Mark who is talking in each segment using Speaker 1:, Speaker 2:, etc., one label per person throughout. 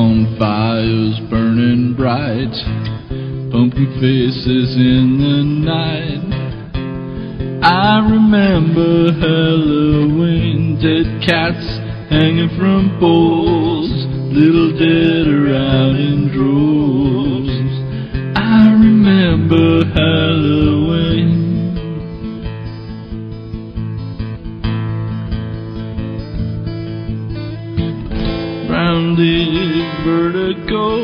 Speaker 1: Bonfires burning bright, pumpkin faces in the night. I remember Halloween, dead cats hanging from poles, little dead around in droves. I remember Halloween. roundly vertical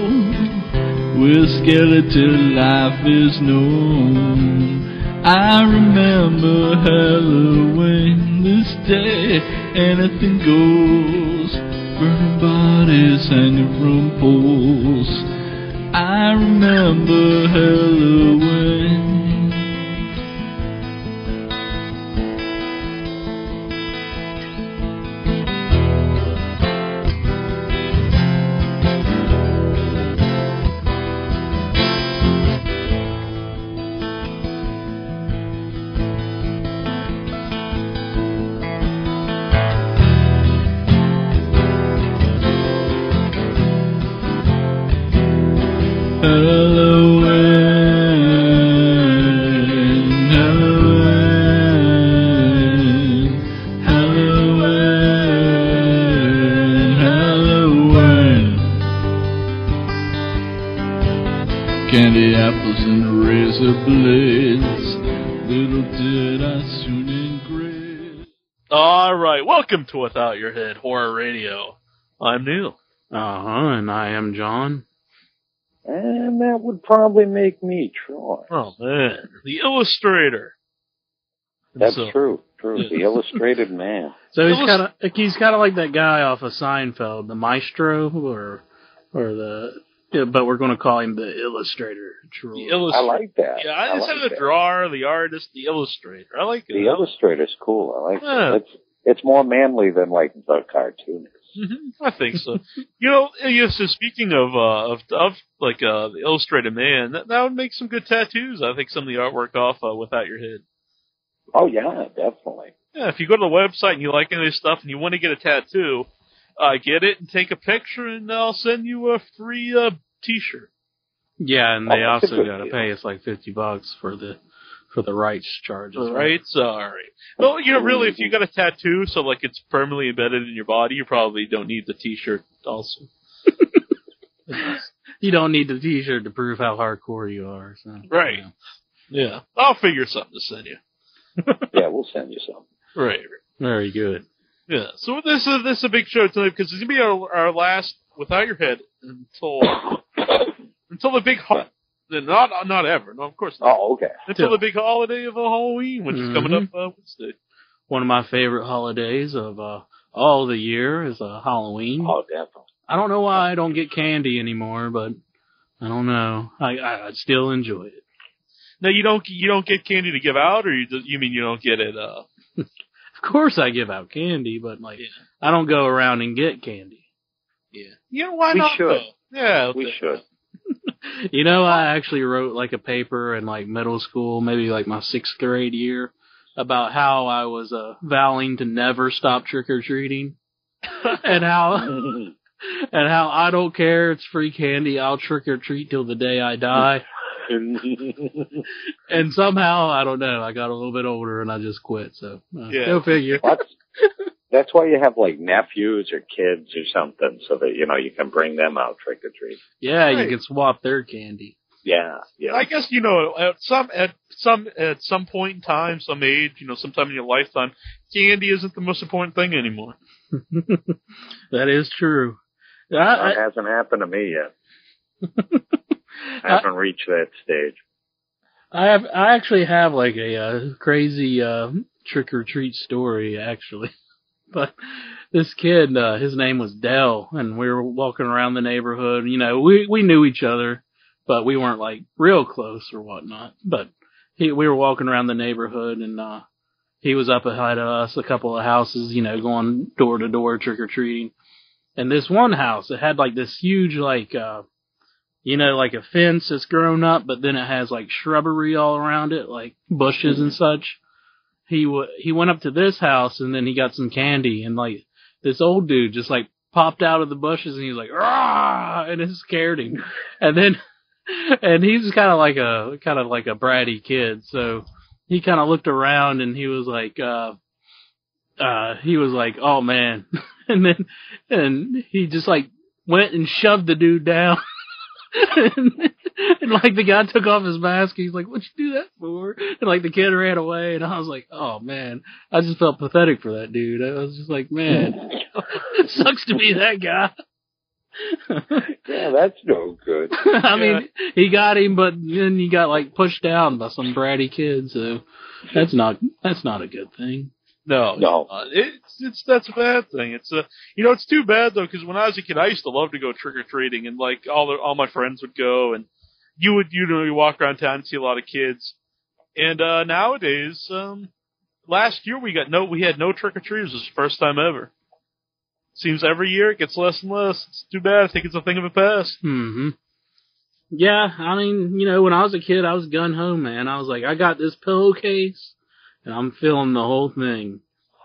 Speaker 1: where skeleton life is known. I remember Halloween this day, anything goes. Burning bodies hanging from poles. I remember Halloween. Halloween, Halloween, Halloween, Halloween. Candy apples and razor blades. Little did I soon ingrate.
Speaker 2: All right, welcome to Without Your Head Horror Radio. I'm Neil.
Speaker 3: Uh huh. And I am John.
Speaker 4: And that would probably make me Troy.
Speaker 2: Oh man, the illustrator. And
Speaker 4: That's
Speaker 2: so-
Speaker 4: true. True.
Speaker 2: Yeah.
Speaker 4: The illustrated man.
Speaker 3: So he's
Speaker 2: Illus-
Speaker 3: kind of he's kind of like that guy off of Seinfeld, the maestro, or or the. yeah, but we're going to call him the illustrator. Troy.
Speaker 2: The
Speaker 4: I
Speaker 2: illustrator.
Speaker 4: like that.
Speaker 2: yeah, I just
Speaker 4: like
Speaker 2: have the
Speaker 4: that.
Speaker 2: drawer, the artist, the illustrator. I like it.
Speaker 4: The illustrator's cool. I like
Speaker 2: Yeah.
Speaker 4: that. It's it's more manly than like the cartoonist.
Speaker 2: Mhm, I think so. you know, yeah, so speaking of uh, of of like uh, the illustrated man, that, that would make some good tattoos. I think some of the artwork off uh, without your head.
Speaker 4: Oh yeah, definitely.
Speaker 2: Yeah, if you go to the website and you like any of this stuff and you want to get a tattoo, uh, get it and take a picture, and I'll send you a free uh, T-shirt.
Speaker 3: Yeah, and they
Speaker 4: Oh, that's a
Speaker 3: also
Speaker 4: good
Speaker 3: got to
Speaker 4: deal.
Speaker 3: pay us like fifty bucks for the for the rights charges.
Speaker 2: All right, sorry. Well, you know, really, if you got a tattoo, so like it's permanently embedded in your body, you probably don't need the T-shirt. Also,
Speaker 3: You don't need the T-shirt to prove how hardcore you are. So,
Speaker 2: Right.
Speaker 3: yeah.
Speaker 2: yeah, I'll figure something to send you.
Speaker 4: yeah, we'll send you some.
Speaker 2: Right.
Speaker 3: Very good.
Speaker 2: Yeah. So this is this is a big show tonight because it's gonna be our our last without your head until until the big ho- not not ever no of course not
Speaker 4: Oh, okay.
Speaker 2: until the big holiday of uh, Halloween which is coming up uh, Wednesday.
Speaker 3: One of my favorite holidays of uh, all the year is uh, Halloween.
Speaker 4: Oh, definitely.
Speaker 3: I don't know why I don't get candy anymore, but I don't know. I, I, I still enjoy it.
Speaker 2: Now you don't you don't get candy to give out or you do- you mean you don't get it uh
Speaker 3: Of course, I give out candy, but like
Speaker 2: Yeah.
Speaker 3: I don't go around and get candy.
Speaker 2: yeah you know why
Speaker 4: We
Speaker 2: not
Speaker 4: should.
Speaker 2: though? yeah
Speaker 4: We
Speaker 2: okay.
Speaker 4: should.
Speaker 3: You know, I actually wrote like a paper in like middle school, maybe like my sixth grade year, about how I was uh, vowing to never stop trick or treating, and how and how I don't care. It's free candy. I'll trick or treat till the day I die. And somehow, I don't know. I got a little bit older and I just quit. So uh,
Speaker 2: Yeah.
Speaker 3: go figure.
Speaker 4: That's that's why you have like nephews or kids or something, so that you know you can bring them out trick or treat.
Speaker 3: Yeah,
Speaker 2: Right.
Speaker 3: you can swap their candy.
Speaker 4: Yeah, yeah.
Speaker 2: I guess you know at some at some at some point in time, some age, you know, sometime in your lifetime, candy isn't the most important thing anymore.
Speaker 3: That is true. I,
Speaker 4: That
Speaker 3: I,
Speaker 4: hasn't happened to me yet. I
Speaker 3: I-
Speaker 4: haven't reached that stage.
Speaker 3: I have I actually have like a uh, crazy uh, trick or treat story actually. But this kid, uh, his name was Dell, and we were walking around the neighborhood. You know, we we knew each other, but we weren't like real close or whatnot. But he, we were walking around the neighborhood, and uh, he was up ahead of us, a couple of houses, you know, going door to door trick or treating. And this one house, it had like this huge like uh, you know, like a fence that's grown up, but then it has like shrubbery all around it, like bushes and such. He w- he went up to this house and then he got some candy and like this old dude just like popped out of the bushes and he was like, "Rah!" and it scared him. And then, and he's kind of like a kind of like a bratty kid, so he kind of looked around and he was like, uh, uh, he was like, "Oh man," and then and he just like went and shoved the dude down. and, and like the guy took off his mask, he's like, "What'd you do that for?" And like the kid ran away, and I was like, "Oh man," I just felt pathetic for that dude. I was just like, "Man, it sucks to be that guy."
Speaker 5: Yeah, that's no good.
Speaker 3: I mean, he got him, but then he got like pushed down by some bratty kid. So that's not that's not a good thing.
Speaker 1: No,
Speaker 5: No.
Speaker 1: uh, it's it's that's a bad thing. It's a you know it's too bad though because when I was a kid, I used to love to go trick or treating, and like all the, all my friends would go, and you would you know you walk around town and see a lot of kids, and uh nowadays, um last year we got no we had no trick or treaters. It was the first time ever. Seems every year it gets less and less. It's too bad. I think it's a thing of the past.
Speaker 3: hmm Yeah, I mean, you know, when I was a kid, I was gun ho, man. I was like, I got this pillowcase, and I'm filling the whole thing.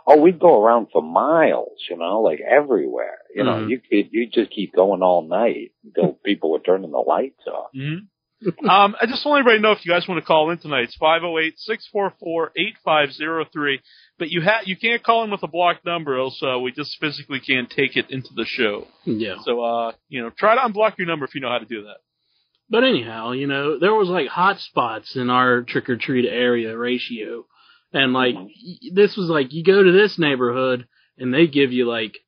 Speaker 5: Oh, we'd go around for miles, you know, like everywhere. You know,
Speaker 3: Mhm.
Speaker 5: you could you just keep going all night until people were turning the lights off.
Speaker 1: Mm-hmm. um, I just want everybody to know if you guys want to call in tonight, it's 508-644-8503. But you ha- you can't call in with a blocked number, else uh, we just physically can't take it into the show.
Speaker 3: Yeah.
Speaker 1: So, uh, you know, try to unblock your number if you know how to do that.
Speaker 3: But anyhow, you know, there was like hot spots in our trick or treat area ratio. And like, y- this was like, you go to this neighborhood and they give you like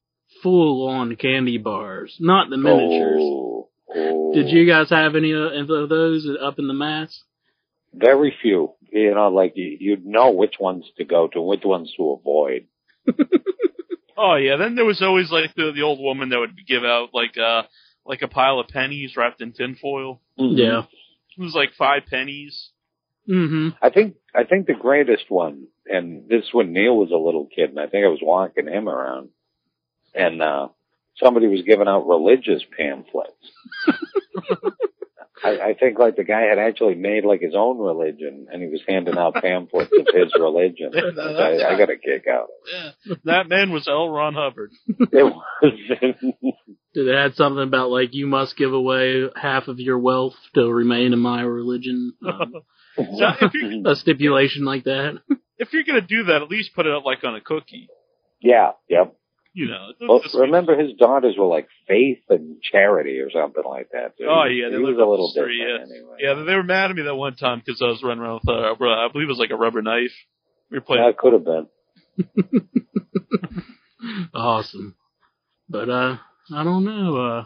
Speaker 3: full on candy bars, not the miniatures.
Speaker 5: Oh, oh.
Speaker 3: Did you guys have any of of those up in the mass?
Speaker 5: Very few. You know, like you, you'd know which ones to go to, which ones to avoid.
Speaker 1: Oh yeah, then there was always like the the old woman that would give out like uh like a pile of pennies wrapped in tinfoil.
Speaker 5: Mm-hmm.
Speaker 3: Yeah.
Speaker 1: It was like five pennies.
Speaker 3: Mm
Speaker 5: I think I think the greatest one, and this is when Neil was a little kid, and I think I was walking him around, and uh, somebody was giving out religious pamphlets. I, I think like the guy had actually made like his own religion, and he was handing out pamphlets of his religion.
Speaker 1: Yeah, no, that's
Speaker 5: I, I got a kick out.
Speaker 1: That man was L. Ron Hubbard.
Speaker 5: of It was
Speaker 3: hmm. They had something about like, you must give away half of your wealth to remain in my religion. Um,
Speaker 1: So if you
Speaker 3: a stipulation like that.
Speaker 1: if you're gonna do that, at least put it up like on a cookie.
Speaker 5: yeah, yep.
Speaker 1: You know.
Speaker 5: Well,
Speaker 1: Just-
Speaker 5: remember his daughters were like faith and charity or something like that. too.
Speaker 1: Oh, yeah,
Speaker 5: he
Speaker 1: they
Speaker 5: was
Speaker 1: lived
Speaker 5: a
Speaker 1: up the
Speaker 5: little
Speaker 1: street,
Speaker 5: different anyway.
Speaker 1: Yeah, they were mad at me that one time because I was running around with uh, I believe it was like a rubber knife. We were playing.
Speaker 5: Yeah, it could have been.
Speaker 3: Awesome. But uh I don't know, uh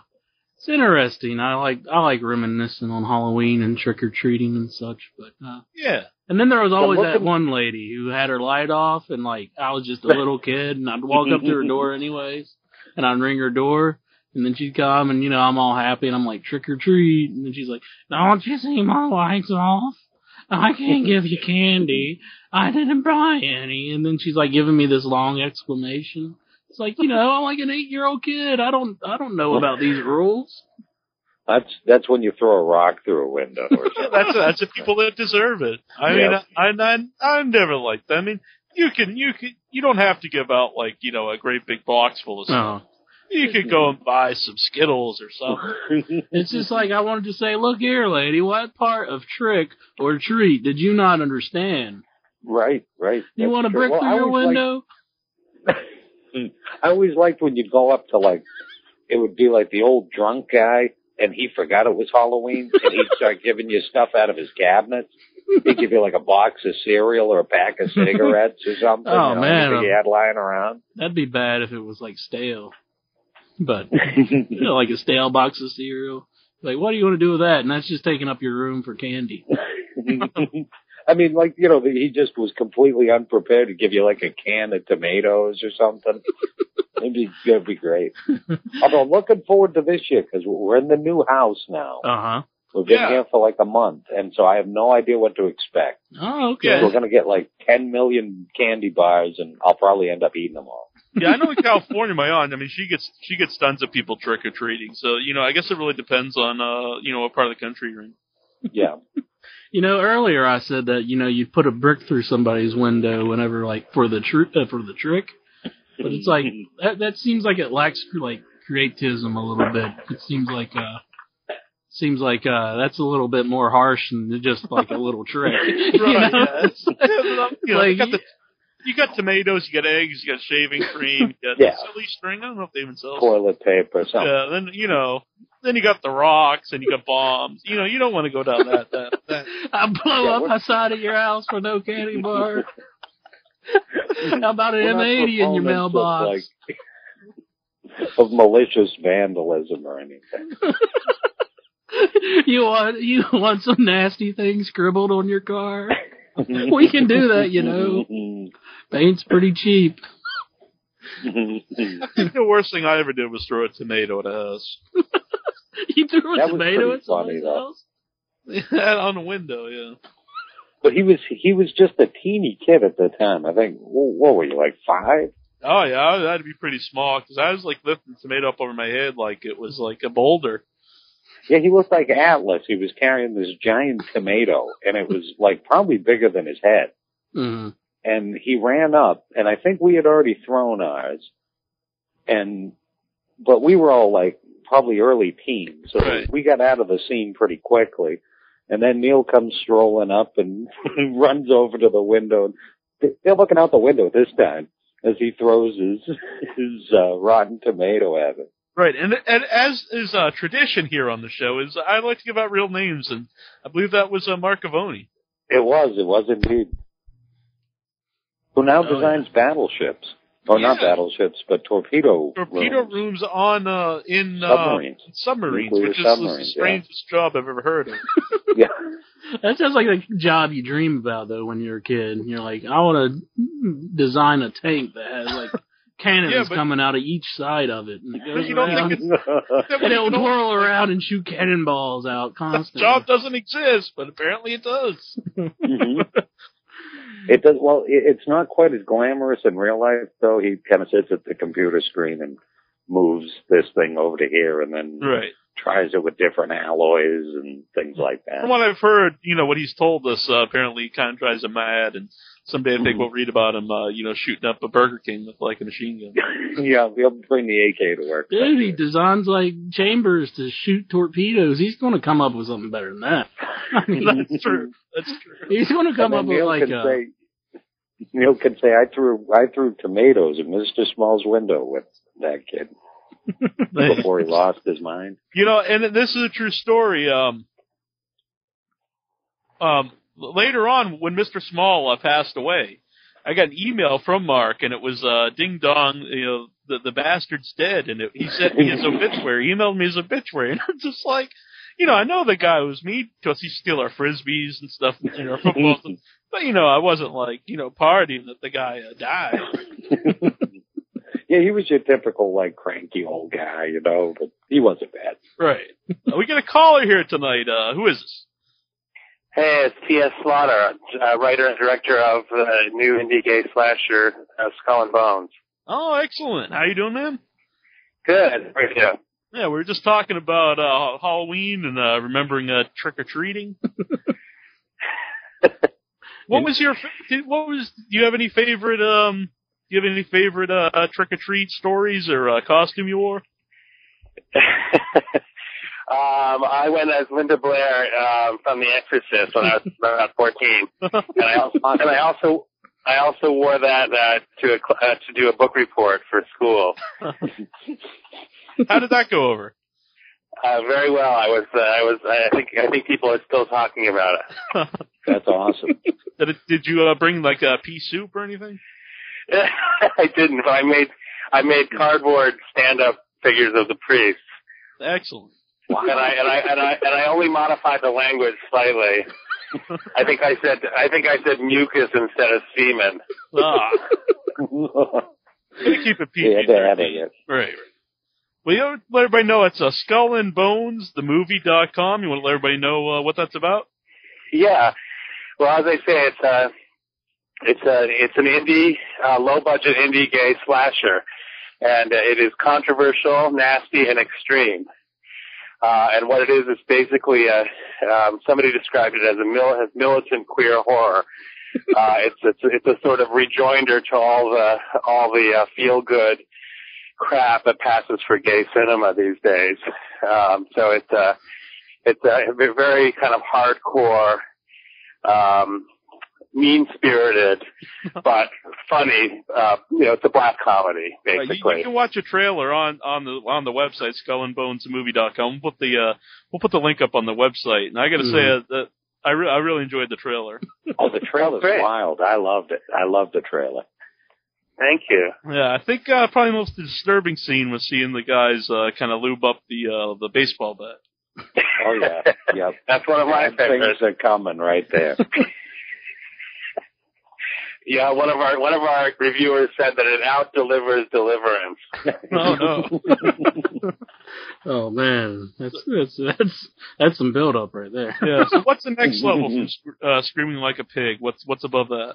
Speaker 3: it's interesting. I like I like reminiscing on Halloween and trick or treating and such, but uh
Speaker 1: yeah,
Speaker 3: and then there was always
Speaker 5: look
Speaker 3: that
Speaker 5: at-
Speaker 3: one lady who had her light off and like I was just a little kid and I'd walk up to her door anyways and I'd ring her door and then she'd come and you know I'm all happy and I'm like trick or treat and then she's like, Don't you see my lights off? I can't give you candy. I didn't buy any and then she's like giving me this long exclamation. It's like, you know, I'm like an eight year old kid. I don't I don't know about these rules.
Speaker 5: That's that's when you throw a rock through a window or
Speaker 1: Yeah,
Speaker 5: something.
Speaker 1: that's that's the people that deserve it. I mean,
Speaker 5: Yeah.
Speaker 1: I, I I I never liked that. I mean, you can you can you don't have to give out like you know a great big box full of stuff.
Speaker 3: Oh.
Speaker 1: You could go and buy some Skittles or something.
Speaker 3: It's just like I wanted to say, look here, lady, what part of trick or treat did you not understand?
Speaker 5: right, right.
Speaker 3: You
Speaker 5: That's
Speaker 3: want a
Speaker 5: true.
Speaker 3: brick
Speaker 5: Well,
Speaker 3: through
Speaker 5: I
Speaker 3: your
Speaker 5: always liked-
Speaker 3: window?
Speaker 5: I always liked when you'd go up to like, it would be like the old drunk guy, and he forgot it was Halloween, and he'd start giving you stuff out of his cabinet. He'd give you like a box of cereal or a pack of cigarettes or something.
Speaker 3: Oh,
Speaker 5: you know,
Speaker 3: man.
Speaker 5: anything he had lying around.
Speaker 3: That'd be bad if it was like stale. But you know, like a stale box of cereal. Like, what do you want to do with that? And that's just taking up your room for candy.
Speaker 5: I mean, like you know, the, he just was completely unprepared to give you like a can of tomatoes or something. It'd be, that'd be great. Although I'm looking forward to this year because we're in the new house now.
Speaker 3: Uh huh.
Speaker 5: We've been
Speaker 1: yeah.
Speaker 5: here for like a month, and so I have no idea what to expect.
Speaker 3: Oh, okay.
Speaker 1: Yeah.
Speaker 5: We're gonna get like 10 million candy bars, and I'll probably end up eating them all.
Speaker 1: Yeah, I know in California, my aunt. I mean, she gets she gets tons of people trick or treating. So you know, I guess it really depends on uh you know what part of the country you're in.
Speaker 5: Yeah,
Speaker 3: You know, earlier I said that you know you put a brick through somebody's window whenever like for the tr- uh, for the trick, but it's like that, that seems like it lacks like creatism a little bit. It seems like uh seems like uh that's a little bit more harsh than just like a little trick. you
Speaker 2: Right,
Speaker 3: know?
Speaker 2: yeah. It's- you, know,
Speaker 3: Like,
Speaker 2: you got the, you got tomatoes, you got eggs, you got shaving cream, you got
Speaker 5: Yeah.
Speaker 2: silly string. I don't know if they even sell.
Speaker 5: toilet paper, something.
Speaker 2: Yeah, then you know, then you got the rocks and you got bombs. You know, you don't want to go down that. that, that.
Speaker 3: I blow
Speaker 5: Yeah,
Speaker 3: up
Speaker 5: we're-
Speaker 3: outside of your house for no candy bar. How about an
Speaker 5: We're
Speaker 3: M
Speaker 5: not
Speaker 3: eighty in
Speaker 5: proponents of,
Speaker 3: your mailbox?
Speaker 5: like, of malicious vandalism or anything.
Speaker 3: you want you want some nasty thing scribbled on your car? We can do that, you know. Paint's pretty cheap.
Speaker 5: that
Speaker 2: I think the worst thing I ever did was throw a tomato at a house
Speaker 3: You threw a
Speaker 5: That was
Speaker 3: tomato
Speaker 5: pretty
Speaker 3: at
Speaker 5: funny,
Speaker 3: someone's
Speaker 5: though.
Speaker 3: house.
Speaker 2: on the window. Yeah,
Speaker 5: But he was he was just a teeny kid at the time. I think wh- what were you like five?
Speaker 2: oh yeah, I had to be pretty small because I was like lifting tomato up over my head like it was like a boulder.
Speaker 5: Yeah, he looked like Atlas. He was carrying this giant tomato, and it was like probably bigger than his head.
Speaker 2: Mm-hmm.
Speaker 3: Mm.
Speaker 5: and he ran up and I think we had already thrown ours and but we were all like probably early teens so
Speaker 2: Right.
Speaker 5: we got out of the scene pretty quickly and then Neil comes strolling up and runs over to the window and they're looking out the window this time as he throws his his uh, rotten tomato at it
Speaker 2: Right, and, and as is uh, tradition here on the show, is I like to give out real names, and I believe that was uh, Mark Avoni.
Speaker 5: it was it was indeed who now
Speaker 3: Oh,
Speaker 5: designs battleships or not
Speaker 2: Yeah.
Speaker 5: battleships but torpedo
Speaker 2: Torpedo
Speaker 5: rooms.
Speaker 2: rooms on uh, in uh,
Speaker 5: submarines
Speaker 2: submarines,
Speaker 5: Nuclear
Speaker 2: which is the
Speaker 5: submarines, yeah.
Speaker 2: strangest job I've ever heard of.
Speaker 5: yeah
Speaker 3: That sounds like a job you dream about though when you're a kid. You're like, I want to design a tank that has like cannons
Speaker 2: Yeah, but-
Speaker 3: coming out of each side of it, and it goes
Speaker 2: you don't think
Speaker 3: around,
Speaker 2: it's-
Speaker 3: and it'll twirl around and shoot cannonballs out
Speaker 2: That
Speaker 3: constantly.
Speaker 2: job doesn't exist, but apparently it does.
Speaker 5: Mhm. It does well. It, it's not quite as glamorous in real life, though. He kind of sits at the computer screen and moves this thing over to here, and then
Speaker 2: Right.
Speaker 5: tries it with different alloys and things like
Speaker 2: From
Speaker 5: that.
Speaker 2: what I've heard, you know, what he's told us, uh, apparently it kind of drives him mad, and someday I think
Speaker 5: Mhm.
Speaker 2: we'll read about him, uh, you know, shooting up a Burger King with like a machine gun.
Speaker 5: yeah, he'll bring the AK to work.
Speaker 3: Dude, he designs like chambers to shoot torpedoes. He's going to come up with something better than that. I mean,
Speaker 2: That's true. That's true.
Speaker 3: he's going to
Speaker 5: And
Speaker 3: come
Speaker 5: then
Speaker 3: up with
Speaker 5: Neil
Speaker 3: like
Speaker 5: can
Speaker 3: a.
Speaker 5: say, Neil can say, "I threw I threw tomatoes in Mister Small's window with that kid before he lost his mind."
Speaker 2: You know, and this is a true story. Um, um, later on, when Mr. Small uh, passed away, I got an email from Mark, and it was uh, "Ding dong, you know, the the bastard's dead," and it, he sent me his obituary. He emailed me his obituary, and I'm just like, you know, I know the guy was mean to us. He steal our frisbees and stuff, you know, footballs, and- but you know, I wasn't like you know partying that the guy uh, died.
Speaker 5: Yeah, he was your typical like cranky old guy, you know, but he wasn't bad.
Speaker 2: Right. Uh, we got a caller here tonight. Uh, who is this?
Speaker 6: Hey, it's T.S. Slaughter, uh, writer and director of the new indie gay slasher uh, Skull and Bones.
Speaker 2: Oh, excellent. How you doing, man?
Speaker 6: Good. Thank you.
Speaker 2: Yeah, we were just talking about uh, Halloween and uh, remembering uh, trick or treating. what was your? fa- Did, what was? Do you have any favorite? Um, do you have any favorite uh, uh, trick or treat stories or uh, costume you wore?
Speaker 6: um, I went as Linda Blair um, from The Exorcist when I was about 14, and I also and I also I also wore that uh, to a cl- uh, to do a book report for school.
Speaker 2: How did that go over?
Speaker 6: Uh, very well. I was uh, I was I think I think people are still talking about it.
Speaker 5: That's awesome.
Speaker 2: Did it, did you uh, bring like uh, pea soup or anything?
Speaker 6: I didn't, but I made I made cardboard stand up figures of the priests.
Speaker 2: Excellent.
Speaker 6: And I and I and I and I only modified the language slightly. I think I said I think I said mucus instead of semen.
Speaker 2: Ah, gotta keep it PG.
Speaker 5: yeah, they had it.
Speaker 2: Right. right. Well, you know, let everybody know it's uh, Skull and Bones, the movie dot com. You want to let everybody know uh, what that's about?
Speaker 6: Yeah. Well, as I say, it's a it's a it's an indie uh, low budget indie gay slasher, and uh, it is controversial, nasty, and extreme. Uh, and what it is is basically a um, somebody described it as a mil- as militant queer horror. Uh, it's it's it's a sort of rejoinder to all the all the uh, feel good crap that passes for gay cinema these days. Um, so it's a it's uh, a very kind of hardcore, um, mean spirited, but funny. Uh, you know, it's a black comedy
Speaker 2: Right, Uh, you,
Speaker 6: basically.
Speaker 2: you can watch a trailer on on the on the website skullandbonesmovie.com. We'll put the uh, we'll put the link up on the website, and I got to say uh, that I re- I really enjoyed the trailer.
Speaker 4: Oh, the trailer's
Speaker 6: Great.
Speaker 4: wild. I loved it. I loved the trailer.
Speaker 6: Thank you.
Speaker 2: Yeah, I think uh, probably the most disturbing scene was seeing the guys uh, kind of lube up the uh, the baseball bat.
Speaker 4: Oh yeah, yep.
Speaker 6: That's one of my
Speaker 4: Bad things
Speaker 6: favorites.
Speaker 4: are coming right there.
Speaker 6: Yeah, one of our one of our reviewers said that it out delivers deliverance.
Speaker 2: No, Oh, no.
Speaker 3: Oh man, that's that's that's that's some build up right there.
Speaker 2: Yeah. So what's the next level from sc- uh, screaming like a pig? What's what's above that?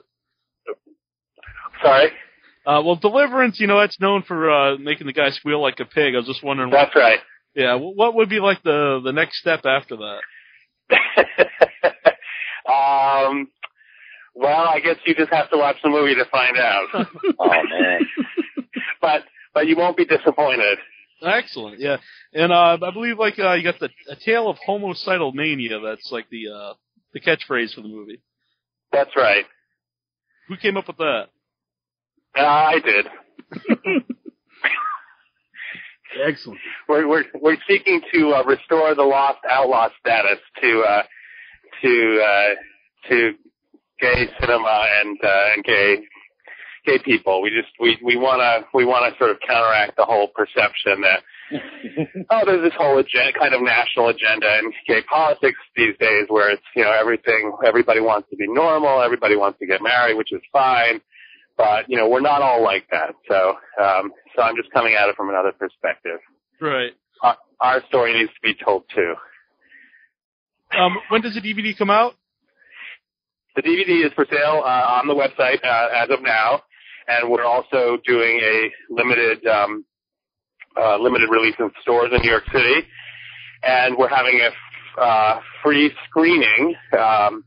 Speaker 6: Sorry,
Speaker 2: Uh, well, Deliverance, you know, that's known for uh, making the guy squeal like a pig. I was just wondering, what,
Speaker 6: that's right.
Speaker 2: yeah, wh- what would be like the the next step after that?
Speaker 6: um, well, I guess you just have to watch the movie to find out.
Speaker 4: Oh man,
Speaker 6: but but you won't be disappointed.
Speaker 2: Excellent, yeah. And uh, I believe like uh, you got the a tale of homicidal mania. That's like the uh, the catchphrase for the movie.
Speaker 6: That's right.
Speaker 2: Who came up with that?
Speaker 6: Uh, I did.
Speaker 3: Excellent.
Speaker 6: We're we're we're seeking to uh, restore the lost outlaw status to uh, to uh, to gay cinema and uh, and gay gay people. We just we we want to we want to sort of counteract the whole perception that oh there's this whole agenda, kind of national agenda in gay politics these days where it's you know everything everybody wants to be normal, everybody wants to get married, which is fine. But you know we're not all like that, so um, so I'm just coming at it from another perspective
Speaker 2: Right.
Speaker 6: our, our story needs to be told too.
Speaker 2: Um, when does the DVD come out?
Speaker 6: The DVD is for sale uh, on the website uh, as of now, and we're also doing a limited um, uh, limited release in stores in New York City, and we're having a uh, free screening um,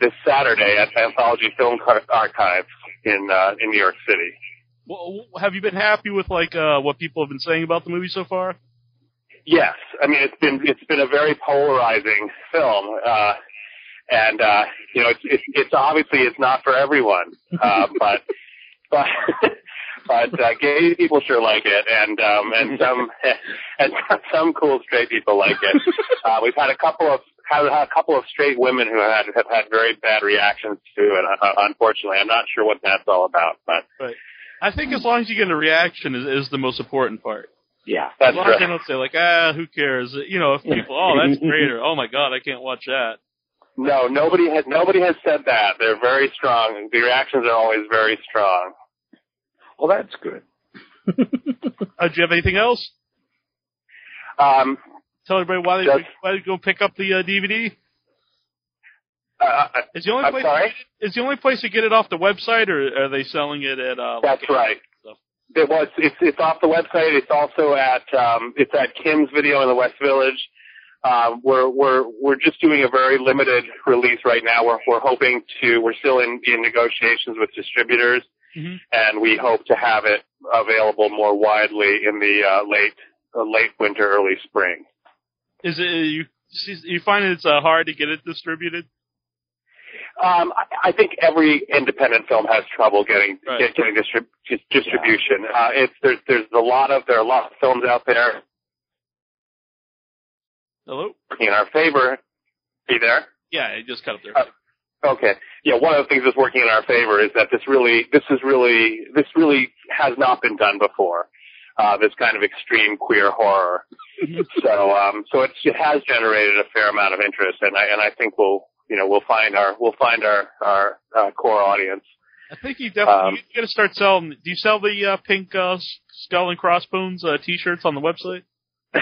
Speaker 6: this Saturday at Anthology Film Car- Archives in uh, in New York City.
Speaker 2: Well, have you been happy with like uh, what people have been saying about the movie so far?
Speaker 6: Yes, I mean it's been it's been a very polarizing film, uh, and uh, you know it's, it's it's obviously it's not for everyone, uh, but but but uh, gay people sure like it, and um, and some and some cool straight people like it. Uh, we've had a couple of had a couple of straight women who had have had very bad reactions to it. Uh, unfortunately, I'm not sure what that's all about, but
Speaker 2: I think as long as you get a reaction is, is the most important part.
Speaker 4: yeah.
Speaker 2: As
Speaker 6: that's
Speaker 2: long as they
Speaker 6: right.
Speaker 2: don't say like, ah, who cares? You know, if people, oh, that's great, or oh my god, I can't watch that.
Speaker 6: No, nobody has nobody has said that. They're very strong. The reactions are always very strong.
Speaker 4: Well, that's good.
Speaker 2: Uh, do you have anything else?
Speaker 6: Um,
Speaker 2: Tell everybody why they
Speaker 6: Just-
Speaker 2: why they go pick up the uh, DVD.
Speaker 6: uh,
Speaker 2: Is the only
Speaker 6: I'm
Speaker 2: place
Speaker 6: sorry.
Speaker 2: is the only place to get it off the website, or are they selling it at? Uh,
Speaker 6: That's
Speaker 2: like-
Speaker 6: right.
Speaker 2: stuff?
Speaker 6: It was. It's it's off the website. It's also at um, it's at Kim's Video in the West Village. Um, we're we're we're just doing a very limited release right now. We're we're hoping to. We're still in in negotiations with distributors,
Speaker 2: Mhm.
Speaker 6: and we hope to have it available more widely in the uh, late uh, late winter, early spring.
Speaker 2: Is it uh, you? You find it's uh, hard to get it distributed.
Speaker 6: Um, I, I think every independent film has trouble getting
Speaker 2: Right.
Speaker 6: get, getting distrib- dis- distribution. Uh, it's there's there's a lot of there are a lot of films out there
Speaker 2: Hello.
Speaker 6: in our favor. Be there.
Speaker 2: Yeah, it just cut up there.
Speaker 6: Uh, Okay. Yeah. One of the things that's working in our favor is that this really this is really this really has not been done before. Uh, this kind of extreme queer horror. so um, so it's, it has generated a fair amount of interest, and I and I think we'll you know we'll find our we'll find our our uh, core audience.
Speaker 2: I think you definitely
Speaker 6: um,
Speaker 2: you got to start selling. Do you sell the uh, pink uh, s- skull and crossbones uh, T-shirts on the website?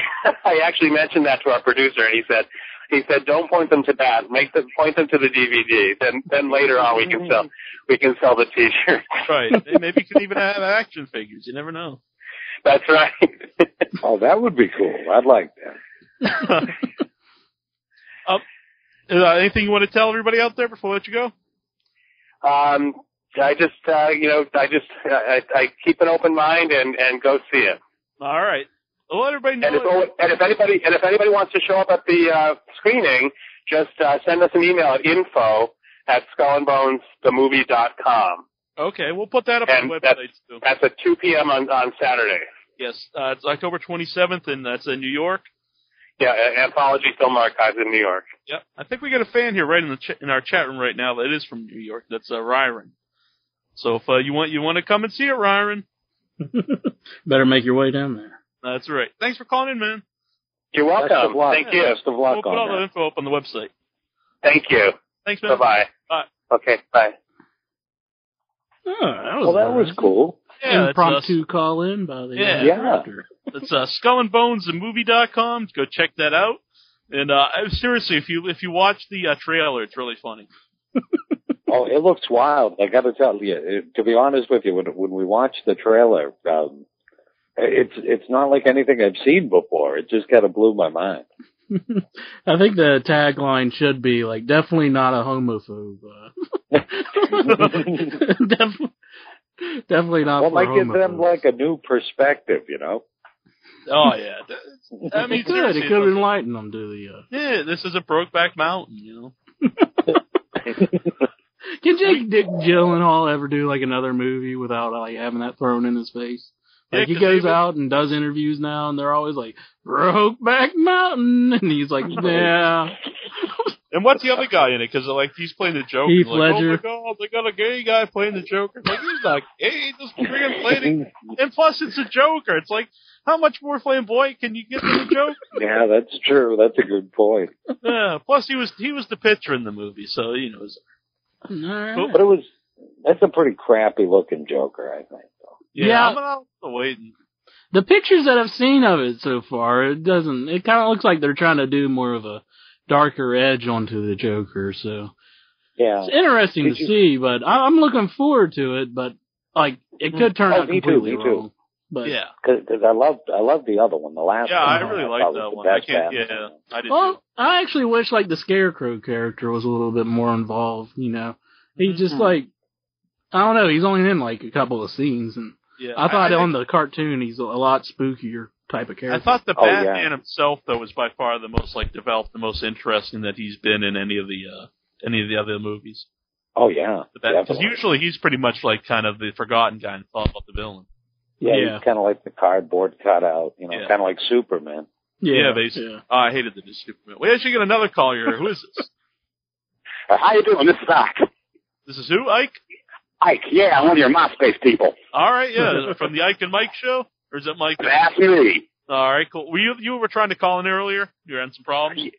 Speaker 6: I actually mentioned that to our producer, and he said, he said, don't point them to that. Make them point them to the DVD. Then, then later on, we can sell, we can sell the T-shirt.
Speaker 2: Right. And Maybe you can even have action figures. You never know.
Speaker 6: That's right.
Speaker 4: Oh, that would be cool. I'd like that.
Speaker 2: Oh, Um, uh, anything you want to tell everybody out there before I let you go?
Speaker 6: um, I just, uh, you know, I just, I, I I keep an open mind and and go see it.
Speaker 2: All right. Well, let everybody know.
Speaker 6: And if,
Speaker 2: it.
Speaker 6: and if anybody and if anybody wants to show up at the uh, screening, just uh, send us an email at info at com.
Speaker 2: Okay, we'll put that up on
Speaker 6: And
Speaker 2: the website
Speaker 6: that's-
Speaker 2: too.
Speaker 6: That's at 2 p.m. on, on Saturday.
Speaker 2: Yes, uh, it's October 27th, and that's in New York.
Speaker 6: Yeah, at Anthology Film Archives in New York.
Speaker 2: Yep. I think we got a fan here right in the ch- in our chat room right now that is from New York. That's uh, Ryron. So if uh, you want you want to come and see it, Ryron,
Speaker 3: Better make your way down there.
Speaker 2: that's right. Thanks for calling in, man.
Speaker 6: You're
Speaker 4: Best
Speaker 6: welcome.
Speaker 4: of luck.
Speaker 6: Thank you.
Speaker 4: Best of
Speaker 2: We'll
Speaker 4: luck
Speaker 2: put all
Speaker 4: on
Speaker 2: the
Speaker 4: that.
Speaker 2: info up on the website.
Speaker 6: Thank you.
Speaker 2: Thanks, man.
Speaker 6: Bye bye.
Speaker 2: Bye.
Speaker 6: Okay, bye.
Speaker 3: Oh, that was
Speaker 4: Well, that was
Speaker 3: interesting.
Speaker 4: cool.
Speaker 2: Yeah, uh, that's us.
Speaker 3: impromptu call in by the
Speaker 2: Yeah.
Speaker 3: uh,
Speaker 4: Yeah.
Speaker 3: director.
Speaker 2: It's uh, Skull and Bones, the movie.com. Go check that out. And uh, I- seriously, if you if you watch the uh, trailer, it's really funny.
Speaker 4: Oh, it looks wild. I got to tell you. It, to be honest with you, when when we watched the trailer, um, it's it's not like anything I've seen before. It just kind of blew my mind.
Speaker 3: I think the tagline should be like, definitely not a homophobe. Uh, definitely, definitely not.
Speaker 4: Well, it
Speaker 3: for
Speaker 4: might give them
Speaker 3: homophobes.
Speaker 4: like a new perspective, you know.
Speaker 2: Oh yeah, I mean
Speaker 3: it could.
Speaker 2: seriously,
Speaker 3: It could enlighten them to the. Uh,
Speaker 2: yeah, this is a Brokeback Mountain, you know.
Speaker 3: Can Jake Dick Gyllenhaal ever do like another movie without like having that thrown in his face? Like
Speaker 2: Yeah,
Speaker 3: he
Speaker 2: 'cause
Speaker 3: goes
Speaker 2: even-
Speaker 3: out and does interviews now, and they're always like Brokeback Mountain, and he's like, Yeah,
Speaker 2: And what's the other guy in it? Because like he's playing the Joker.
Speaker 3: Heath
Speaker 2: like, Oh my
Speaker 3: Ledger.
Speaker 2: god, they got a gay guy playing the Joker. Like he's not gay. This friggin' lady. And plus, it's a Joker. It's like how much more flamboyant can you get than the Joker?
Speaker 4: yeah, that's true. That's a good point.
Speaker 2: Yeah. Plus, he was he was the pitcher in the movie, so you know. it's-
Speaker 3: all right.
Speaker 2: Cool.
Speaker 4: But it was that's a pretty crappy looking Joker, I think. Though.
Speaker 2: Yeah.
Speaker 3: Yeah.
Speaker 2: I'm out waiting.
Speaker 3: the pictures that I've seen of it so far, it doesn't. It kind of looks like they're trying to do more of a darker edge onto the Joker. So
Speaker 4: Yeah.
Speaker 3: it's interesting to
Speaker 4: Did you-
Speaker 3: see, but I, I'm looking forward to it. But like, it could turn
Speaker 4: Oh,
Speaker 3: out
Speaker 4: me too,
Speaker 3: completely
Speaker 4: me too.
Speaker 3: wrong. But
Speaker 2: Yeah.
Speaker 4: Because I loved, I loved the other one, the last
Speaker 2: Yeah,
Speaker 4: one.
Speaker 2: I really
Speaker 4: thought
Speaker 2: like
Speaker 4: was
Speaker 2: that
Speaker 4: the
Speaker 2: one. I
Speaker 4: best
Speaker 2: can't.
Speaker 4: Batman.
Speaker 2: Yeah, I did.
Speaker 3: Well,
Speaker 2: too.
Speaker 3: I actually wish like the Scarecrow character was a little bit more involved. You know, he
Speaker 2: Mm-hmm.
Speaker 3: just
Speaker 4: Mhm.
Speaker 3: like I don't know. He's only in like a couple of scenes, and
Speaker 2: Yeah,
Speaker 3: I thought
Speaker 2: I,
Speaker 3: on the cartoon he's a lot spookier type of
Speaker 2: I
Speaker 3: character.
Speaker 2: thought the
Speaker 4: Oh, yeah.
Speaker 2: Batman himself though was by far the most like developed, the most interesting that he's been in any of the uh any of the other movies.
Speaker 4: Oh yeah,
Speaker 2: Because
Speaker 4: definitely.
Speaker 2: usually he's pretty much like kind of the forgotten guy and thought about the villain.
Speaker 4: yeah,
Speaker 3: Yeah.
Speaker 4: he's kind of like the cardboard cutout, you know,
Speaker 2: Yeah.
Speaker 4: kind of like Superman.
Speaker 2: Yeah, basically.
Speaker 3: yeah.
Speaker 2: Oh, I hated the new Superman. We actually get another call here. Who is this?
Speaker 6: Uh, how you doing? This is Ike.
Speaker 2: This is who? Ike?
Speaker 6: Ike, yeah, I'm one of your MySpace people.
Speaker 2: All right, yeah, from the Ike and Mike show, or is it Mike?
Speaker 6: That's me.
Speaker 2: All right, cool. Were you you were trying to call in earlier? You were having some problems.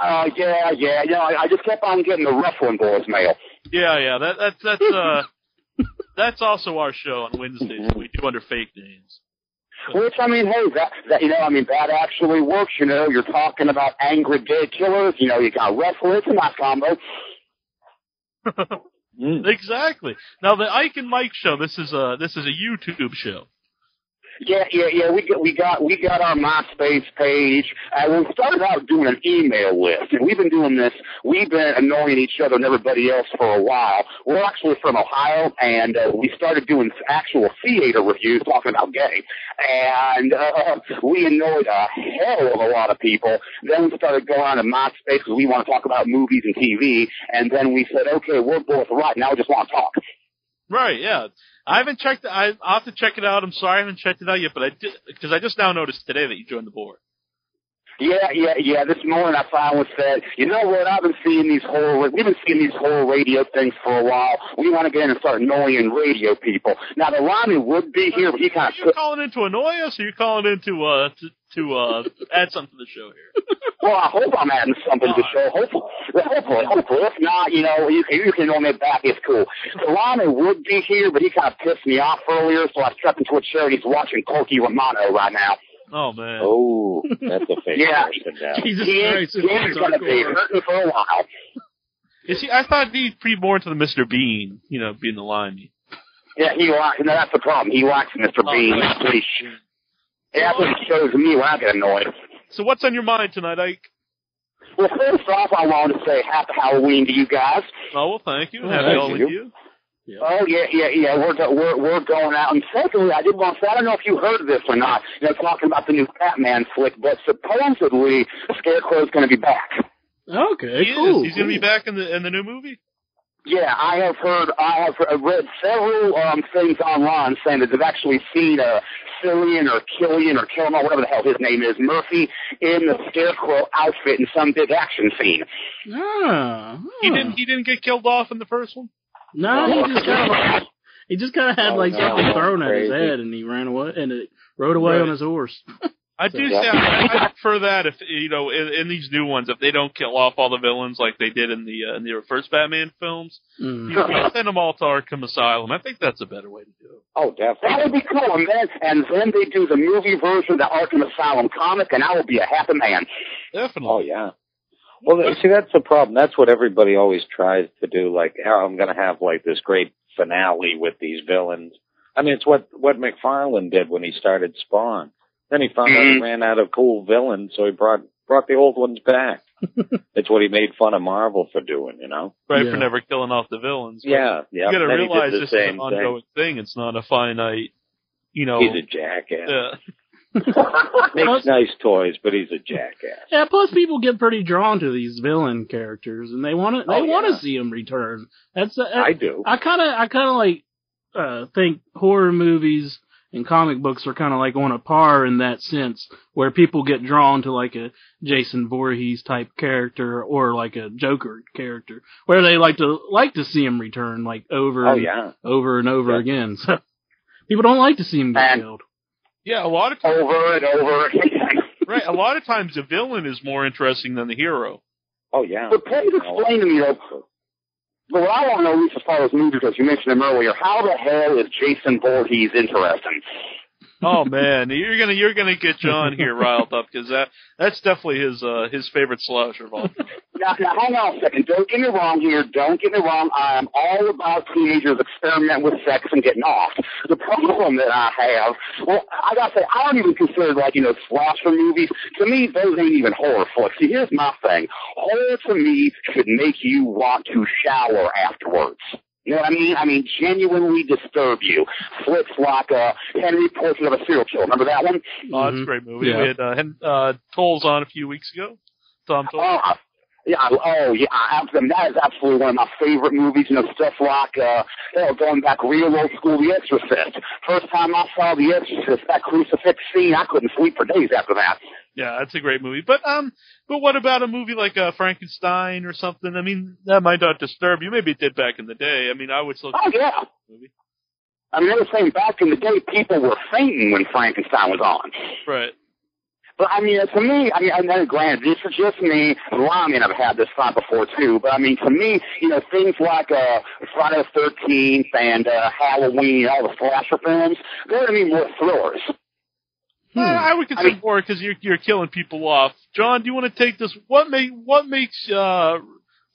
Speaker 6: Uh, yeah, yeah, you know, I, I just kept on getting the Rufflin Boys mail.
Speaker 2: Yeah, yeah. That that's that's uh. That's also our show on Wednesdays. We do under fake names.
Speaker 6: Which I mean, hey, that, that you know, I mean, that actually works. You know, you're talking about angry dead killers. You know, you got wrestlers. It's a nice combo.
Speaker 4: Mm.
Speaker 2: Exactly. Now the Ike and Mike show. This is a this is a YouTube show.
Speaker 6: Yeah, yeah, yeah. We got we got we got our MySpace page. And we started out doing an email list, and we've been doing this. We've been annoying each other and everybody else for a while. We're actually from Ohio, and uh, we started doing actual theater reviews talking about gay, and uh, we annoyed a hell of a lot of people. Then we started going on to MySpace because we want to talk about movies and TV, and then we said, okay, we're both right now. We just want to talk.
Speaker 2: Right. Yeah. I haven't checked. I I'll have to check it out. I'm sorry I haven't checked it out yet, but I did because I just now noticed today that you joined the board.
Speaker 6: Yeah, yeah, yeah. This morning I finally said, you know what? I've been seeing these whole, we've been seeing these whole radio things for a while. We want to get in and start annoying radio people. Now, the Ronnie would be here, but he
Speaker 2: Are
Speaker 6: kind
Speaker 2: you
Speaker 6: of,
Speaker 2: calling in to annoy us, or are you calling in to uh to, to uh add something to the show here?
Speaker 6: well, I hope I'm adding something to the show. Hopefully, hopefully, hopefully. If not, you know, you can, you can on me back. It's cool. The Ronnie would be here, but he kind of pissed me off earlier, so I stepped into a chair and he's watching Corky Romano right now.
Speaker 2: Oh man.
Speaker 4: Oh, that's a fake
Speaker 6: Yeah.
Speaker 4: person now.
Speaker 3: Jesus
Speaker 6: He is,
Speaker 3: Christ,
Speaker 6: he
Speaker 3: it was
Speaker 6: is going to be
Speaker 3: hardcore.
Speaker 6: hurting for a while.
Speaker 2: Is he? I thought he'd be more into the Mr. Bean, you know, being the limey.
Speaker 6: Yeah, he likes. No, that's the problem. He likes Mr.
Speaker 2: Oh,
Speaker 6: Bean.
Speaker 2: really?
Speaker 6: That's what he, sh- yeah, that's what he shows me when I get annoyed.
Speaker 2: So what's on your mind tonight, Ike?
Speaker 6: Well, first off, I wanted to say happy Halloween to you guys.
Speaker 2: Oh well, thank you.
Speaker 4: Oh,
Speaker 2: Happy
Speaker 4: thank
Speaker 2: all with
Speaker 4: you.
Speaker 2: you.
Speaker 3: Yeah.
Speaker 6: Oh yeah, yeah, yeah. We're go- we're we're going out. And secondly, I did want to say I don't know if you heard of this or not. You know, talking about the new Batman flick, but supposedly Scarecrow's going to be back.
Speaker 3: Okay,
Speaker 2: he is.
Speaker 3: cool.
Speaker 2: He's going to be back in the in the new movie.
Speaker 6: Yeah, I have heard. I have uh, read several um, things online saying that they've actually seen uh, Cillian or Killian or Kilmer, whatever the hell his name is, Murphy in the Scarecrow outfit in some big action scene.
Speaker 3: Ah,
Speaker 2: He
Speaker 3: huh.
Speaker 2: didn't. Oh, He didn't get killed off in the first one.
Speaker 3: No, he just kind of he just kind of had
Speaker 4: Oh,
Speaker 3: like
Speaker 4: no,
Speaker 3: something
Speaker 4: that's
Speaker 3: thrown at his
Speaker 4: crazy.
Speaker 3: head, and he ran away and it rode away
Speaker 2: Right.
Speaker 3: on his horse.
Speaker 2: I do
Speaker 4: Yeah.
Speaker 2: say I, I prefer that if you know in, in these new ones if they don't kill off all the villains like they did in the uh, in the first Batman films,
Speaker 3: Mm.
Speaker 2: send them all to Arkham Asylum. I think that's a better way to do it.
Speaker 4: Oh,
Speaker 6: That
Speaker 4: definitely.
Speaker 6: would be cool, and then and then they do the movie version of the Arkham Asylum comic, and I will be a happy man.
Speaker 2: Definitely.
Speaker 4: Oh, yeah. Well, th- see, that's the problem. That's what everybody always tries to do. Like, oh, I'm going to have like this great finale with these villains. I mean, it's what what McFarlane did when he started Spawn. Then he found out he
Speaker 6: Mhm.
Speaker 2: Mm-hmm.
Speaker 4: ran out of cool villains, so he brought brought the old ones back. it's what he made fun of Marvel for doing, you know?
Speaker 2: Right
Speaker 3: Yeah.
Speaker 2: for never killing off the villains. but
Speaker 4: Yeah, yeah.
Speaker 2: You got to
Speaker 4: Then he did
Speaker 2: realize
Speaker 4: the
Speaker 2: this is
Speaker 4: same
Speaker 2: an ongoing thing. It's not a finite. You know.
Speaker 4: Thing. He's a jackass.
Speaker 2: uh,
Speaker 4: Makes nice toys, but he's a jackass.
Speaker 3: Yeah, plus people get pretty drawn to these villain characters, and they want to they
Speaker 4: Oh,
Speaker 3: want
Speaker 4: yeah.
Speaker 3: to see him return. That's uh,
Speaker 4: I do.
Speaker 3: I kind of, I kind of like uh, think horror movies and comic books are kind of like on a par in that sense, where people get drawn to like a Jason Voorhees type character or like a Joker character, where they like to like to see him return like over,
Speaker 4: Oh
Speaker 3: and,
Speaker 4: yeah.
Speaker 3: over and over
Speaker 4: Yeah.
Speaker 3: again. So people don't like to see him get
Speaker 6: And-
Speaker 3: killed.
Speaker 2: yeah, a lot of times,
Speaker 6: over and over again.
Speaker 2: right. A lot of times, the villain is more interesting than the hero.
Speaker 4: Oh yeah.
Speaker 6: But please explain to me, though. But what I want to know, at least as far as movies, because you mentioned him earlier, how the hell is Jason Voorhees interesting?
Speaker 2: Oh man, you're gonna you're gonna get John here riled up because that that's definitely his uh his favorite slasher of all. time.
Speaker 6: Now, now, hang on a second. Don't get me wrong here. Don't get me wrong. I am all about teenagers experimenting with sex and getting off. The problem that I have, well, I gotta say, I don't even consider like you know slasher movies. To me, those ain't even horror flicks. See, here's my thing. Horror to me should make you want to shower afterwards. You know what I mean? I mean, genuinely disturb you. Flicks like uh, Henry Portrait of a Serial Killer. Remember that one?
Speaker 2: Oh, it's
Speaker 3: Mhm.
Speaker 2: a great movie.
Speaker 3: Yeah.
Speaker 2: We had uh, Hen- uh, Tolls on a few weeks ago. Tom Tolles.
Speaker 6: Oh, I- yeah. I- Oh, yeah. I, I- I mean, that is absolutely one of my favorite movies. You know, stuff like uh, hell, going back real old school, The Exorcist. First time I saw The Exorcist, that crucifix scene, I couldn't sleep for days after that.
Speaker 2: Yeah, that's a great movie. But um, but what about a movie like uh, Frankenstein or something? I mean, that might not disturb you. Maybe it did back in the day. I mean, I would still.
Speaker 6: Oh, yeah.
Speaker 2: Movie.
Speaker 6: I mean, they were saying back in the day, people were fainting when Frankenstein was on.
Speaker 2: Right.
Speaker 6: But I mean, uh, to me, I mean, I know, granted, this is just me. Well, I mean, I've had this thought before too. But I mean, to me, you know, things like uh, Friday the Thirteenth and uh, Halloween, all the slasher films, they're to me more thrillers.
Speaker 2: Uh, I would consider
Speaker 6: I mean-
Speaker 2: more because you're you're killing people off. John, do you want to take this? What make what makes uh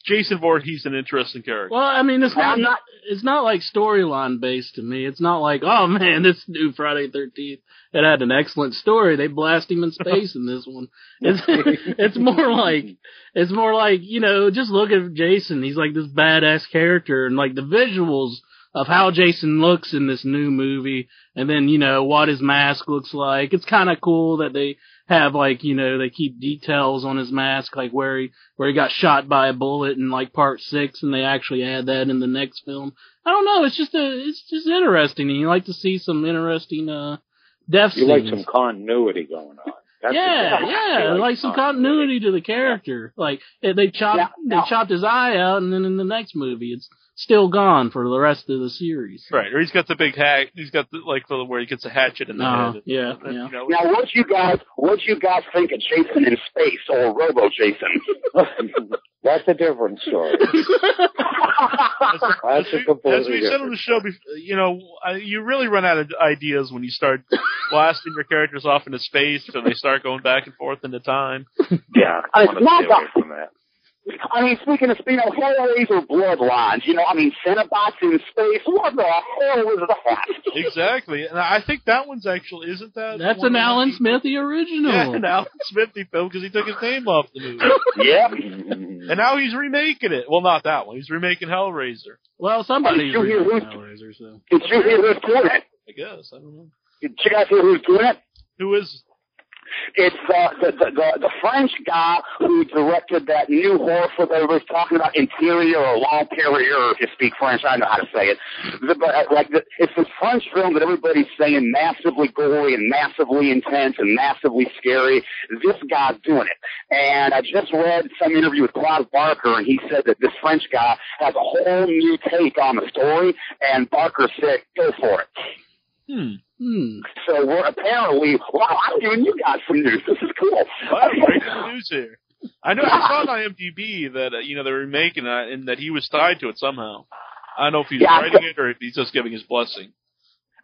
Speaker 2: Jason Voorhees an interesting character?
Speaker 3: Well, I mean, it's
Speaker 6: Now,
Speaker 3: not,
Speaker 6: I'm not-
Speaker 3: it's not like storyline based to me. It's not like, oh man, this new Friday Thirteenth it had an excellent story. They blast him in space in this one. It's it's more like it's more like you know, just look at Jason. He's like this badass character, and like the visuals of how Jason looks in this new movie, and then you know what his mask looks like. It's kind of cool that they have like you know they keep details on his mask, like where he where he got shot by a bullet in like part six, and they actually add that in the next film. I don't know. It's just a it's just interesting, and you like to see some interesting uh death
Speaker 4: You like
Speaker 3: scenes.
Speaker 4: some continuity going on. That's
Speaker 3: yeah,
Speaker 4: the thing.
Speaker 3: yeah,
Speaker 4: You
Speaker 3: like some continuity to the character. Like they- they chopped
Speaker 6: Yeah, no.
Speaker 3: they chopped his eye out, and then in the next movie, it's still gone for the rest of the series.
Speaker 2: Right. Or he's got the big hack. He's got the, like the, where he gets a hatchet in the
Speaker 3: Uh,
Speaker 2: head.
Speaker 3: yeah,
Speaker 2: And,
Speaker 3: yeah.
Speaker 2: You know,
Speaker 6: Now, what you guys, what you guys think of Jason in space or Robo Jason?
Speaker 4: That's a different story. That's a completely
Speaker 2: as we said on the
Speaker 4: different-
Speaker 2: show, bef- you know, I- you really run out of ideas when you start blasting your characters off into space, and they start going back and forth into time.
Speaker 4: Yeah,
Speaker 6: I
Speaker 4: I
Speaker 6: mean,
Speaker 4: want
Speaker 6: not
Speaker 4: to stay away from that.
Speaker 6: I mean, speaking of you know, Hellraiser Bloodlines, you know, I mean, Cenobots in space. What the hell is that?
Speaker 2: Exactly, and I think that one's actually isn't that
Speaker 3: That's an
Speaker 2: one of the-
Speaker 3: Alan Smithy original.
Speaker 2: Yeah, an Alan Smithy film because he took his name off the movie,
Speaker 6: yep.
Speaker 5: Mm-hmm.
Speaker 2: and now he's remaking it. Well, not that one. He's remaking Hellraiser,
Speaker 3: Well, somebody's
Speaker 6: Did you hear
Speaker 3: reading
Speaker 6: who-
Speaker 3: Hellraiser, so.
Speaker 6: Did you hear who's doing it?
Speaker 2: I guess. I don't know
Speaker 6: Did you guys hear who's doing it?
Speaker 2: who is.
Speaker 6: It's uh, the, the the the French guy who directed that new horror film that we were talking about, Interior or L'Intérieur, if you speak French. I know how to say it. The, but uh, like the, it's this French film that everybody's saying massively gory and massively intense and massively scary. This guy's doing it, and I just read some interview with Clive Barker, and he said that this French guy has a whole new take on the story, and Barker said, "Go for it."
Speaker 2: Hmm.
Speaker 3: Hmm.
Speaker 6: So we're apparently, wow, I'm giving you guys some news. This is cool.
Speaker 2: Wow, breaking news here. I know I saw it on IMDb that uh, you know they're remaking it and that he was tied to it somehow. I don't know if he's
Speaker 6: Yeah, I
Speaker 2: writing it or if he's just giving his blessing.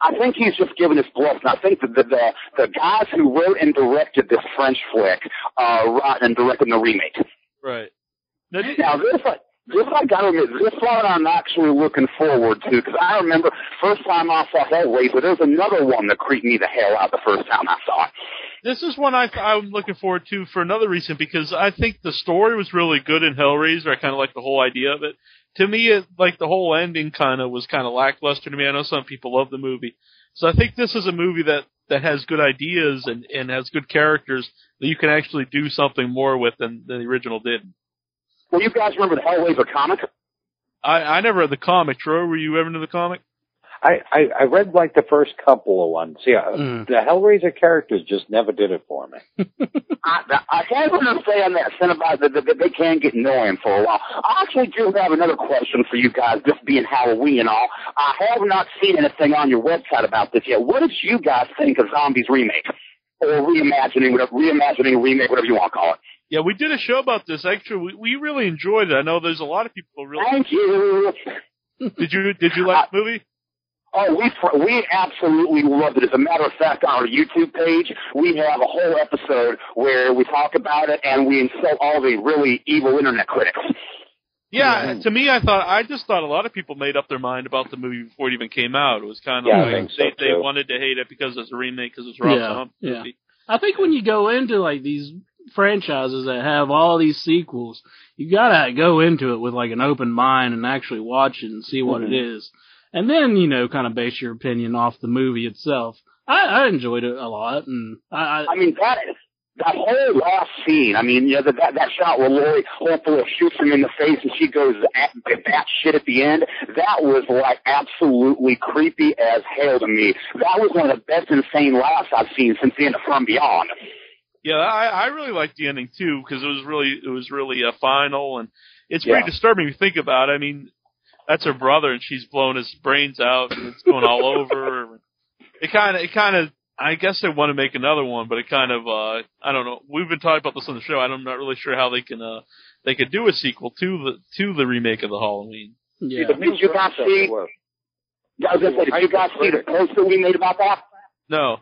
Speaker 6: I think he's just giving his bluff. And I think that the, the the guys who wrote and directed this French flick are rotten and directing the remake.
Speaker 2: Right. Now, did-
Speaker 6: Now this. I this I gotta admit, this one I'm actually looking forward to because I remember first time I saw Hellraiser, there's another one that creeped me the hell out the first time I saw it.
Speaker 2: this is one I I'm looking forward to for another reason because I think the story was really good in Hellraiser. I kind of like the whole idea of it. To me, it, like the whole ending kind of was kind of lackluster to me. I know some people love the movie, so I think this is a movie that that has good ideas and and has good characters that you can actually do something more with than, than the original did.
Speaker 6: Well, you guys remember the Hellraiser comic?
Speaker 2: I I never read the comic. Troy, were you ever into the comic?
Speaker 5: I, I, I read like the first couple of ones. Yeah,
Speaker 3: Mm.
Speaker 5: the Hellraiser characters just never did it for me.
Speaker 6: I, I have an understand that Cinnabon, that, that, that they can get annoying for a while. I actually do have another question for you guys, this being Halloween and all. I have not seen anything on your website about this yet. What did you guys think of Zombies Remake? Or reimagining, whatever, reimagining, remake, whatever you want to call it.
Speaker 2: Yeah, we did a show about this. Actually, we, we really enjoyed it. I know there's a lot of people who really.
Speaker 6: Thank you.
Speaker 2: Did you did you like the movie?
Speaker 6: Oh, we fr- we absolutely loved it. As a matter of fact, on our YouTube page, we have a whole episode where we talk about it and we insult all the really evil internet critics.
Speaker 2: Yeah, to me, I thought I just thought a lot of people made up their mind about the movie before it even came out. It was kind of
Speaker 5: Yeah, I
Speaker 2: like
Speaker 5: think so,
Speaker 2: they, they
Speaker 5: too.
Speaker 2: wanted to hate it because it's a remake because it's Rob
Speaker 3: Yeah,
Speaker 2: Zombie.
Speaker 3: yeah. I think when you go into like these franchises that have all these sequels, you gotta go into it with like an open mind and actually watch it and see what it is, and then you know kind of base your opinion off the movie itself. I, I enjoyed it a lot, and I, I
Speaker 6: I mean, that is that whole last scene. I mean, you know, that that, that shot where Lori Hopefully shoots him in the face and she goes at, bat shit at the end. That was like absolutely creepy as hell to me. That was one of the best insane laughs I've seen since the end of From Beyond.
Speaker 2: Yeah, I, I really liked the ending too because it was really it was really a final and it's pretty
Speaker 5: Yeah.
Speaker 2: disturbing to think about. I mean, that's her brother and she's blown his brains out and it's going all over. It kind of it kind of I guess they want to make another one, but it kind of uh I don't know. We've been talking about this on the show. and I'm not really sure how they can uh they could do a sequel to the to the remake of the Halloween.
Speaker 3: yeah.
Speaker 6: Did you guys see? I was gonna say, did you guys see the post that we made about that?
Speaker 2: No,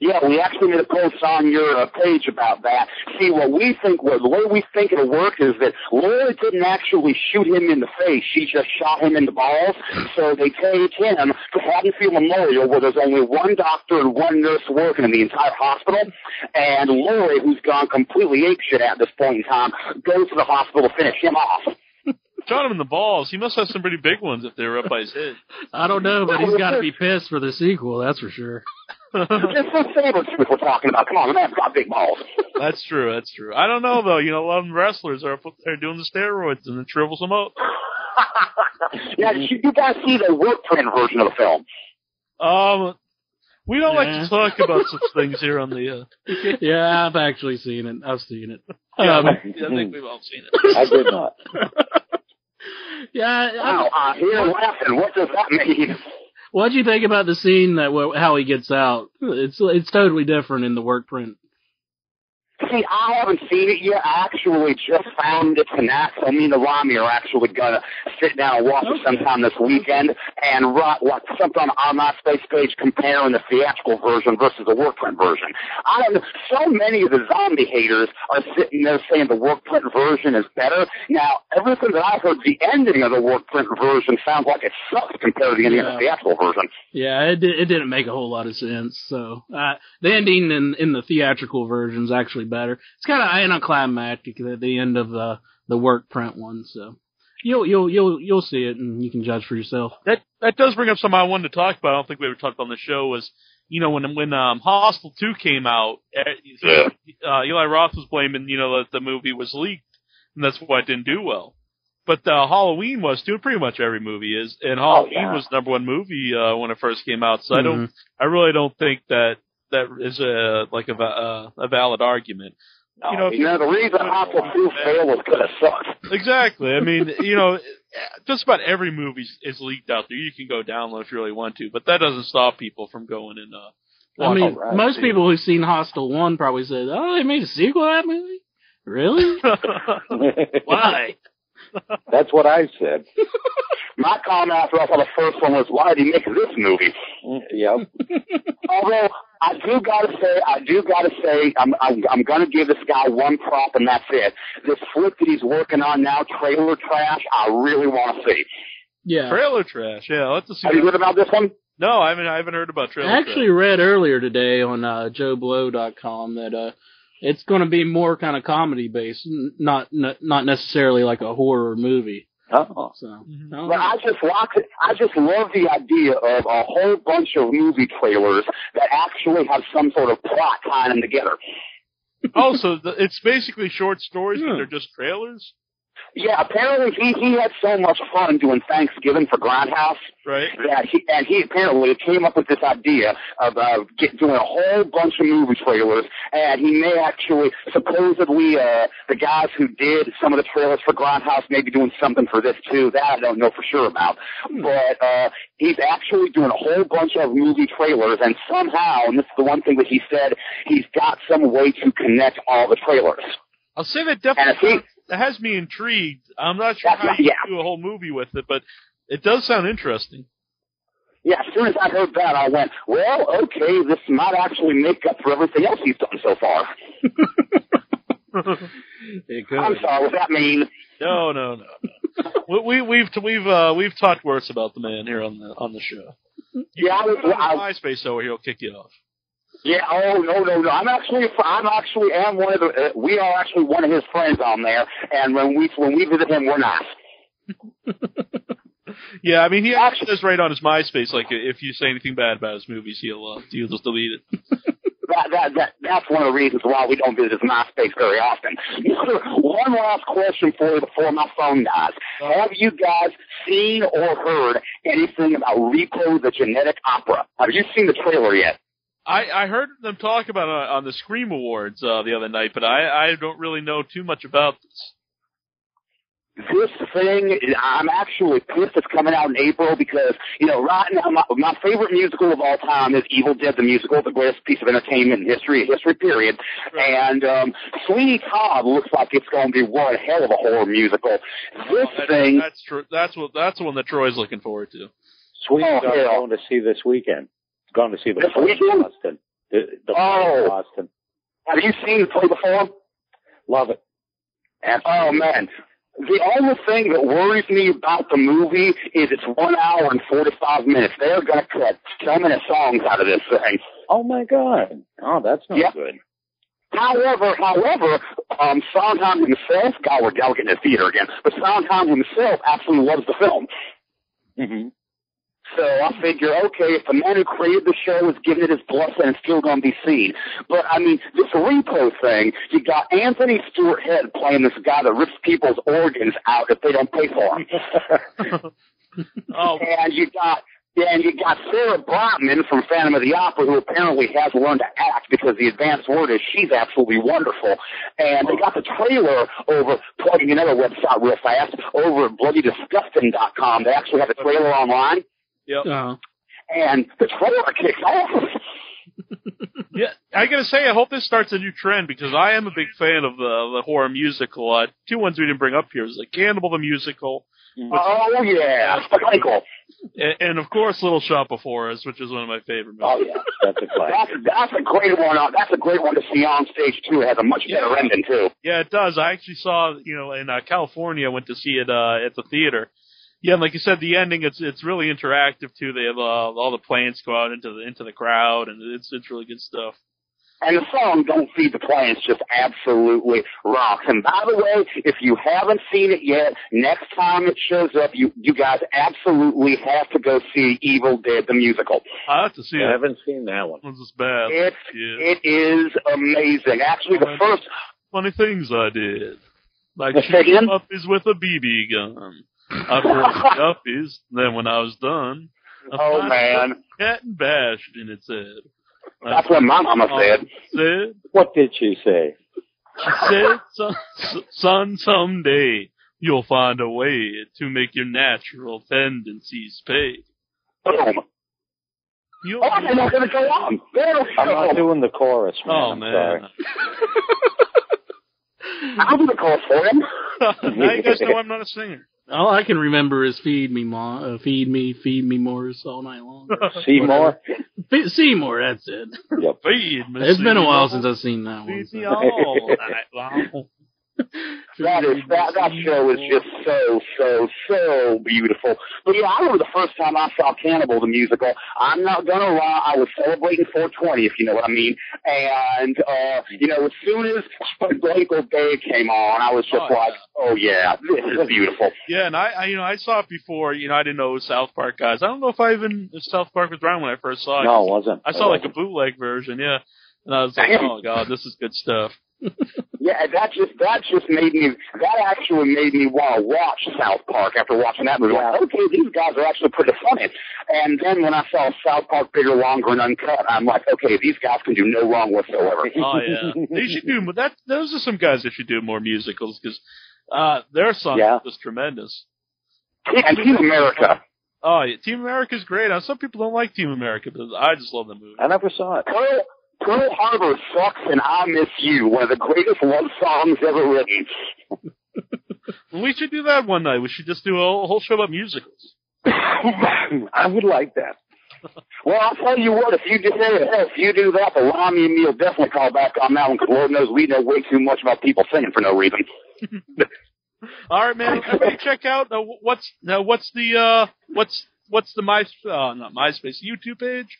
Speaker 6: Yeah, we actually made a post on your uh, page about that. See, what we think, what, the way we think it'll work is that Laura didn't actually shoot him in the face. She just shot him in the balls. So they take him to Haddonfield Memorial where there's only one doctor and one nurse working in the entire hospital. And Lori, who's gone completely apeshit at this point in time, goes to the hospital to finish him off.
Speaker 2: shot him in the balls. He must have some pretty big ones if they were up by his head.
Speaker 3: I don't know, but he's got to be pissed for the sequel, that's for sure.
Speaker 6: It's the saber tooth we're talking about. Come on, the man's got big balls.
Speaker 2: That's true. That's true. I don't know though. You know, a lot of them wrestlers are are doing the steroids and it shrivels them up.
Speaker 6: now, did you, you guys see the work print version of the film?
Speaker 2: Um, we don't like
Speaker 3: Yeah.
Speaker 2: to talk about such things here on the. Uh,
Speaker 3: yeah, I've actually seen it. I've seen it.
Speaker 2: yeah,
Speaker 3: Um,
Speaker 2: I think we've all seen it.
Speaker 5: I did not.
Speaker 3: yeah. I,
Speaker 6: Wow, I hear laughing. What does that mean?
Speaker 3: what'd you think about the scene that wh- how he gets out? It's it's totally different in the work print.
Speaker 6: See, I haven't seen it yet. I actually just found it tonight, so me and Rami are actually gonna sit down and watch
Speaker 3: Okay.
Speaker 6: it sometime this weekend and write like something on my space page comparing the theatrical version versus the work print version. I don't know. So many of the zombie haters are sitting there saying the work print version is better. Now, everything that I heard, the ending of the work print version sounds like it sucks compared to the ending
Speaker 3: Yeah.
Speaker 6: of the theatrical version.
Speaker 3: Yeah, it, di- it didn't make a whole lot of sense. So uh, the ending in, in the theatrical version is actually better. It's kind of anticlimactic at the end of the the work print one. So you'll you'll you'll you'll see it and you can judge for yourself.
Speaker 2: That that does bring up something I wanted to talk about. I don't think we ever talked on the show was you know when when um, Hostel Two came out, eh,
Speaker 7: Yeah.
Speaker 2: uh, Eli Roth was blaming you know that the movie was leaked and that's why it didn't do well. But uh, Halloween was too. Pretty much every movie is, and Halloween
Speaker 6: yeah.
Speaker 2: was number one movie uh, when it first came out. So I don't I really don't think that that is a like a va- uh, a valid argument. You know, if
Speaker 6: you know the reason Hostile 2 failed was because it sucked.
Speaker 2: Exactly. I mean, you know, just about every movie is leaked out there. You can go download if you really want to, but that doesn't stop people from going and uh.
Speaker 3: I mean,
Speaker 6: Alright,
Speaker 3: most
Speaker 6: see.
Speaker 3: people who've seen Hostel One probably said, "Oh, they made a sequel to that movie." Really? Why?
Speaker 5: That's what I said.
Speaker 6: My comment after I saw the first one was, why did he make this movie?
Speaker 5: Mm, Yep.
Speaker 6: Although I do gotta say, I do gotta say, I'm I'm, I'm gonna give this guy one prop, and that's it. This flip that he's working on now, trailer trash, I really want to see.
Speaker 3: Yeah.
Speaker 2: Trailer trash. Yeah, let's just see.
Speaker 6: Have you heard about this one?
Speaker 2: No, I haven't. I haven't heard about trailer
Speaker 3: I actually
Speaker 2: trash.
Speaker 3: read earlier today on uh, JoeBlow.com that uh, it's going to be more kind of comedy based, n- not n- not necessarily like a horror movie.
Speaker 5: Oh.
Speaker 3: So, I
Speaker 2: Mhm.
Speaker 3: don't
Speaker 6: But
Speaker 3: know.
Speaker 6: I just like it. I just love the idea of a whole bunch of movie trailers that actually have some sort of plot tying them together.
Speaker 2: also, Oh, the, it's basically short stories, but
Speaker 3: Hmm.
Speaker 2: they're just trailers,
Speaker 6: Yeah, apparently he he had so much fun doing Thanksgiving for Grindhouse.
Speaker 2: right?
Speaker 6: that he and he apparently came up with this idea of uh, get, doing a whole bunch of movie trailers, and he may actually supposedly uh, the guys who did some of the trailers for Grindhouse may be doing something for this too. That I don't know for sure about, but uh, he's actually doing a whole bunch of movie trailers, and somehow, and this is the one thing that he said, he's got some way to connect all the trailers.
Speaker 2: I'll say that
Speaker 6: And if
Speaker 2: definitely
Speaker 6: he
Speaker 2: that has me intrigued. I'm not sure
Speaker 6: That's
Speaker 2: how
Speaker 6: right,
Speaker 2: you
Speaker 6: yeah.
Speaker 2: do a whole movie with it, but it does sound interesting.
Speaker 6: Yeah, as soon as I heard that, I went, well, okay, this might actually make up for everything else he's done so far.
Speaker 3: It
Speaker 6: I'm
Speaker 3: could.
Speaker 6: sorry, what that mean?
Speaker 2: No, no, no. no. we, we we've we've uh, we've talked worse about the man here on the on the show.
Speaker 6: Yeah, I was,
Speaker 2: Put it on
Speaker 6: I,
Speaker 2: MySpace though, or he'll kick you off.
Speaker 6: yeah. Oh no, no, no. I'm actually, I'm actually, am one of the. Uh, we are actually one of his friends on there, and when we when we visit him, we're not.
Speaker 2: Yeah, I mean, he actually says right on his MySpace, like if you say anything bad about his movies, he'll uh, he'll just delete it.
Speaker 6: That, that, that, that's one of the reasons why we don't visit his MySpace very often. one last question for you before my phone dies. Have you guys seen or heard anything about Repo the Genetic Opera? Have you seen the trailer yet?
Speaker 2: I I heard them talk about it on the Scream Awards uh, the other night, but I I don't really know too much about this.
Speaker 6: this thing, I'm actually pissed it's coming out in April because, you know, right now, my, my favorite musical of all time is Evil Dead the Musical, the greatest piece of entertainment in history, history period. And um, Sweeney Todd looks like it's going to be one hell of a horror musical. This
Speaker 2: Well, Oh, that-
Speaker 6: thing,
Speaker 2: that's true. That's what that's the one that Troy's looking forward to.
Speaker 5: Sweet
Speaker 6: Oh,
Speaker 5: oh,
Speaker 6: hell.
Speaker 5: going to see this weekend. Going to see the
Speaker 6: This
Speaker 5: play in
Speaker 6: weekend?
Speaker 5: Boston. The, the play
Speaker 6: Oh.
Speaker 5: in Boston.
Speaker 6: have you seen the play before?
Speaker 5: Love it.
Speaker 6: And, oh man, the only thing that worries me about the movie is it's one hour and 45 minutes. They're going to cut so many songs out of this thing.
Speaker 5: Oh my God. Oh, that's not
Speaker 6: Yep.
Speaker 5: good.
Speaker 6: However, however, um, Sondheim himself, God, we're now getting into theater again, but Sondheim himself absolutely loves the film.
Speaker 5: hmm
Speaker 6: So I figure, okay, if the man who created the show is giving it his blessing, it's still going to be seen. But I mean, this repo thing, you got Anthony Stewart Head playing this guy that rips people's organs out if they don't pay for them.
Speaker 2: Oh,
Speaker 6: And you got and you got Sarah Brightman from Phantom of the Opera, who apparently has learned to act because the advanced word is she's absolutely wonderful. And they got the trailer over plugging another website real fast over at bloodydisgusting.com. They actually have the trailer online,
Speaker 2: yep.
Speaker 3: Uh,
Speaker 6: and the trailer kicks off.
Speaker 2: Yeah, I gotta say, I hope this starts a new trend because I am a big fan of the the horror musical. Uh, two ones we didn't bring up here is like Cannibal the musical,
Speaker 6: Oh yeah, Michael.
Speaker 2: and, and of course Little Shop of Horrors, which is one of my favorite movies.
Speaker 6: Oh yeah,
Speaker 5: That's a classic.
Speaker 6: that's that's a great one. Uh, that's a great one to see on stage too. It has a much better ending too.
Speaker 2: Yeah, it does. I actually saw, you know, in uh, California, I went to see it uh, at the theater. Yeah, and like you said, the ending it's it's really interactive too. They have uh, all the plants go out into the into the crowd, and it's it's really good stuff.
Speaker 6: And the song Don't Feed the Plants just absolutely rocks. And by the way, if you haven't seen it yet, next time it shows up, you, you guys absolutely have to go see Evil Dead the musical.
Speaker 2: I have to see
Speaker 5: I
Speaker 2: it.
Speaker 5: haven't seen that one.
Speaker 2: This is bad.
Speaker 6: It's,
Speaker 2: Yeah.
Speaker 6: it is amazing. Actually, the first,
Speaker 2: Funny things I did, like
Speaker 6: Say
Speaker 2: shooting
Speaker 6: again?
Speaker 2: puppies with a BB gun. I broke puppies. Then when I was done, I
Speaker 6: oh
Speaker 2: found
Speaker 6: man,
Speaker 2: a cat and bashed in its head.
Speaker 6: that's what my mama
Speaker 2: Uh-huh.
Speaker 6: said.
Speaker 2: said.
Speaker 5: What did she say?
Speaker 2: She uh, said, son, son, someday you'll find a way to make your natural tendencies pay.
Speaker 6: Boom.
Speaker 2: You'll
Speaker 6: Oh, I'm not going to go on.
Speaker 5: I'm not doing the chorus, man.
Speaker 2: Oh,
Speaker 5: I'm
Speaker 2: man.
Speaker 5: sorry.
Speaker 6: I'll do the call for him.
Speaker 2: now you guys know I'm not a singer.
Speaker 3: All I can remember is feed me, Ma, uh, feed me, feed me Morris all night long.
Speaker 5: Seymour?
Speaker 3: Fe- Seymour, that's it.
Speaker 5: Yep.
Speaker 2: Feed me,
Speaker 3: It's been a while
Speaker 2: Seymour.
Speaker 3: since I've seen that one.
Speaker 2: Feed me
Speaker 3: so.
Speaker 2: all night long.
Speaker 6: That is that, that show is just so so so beautiful. But yeah, I remember the first time I saw Cannibal the musical. I'm not gonna lie, I was celebrating 420, if you know what I mean. And uh, you know, as soon as Michael Bay came on, I was just
Speaker 2: Oh,
Speaker 6: like, oh yeah, this is beautiful.
Speaker 2: Yeah, and I, I, you know, I saw it before. You know, I didn't know it was South Park guys. I don't know if I even if South Park was around when I first saw it.
Speaker 5: No, it wasn't.
Speaker 2: I
Speaker 5: It
Speaker 2: saw like a
Speaker 5: wasn't.
Speaker 2: bootleg version, yeah, and I was like,
Speaker 6: Damn.
Speaker 2: oh god, this is good stuff.
Speaker 6: Yeah, and that just that just made me that actually made me want to watch South Park after watching that movie. Like, okay, these guys are actually pretty funny. And then when I saw South Park bigger, longer, and uncut, I'm like, okay, these guys can do no wrong whatsoever.
Speaker 2: Oh yeah, they should do. But that those are some guys that should do more musicals because uh, their song
Speaker 5: Yeah.
Speaker 2: was tremendous.
Speaker 6: and Team America.
Speaker 2: Oh, yeah. Team America's great. Now, some people don't like Team America, but I just love the movie.
Speaker 5: I never saw it.
Speaker 6: Pearl, Pearl Harbor sucks and I miss you. One of the greatest love songs ever written.
Speaker 2: We should do that one night. We should just do a whole whole show about musicals.
Speaker 5: I would like that.
Speaker 6: Well, I'll tell you what, if you do if you do that, the Lamy and me will definitely call back on that one because Lord knows we know way too much about people singing for no reason.
Speaker 2: All right, man. Everybody check out uh, what's now what's the uh, what's what's the my uh, not MySpace YouTube page.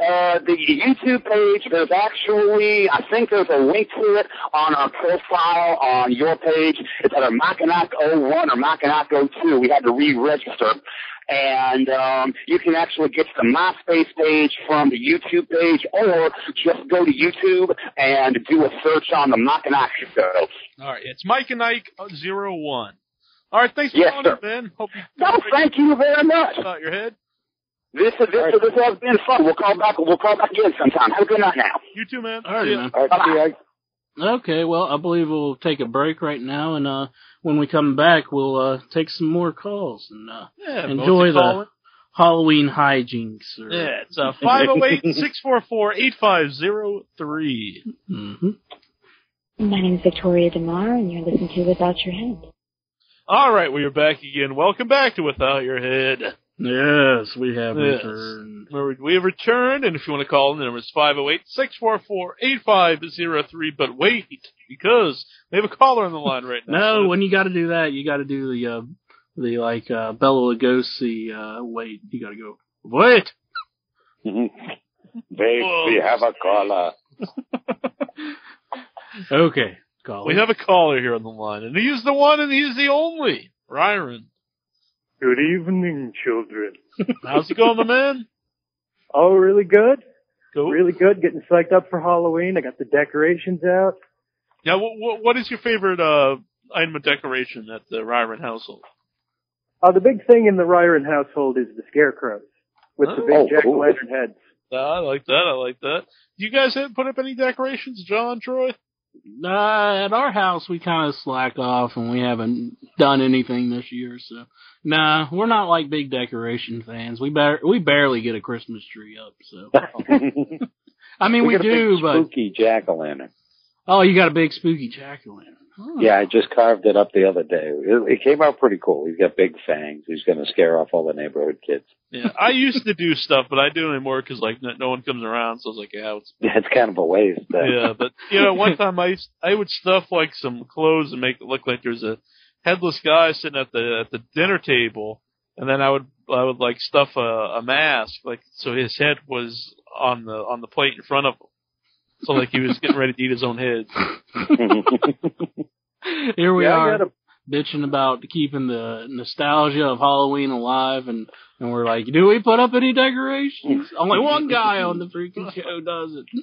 Speaker 6: Uh, the YouTube page, there's actually, I think there's a link to it on our profile on your page. It's either Mackinac 01 or Mackinac 02. We had to re-register. And um, you can actually get to the MySpace page from the YouTube page, or just go to YouTube and do a search on the Mackinac Show.
Speaker 2: All right, it's Mike and Ike uh, zero one. All right, thanks for
Speaker 6: Yes,
Speaker 2: calling,
Speaker 6: sir.
Speaker 2: in, man. Hope you
Speaker 6: No, thank you very much.
Speaker 2: about your head.
Speaker 6: This is this, this has been fun. We'll call back. We'll call back again sometime. Have a good night now.
Speaker 2: You too, man.
Speaker 3: All right,
Speaker 2: See ya.
Speaker 3: man.
Speaker 5: All right, see, I-
Speaker 3: Okay, well, I believe we'll take a break right now, and uh, when we come back, we'll uh, take some more calls and uh,
Speaker 2: Yeah,
Speaker 3: Enjoy
Speaker 2: both
Speaker 3: the-
Speaker 2: calling.
Speaker 3: Halloween hijinks. Or,
Speaker 2: Yeah, it's uh, 508-644-8503.
Speaker 3: hmm
Speaker 8: My name is Victoria DeMar, and you're listening to Without Your Head.
Speaker 2: All right, we are back again. Welcome back to Without Your Head.
Speaker 3: Yes, we have
Speaker 2: Yes.
Speaker 3: returned.
Speaker 2: Remember, We have returned, and if you want to call in, the number is 508-644-8503. But wait, because we have a caller on the line right now.
Speaker 3: No, when you got to do that, you got to do the uh, the like uh, Bella Lugosi. Uh, wait, you got to go. Wait.
Speaker 5: Babe, we have a caller.
Speaker 3: Okay, call.
Speaker 2: We have a caller here on the line, and he's the one and he's the only, Ryron.
Speaker 9: Good evening, children.
Speaker 2: How's it going, my man?
Speaker 9: Oh, really good?
Speaker 2: Go.
Speaker 9: Really good. Getting psyched up for Halloween. I got the decorations out.
Speaker 2: Now, what, what, what is your favorite uh, item of decoration at the Ryron household?
Speaker 9: Uh, the big thing in the Ryron household is the scarecrows with the big
Speaker 5: Oh,
Speaker 9: jack o'
Speaker 5: cool.
Speaker 9: lantern heads.
Speaker 2: Uh, I like that. I like that. You guys haven't put up any decorations, John Troy?
Speaker 3: Uh, at our house, we kind of slack off, and we haven't done anything this year. So, nah, we're not like big decoration fans. We bar- we barely get a Christmas tree up. So, I mean, we,
Speaker 4: got a
Speaker 3: do,
Speaker 4: big
Speaker 3: but
Speaker 4: spooky jack o' lantern.
Speaker 3: oh, you got a big spooky jack o' lantern.
Speaker 4: Yeah, I just carved it up the other day. It, it came out pretty cool. He's got big fangs. He's going to scare off all the neighborhood kids.
Speaker 2: Yeah, I used to do stuff, but I do anymore because like no, no one comes around, so I was like, yeah, it's,
Speaker 4: It's kind of a waste. uh,
Speaker 2: yeah. But you know, one time I used, I would stuff like some clothes and make it look like there's a headless guy sitting at the at the dinner table, and then I would I would like stuff a, a mask like so his head was on the on the plate in front of him, so like he was getting ready to eat his own head.
Speaker 3: Here we
Speaker 4: Yeah, I
Speaker 3: are
Speaker 4: got a-
Speaker 3: bitching about keeping the nostalgia of Halloween alive, and and we're like, do we put up any decorations? Only one guy on the freaking show does it,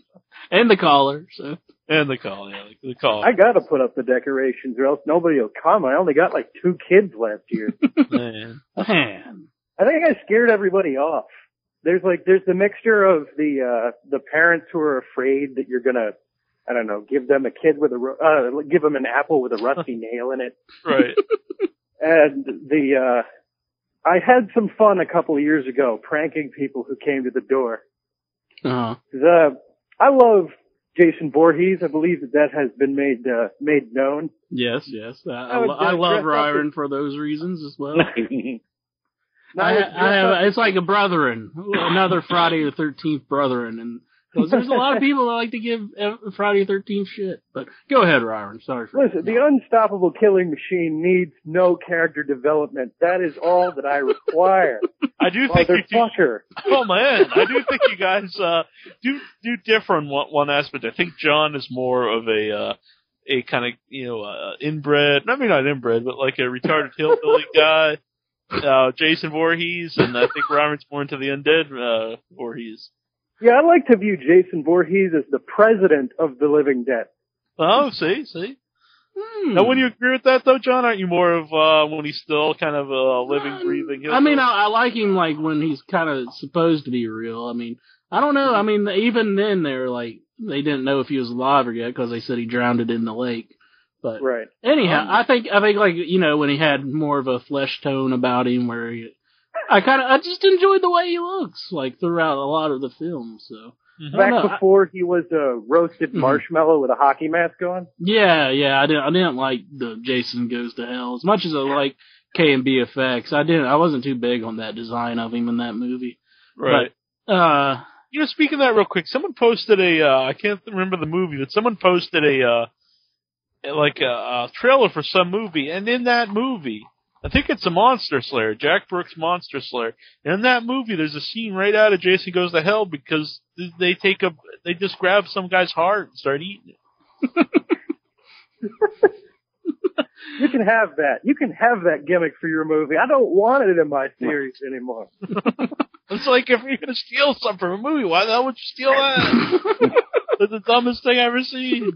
Speaker 3: and the caller. So
Speaker 2: And the call, yeah, like the call.
Speaker 9: I gotta put up the decorations or else nobody will come. I only got like two kids last year.
Speaker 2: Man.
Speaker 3: man,
Speaker 9: I think I scared everybody off. There's like there's the mixture of the uh the parents who are afraid that you're gonna I don't know give them a kid with a ru- uh give them an apple with a rusty nail in it
Speaker 2: right.
Speaker 9: and the uh I had some fun a couple of years ago pranking people who came to the door.
Speaker 3: uh,
Speaker 9: 'Cause, Uh, I love Jason Voorhees. I believe that that has been made uh, made known.
Speaker 3: yes, yes, I, I,
Speaker 9: I would
Speaker 3: lo- I love
Speaker 9: dress up as-
Speaker 3: Ryron for those reasons as well.
Speaker 9: And
Speaker 3: I, I
Speaker 9: would dress up-
Speaker 3: have, it's like a brethren, another Friday the Thirteenth brethren, and 'cause there's a lot of people that like to give uh, Friday the Thirteenth shit. But go ahead, Ryron. Sorry for
Speaker 9: Listen, the unstoppable killing machine needs no character development. That is all that I require.
Speaker 2: I do think you do
Speaker 9: Motherfucker.
Speaker 2: Oh man, I do think you guys uh, do do differ on one, one aspect. I think John is more of a uh, a kind of you know uh, inbred, I mean not inbred, but like a retarded hillbilly guy. Uh, Jason Voorhees, and I think Robert's more into the undead uh, Voorhees.
Speaker 9: Yeah, I like to view Jason Voorhees as the president of the living dead.
Speaker 2: Oh, see, see.
Speaker 3: Hmm.
Speaker 2: Now, wouldn't you agree with that though, John? Aren't you more of uh, when he's still kind of a living,
Speaker 3: Um,
Speaker 2: breathing?
Speaker 3: I mean,
Speaker 2: hillbilly?
Speaker 3: I, I like him like when he's kind of supposed to be real. I mean, I don't know. I mean, even then they were like they didn't know if he was alive or yet because they said he drowned it in the lake. But
Speaker 9: Right.
Speaker 3: anyhow, I think I think like you know when he had more of a flesh tone about him, where he, I kind of I just enjoyed the way he looks like throughout a lot of the film. So I
Speaker 9: Back
Speaker 3: don't know. I-
Speaker 9: before he was a roasted
Speaker 3: Mhm.
Speaker 9: marshmallow with a hockey mask on.
Speaker 3: Yeah, yeah, I didn't. I didn't like the Jason Goes to Hell as much as I like K and B effects. I didn't. I wasn't too big on that design of him in that movie.
Speaker 2: right.
Speaker 3: Uh,
Speaker 2: you know, speaking of that real quick, someone posted a uh, I can't remember the movie, but someone posted a uh, like a, a trailer for some movie, and in that movie, I think it's a Monster Slayer, Jack Brooks Monster Slayer. And in that movie, there's a scene right out of Jason Goes to Hell because th- they take a they just grab some guy's heart and start eating it.
Speaker 9: You can have that. You can have that gimmick for your movie. I don't want it in my series anymore.
Speaker 2: It's like if you're gonna steal something from a movie, why the hell would you steal that? That's the dumbest thing I ever seen.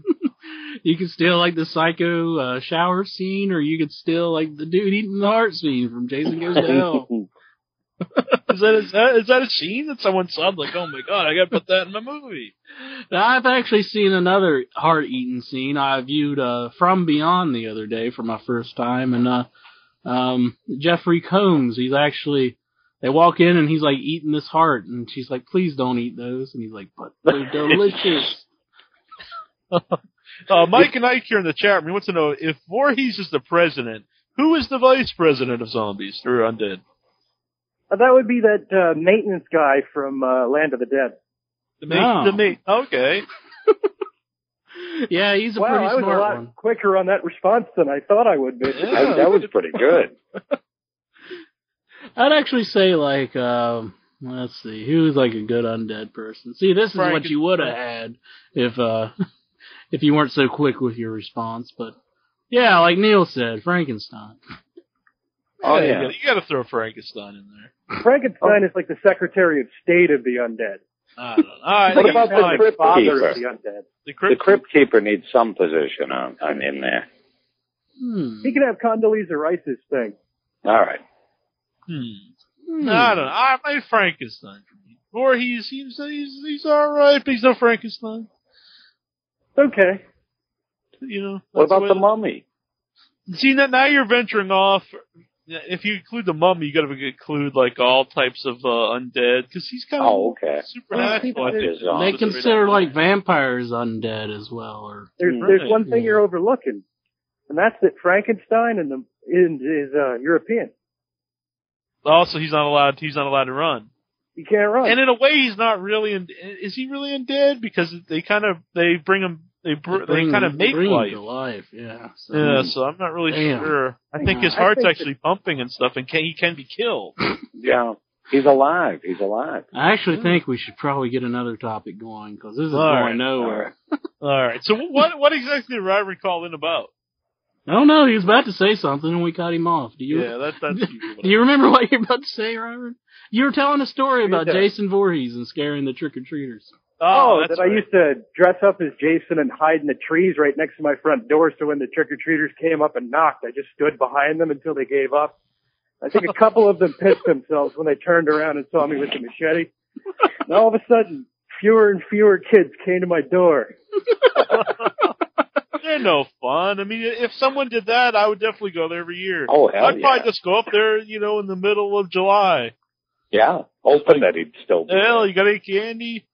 Speaker 3: you could steal like the psycho uh, shower scene, or you could steal like the dude eating the heart scene from Jason Goes to Hell.
Speaker 2: Is that, is that is that a scene that someone saw? I'm like, oh my god, I gotta put that in my movie.
Speaker 3: Now, I've actually seen another heart eating scene. I viewed uh, From Beyond the other day for my first time, and uh, um, Jeffrey Combs, he's actually. They walk in and he's like eating this heart, and she's like, "Please don't eat those." And he's like, "But they're delicious."
Speaker 2: Uh, Mike and Ike here in the chat room wants to know if Voorhees is the president, who is the vice president of zombies or undead?
Speaker 9: Uh, That would be that uh, maintenance guy from uh, Land of the Dead.
Speaker 2: The mate.
Speaker 3: No.
Speaker 2: The mate. Okay.
Speaker 3: yeah, he's a
Speaker 9: Wow,
Speaker 3: pretty
Speaker 9: I was a
Speaker 3: smart
Speaker 9: lot
Speaker 3: one.
Speaker 9: quicker on that response than I thought I would be.
Speaker 4: That, that was pretty good.
Speaker 3: I'd actually say like, um, let's see, who's like a good undead person? See, this is
Speaker 2: Frank-
Speaker 3: what you would have had if uh, if you weren't so quick with your response. But yeah, like Neil said, Frankenstein.
Speaker 4: Oh,
Speaker 2: you
Speaker 4: yeah.
Speaker 2: gotta- You got to throw Frankenstein in there.
Speaker 9: Frankenstein is like the Secretary of State of the Undead.
Speaker 2: I don't know. All right.
Speaker 4: What
Speaker 2: I
Speaker 4: about
Speaker 2: got
Speaker 4: the
Speaker 2: mine.
Speaker 4: crypt
Speaker 9: Father of the
Speaker 4: keeper?
Speaker 9: Undead.
Speaker 2: the
Speaker 4: The
Speaker 2: crypt?
Speaker 4: crypt keeper needs some position on, on in there.
Speaker 3: Hmm.
Speaker 9: He could have Condoleezza Rice's thing.
Speaker 4: All right.
Speaker 2: Hmm.
Speaker 3: Hmm.
Speaker 2: I don't know. I made Frankenstein for me. Voorhees, he's he's he's all right, but he's no Frankenstein.
Speaker 9: Okay.
Speaker 2: You know.
Speaker 4: What
Speaker 2: that's
Speaker 4: about
Speaker 2: way
Speaker 4: the
Speaker 2: to-
Speaker 4: mummy?
Speaker 2: See now, now you're venturing off. if you include the mummy, you got to include like all types of uh, undead because he's kind of
Speaker 5: Oh, okay.
Speaker 2: supernatural. I
Speaker 9: Well,
Speaker 2: think.
Speaker 5: there's, uh,
Speaker 3: They consider like vampires undead as well, or
Speaker 9: There's
Speaker 2: Hmm.
Speaker 9: there's one thing
Speaker 3: Mm-hmm. Yeah.
Speaker 9: you're overlooking, and that's that Frankenstein and the is, is uh, European.
Speaker 2: also he's not allowed. He's not allowed to run.
Speaker 9: You can't run.
Speaker 2: And in a way, he's not really. In, is he really undead? Because they kind of they bring him. They br- they,
Speaker 3: bring-
Speaker 2: kind of make
Speaker 3: bring
Speaker 2: life.
Speaker 3: to life. Yeah. So,
Speaker 2: Yeah, so I'm not really
Speaker 3: Damn.
Speaker 2: sure. I think his
Speaker 9: I
Speaker 2: heart's
Speaker 9: think
Speaker 2: actually pumping and stuff, and can, he can be killed.
Speaker 5: Yeah. He's alive. He's alive.
Speaker 3: I actually think we should probably get another topic going because this is
Speaker 2: All
Speaker 3: going
Speaker 2: right,
Speaker 3: nowhere.
Speaker 2: All right. So what what exactly did Ryrie call in about?
Speaker 3: I don't know. Oh, He was about to say something and we cut him off. Do you?
Speaker 2: yeah, that, that's usually
Speaker 3: Do you remember what you were about to say, Robert? You were telling a story about
Speaker 9: Yeah.
Speaker 3: Jason Voorhees and scaring the trick or treaters.
Speaker 2: Oh,
Speaker 9: oh,
Speaker 2: that's
Speaker 9: that
Speaker 2: right.
Speaker 9: I used to dress up as Jason and hide in the trees right next to my front door. So when the trick or treaters came up and knocked, I just stood behind them until they gave up. I think a couple of them pissed themselves when they turned around and saw me with the machete. And all of a sudden, fewer and fewer kids came to my door.
Speaker 2: They're no fun. I mean, if someone did that, I would definitely go there every year.
Speaker 5: Oh, hell
Speaker 2: I'd
Speaker 5: yeah.
Speaker 2: probably just go up there, you know, in the middle of July.
Speaker 5: Yeah. Hoping that he'd still be.
Speaker 2: Hell, you got any candy?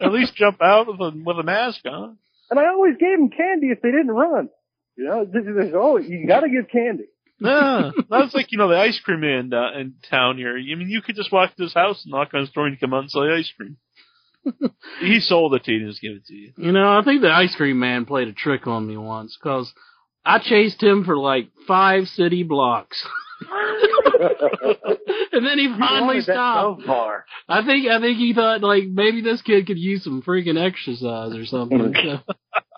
Speaker 2: At least jump out with a with a mask on.
Speaker 9: And I always gave them candy if they didn't run. You know, th- there's always, you gotta give candy.
Speaker 2: Nah, that's like you know the ice cream man uh, in town here. I mean, you could just walk to his house and knock on his door and come out and sell you ice cream. he sold it to you and just give it to you.
Speaker 3: You know, I think the ice cream man played a trick on me once because I chased him for like five city blocks. and then he finally
Speaker 9: Wanted that
Speaker 3: stopped.
Speaker 9: So far.
Speaker 3: I think I think he thought like maybe this kid could use some freaking exercise or something.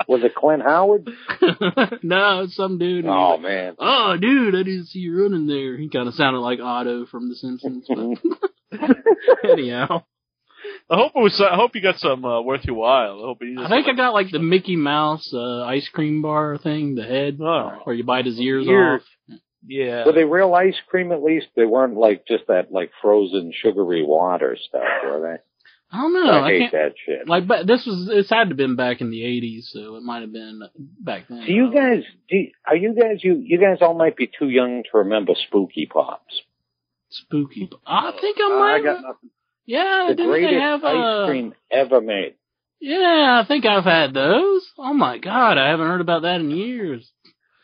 Speaker 5: Was it Clint Howard?
Speaker 3: So- no, it's some dude. and he's
Speaker 5: Oh,
Speaker 3: like,
Speaker 5: man.
Speaker 3: Oh, dude, I didn't see you running there. He kind of sounded like Otto from The Simpsons. But anyhow,
Speaker 2: I hope it was. I hope you got some uh, worth your while. I hope you.
Speaker 3: I think I got like the Mickey Mouse uh, ice cream bar thing, the head,
Speaker 2: Oh.
Speaker 3: where you bite his ears
Speaker 2: Ear.
Speaker 3: off.
Speaker 2: Yeah.
Speaker 5: Were they real ice cream at least? They weren't like just that like frozen sugary water stuff, were
Speaker 3: I don't
Speaker 5: they?
Speaker 3: know. I,
Speaker 5: I hate
Speaker 3: can't.
Speaker 5: that shit.
Speaker 3: Like, but this was this had to have been back in the '80s, so it might have been back then.
Speaker 5: Do you guys do? Are you guys you? You guys all might be too young to remember Spooky Pops.
Speaker 3: spooky? I think
Speaker 5: Uh,
Speaker 3: I might.
Speaker 9: I
Speaker 3: have
Speaker 9: got nothing.
Speaker 3: yeah,
Speaker 5: The
Speaker 3: didn't they
Speaker 5: greatest
Speaker 3: have
Speaker 5: ice
Speaker 3: uh,
Speaker 5: cream ever made.
Speaker 3: Yeah, I think I've had those. Oh my god, I haven't heard about that in years.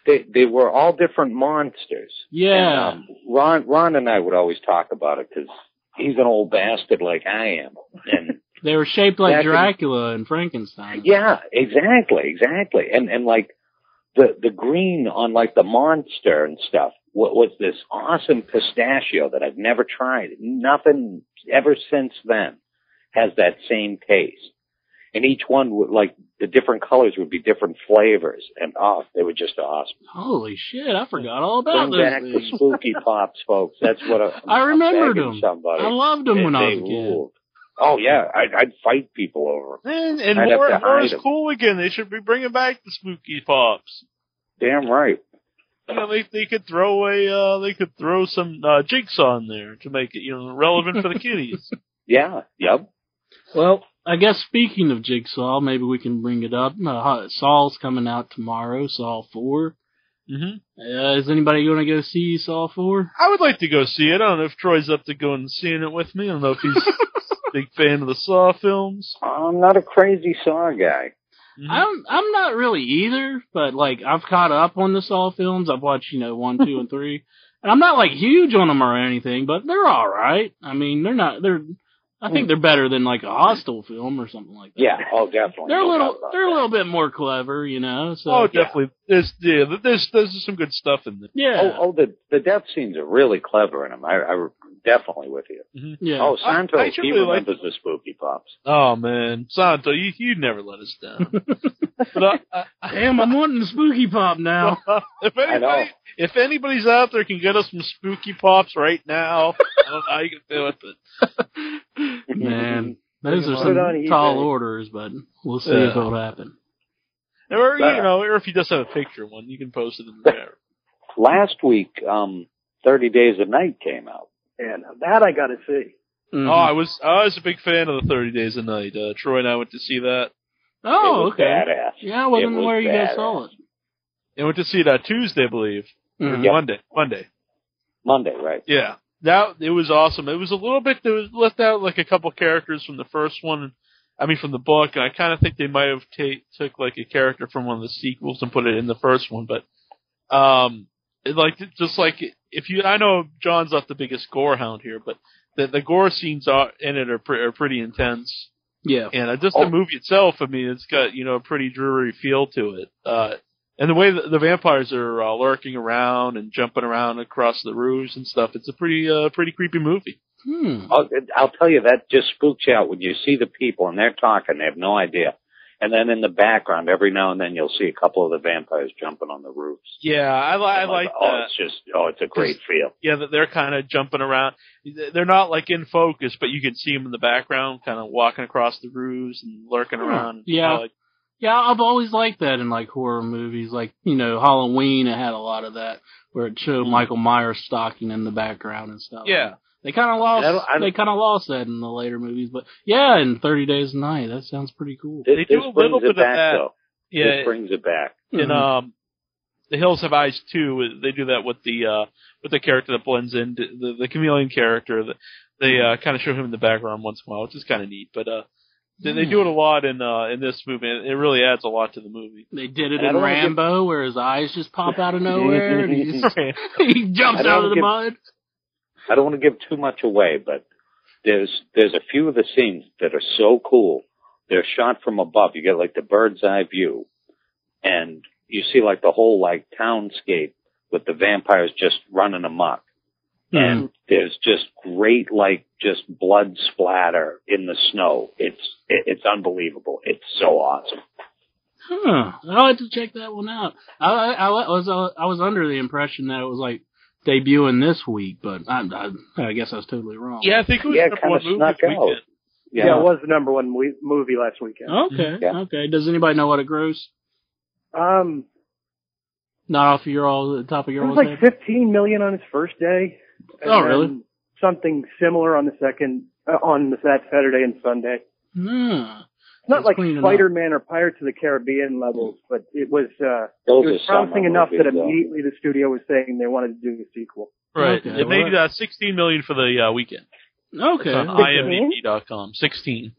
Speaker 5: They they were all different monsters.
Speaker 3: Yeah.
Speaker 5: And, um, Ron Ron and I would always talk about it because he's an old bastard like I am, and
Speaker 3: They were shaped like
Speaker 5: Back in-
Speaker 3: Dracula and Frankenstein.
Speaker 5: Yeah, exactly, exactly. And and like the the green on like the monster and stuff wa- was this awesome pistachio that I've never tried. Nothing ever since then has that same taste. And each one would like the different colors would be different flavors, and oh, they were just awesome.
Speaker 3: Holy shit, I forgot all about
Speaker 5: Bring back
Speaker 3: those
Speaker 5: the
Speaker 3: things.
Speaker 5: spooky pops, folks. That's what I,
Speaker 3: I remembered
Speaker 5: begging
Speaker 3: them.
Speaker 5: Somebody.
Speaker 3: I loved them
Speaker 5: They-
Speaker 3: when I was
Speaker 5: they
Speaker 3: a kid.
Speaker 5: ruled. Oh yeah, I'd, I'd fight people over 'em.
Speaker 2: And, and
Speaker 5: I'd have
Speaker 2: more,
Speaker 5: to
Speaker 2: more
Speaker 5: hide
Speaker 2: is
Speaker 5: 'em.
Speaker 2: cool again. They should be bringing back the spooky pops.
Speaker 5: Damn right.
Speaker 2: You know, they they could throw away. Uh, they could throw some uh, jigsaw in there to make it you know relevant for the kiddies.
Speaker 5: Yeah. Yep.
Speaker 3: Well, I guess speaking of Jigsaw, maybe we can bring it up. Uh, Saw's coming out tomorrow, Saw 4.
Speaker 2: hmm
Speaker 3: Uh, is anybody going to go see Saw 4?
Speaker 2: I would like to go see it. I don't know if Troy's up to going and seeing it with me. I don't know if he's a big fan of the Saw films.
Speaker 5: I'm not a crazy saw guy.
Speaker 2: Mhm.
Speaker 3: I'm I'm not really either, but like I've caught up on the Saw films. I've watched you know one, two, and three, and I'm not like huge on them or anything, but they're all right. I mean, they're not they're I think they're better than like a Hostel film or something like that.
Speaker 5: Yeah, oh, definitely.
Speaker 3: they're a
Speaker 5: No doubt
Speaker 3: little
Speaker 5: about
Speaker 3: they're a
Speaker 5: that.
Speaker 3: little bit more clever, you know. So
Speaker 2: oh, definitely. There's yeah, there's there's some good stuff in there.
Speaker 3: yeah,
Speaker 5: Oh, oh, the the death scenes are really clever in them. I, I definitely with you.
Speaker 3: yeah.
Speaker 5: Oh,
Speaker 2: I- I
Speaker 5: Seinfeld,
Speaker 2: actually
Speaker 5: he
Speaker 2: really like-
Speaker 5: remembers the spooky pops.
Speaker 2: Oh man, Santo, you you never let us down. but I, I,
Speaker 3: Damn, I'm wanting the spooky pop now.
Speaker 2: if
Speaker 5: know.
Speaker 2: anybody, if anybody's out there can get us some spooky pops right now, I don't know how you can do it. But
Speaker 3: Man, those are
Speaker 9: Put it on
Speaker 3: some
Speaker 9: eBay.
Speaker 3: tall orders, but we'll see if
Speaker 2: Yeah.
Speaker 3: it'll happen.
Speaker 2: or you know, or if he does have a picture of one, you can post it in there.
Speaker 5: Last week, um, Thirty Days of Night came out.
Speaker 9: And that I gotta see. Mm-hmm.
Speaker 3: Mm-hmm.
Speaker 2: Oh, I was I was a big fan of the Thirty Days a Night. Uh, Troy and I went to see that.
Speaker 3: oh,
Speaker 5: it was
Speaker 3: okay.
Speaker 5: Badass.
Speaker 3: Yeah, I wasn't
Speaker 5: It was
Speaker 3: aware you guys
Speaker 5: badass.
Speaker 3: saw it.
Speaker 2: And went to see it on Tuesday, I believe. Or
Speaker 3: Mhm.
Speaker 2: Monday, Monday.
Speaker 4: Monday, right?
Speaker 2: Yeah, that it was awesome. It was a little bit they was left out like a couple characters from the first one. I mean, from the book, and I kind of think they might have ta- took like a character from one of the sequels and put it in the first one. But um, it, like it- just like if you, I know John's not the biggest gore hound here, but the the gore scenes are in it are, pre- are pretty intense.
Speaker 3: Yeah.
Speaker 2: And uh, just
Speaker 10: Oh.
Speaker 2: the movie itself, I mean, it's got you know a pretty dreary feel to it. Uh, and the way that the vampires are uh, lurking around and jumping around across the roofs and stuff, it's a pretty uh, pretty creepy movie.
Speaker 3: Hmm.
Speaker 4: I'll, Oh, I'll tell you that just spooks you out when you see the people and they're talking. They have no idea. And then in the background, every now and then you'll see a couple of the vampires jumping on the roofs.
Speaker 2: Yeah, I, li- I
Speaker 4: I'm
Speaker 2: like
Speaker 4: oh,
Speaker 2: that.
Speaker 4: it's just oh, it's a great feel.
Speaker 2: Yeah, that they're kind of jumping around. They're not like in focus, but you can see them in the background, kind of walking across the roofs and lurking
Speaker 3: Hmm.
Speaker 2: around.
Speaker 3: Yeah.
Speaker 2: Uh,
Speaker 3: Yeah, I've always liked that in like horror movies. Like, you know, Halloween it had a lot of that where it showed
Speaker 9: Mm-hmm.
Speaker 3: Michael Myers stalking in the background and stuff.
Speaker 2: Yeah.
Speaker 3: They kinda
Speaker 4: I
Speaker 3: lost
Speaker 4: don't- I don't-
Speaker 3: they kinda lost that in the later movies, but yeah, in thirty days a night, that sounds pretty cool.
Speaker 4: This,
Speaker 2: They do
Speaker 4: this
Speaker 2: a little
Speaker 4: brings
Speaker 2: bit of
Speaker 4: it back,
Speaker 2: that.
Speaker 4: though.
Speaker 2: yeah.
Speaker 4: This brings it back.
Speaker 2: in
Speaker 3: Mhm.
Speaker 2: um the hills have eyes too they do that with the uh with the character that blends in the the chameleon character that they uh kind of show him in the background once in a while which is kind of neat but uh they, they do it a lot in uh in this movie and it really adds a lot to the movie
Speaker 3: they did it
Speaker 4: I
Speaker 3: in
Speaker 4: don't wanna get-
Speaker 3: Rambo where his eyes just pop out of nowhere and he just he jumps
Speaker 4: I don't
Speaker 3: out of the
Speaker 4: get-
Speaker 3: mud.
Speaker 4: I don't want to give too much away, but there's there's a few of the scenes that are so cool. They're shot from above. You get like the bird's eye view, and you see like the whole like townscape with the vampires just running amok.
Speaker 3: Mm-hmm.
Speaker 4: And there's just great like just blood splatter in the snow. It's it, it's unbelievable. It's so awesome.
Speaker 3: Huh. I'll have to check that one out. I, I, I was uh, I was under the impression that it was like debuting this week, but I, I, I guess I was totally wrong.
Speaker 2: yeah i think it was
Speaker 4: Yeah, it
Speaker 2: number
Speaker 4: kinda
Speaker 2: one movie
Speaker 4: snuck
Speaker 2: this weekend.
Speaker 4: out.
Speaker 9: Yeah, it was the number one mo- movie last weekend.
Speaker 3: Okay.
Speaker 4: Yeah.
Speaker 3: Okay. Does anybody know what it grossed?
Speaker 9: Um,
Speaker 3: Not off your all the top of
Speaker 9: it
Speaker 3: your
Speaker 9: was
Speaker 3: old
Speaker 9: like
Speaker 3: head.
Speaker 9: 15 million on its first day. and
Speaker 3: Oh, really?
Speaker 9: then Something similar on the second, uh, on the that Saturday and Sunday.
Speaker 3: Hmm.
Speaker 9: It's not
Speaker 3: It's
Speaker 9: like
Speaker 3: clean enough.
Speaker 9: Spider-Man or Pirates of the Caribbean levels, but it was, uh,
Speaker 4: Those
Speaker 9: it was
Speaker 4: are summer
Speaker 9: promising enough
Speaker 4: movies,
Speaker 9: that
Speaker 4: though.
Speaker 9: immediately the studio was saying they wanted to do a sequel.
Speaker 2: right
Speaker 3: Okay,
Speaker 2: it made
Speaker 3: well-
Speaker 2: uh, 16 million for the uh, weekend
Speaker 3: Okay.
Speaker 2: it's uh, on imdb.com 16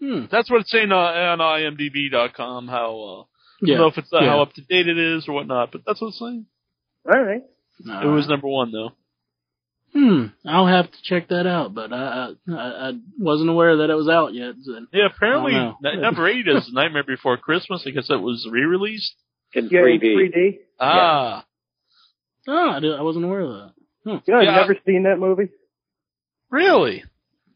Speaker 3: Hmm.
Speaker 2: that's what it's saying uh, on imdb.com how uh I don't know
Speaker 3: Yeah.
Speaker 2: if it's uh,
Speaker 3: Yeah.
Speaker 2: how up to date it is or whatnot, but that's what it's saying.
Speaker 9: All right.
Speaker 2: It was
Speaker 3: Uh,
Speaker 2: number one though.
Speaker 3: Hmm. I'll have to check that out, but I I, I I wasn't aware that it was out yet. so-
Speaker 2: Yeah, apparently
Speaker 3: I don't know.
Speaker 2: n- number eight is Nightmare Before Christmas. I guess that was re-released.
Speaker 4: In
Speaker 9: Yeah,
Speaker 4: 3D.
Speaker 9: 3D.
Speaker 2: Ah,
Speaker 3: Oh, I, did, I wasn't aware of that.
Speaker 9: You know,
Speaker 2: Yeah.
Speaker 9: I've never seen that movie.
Speaker 2: really?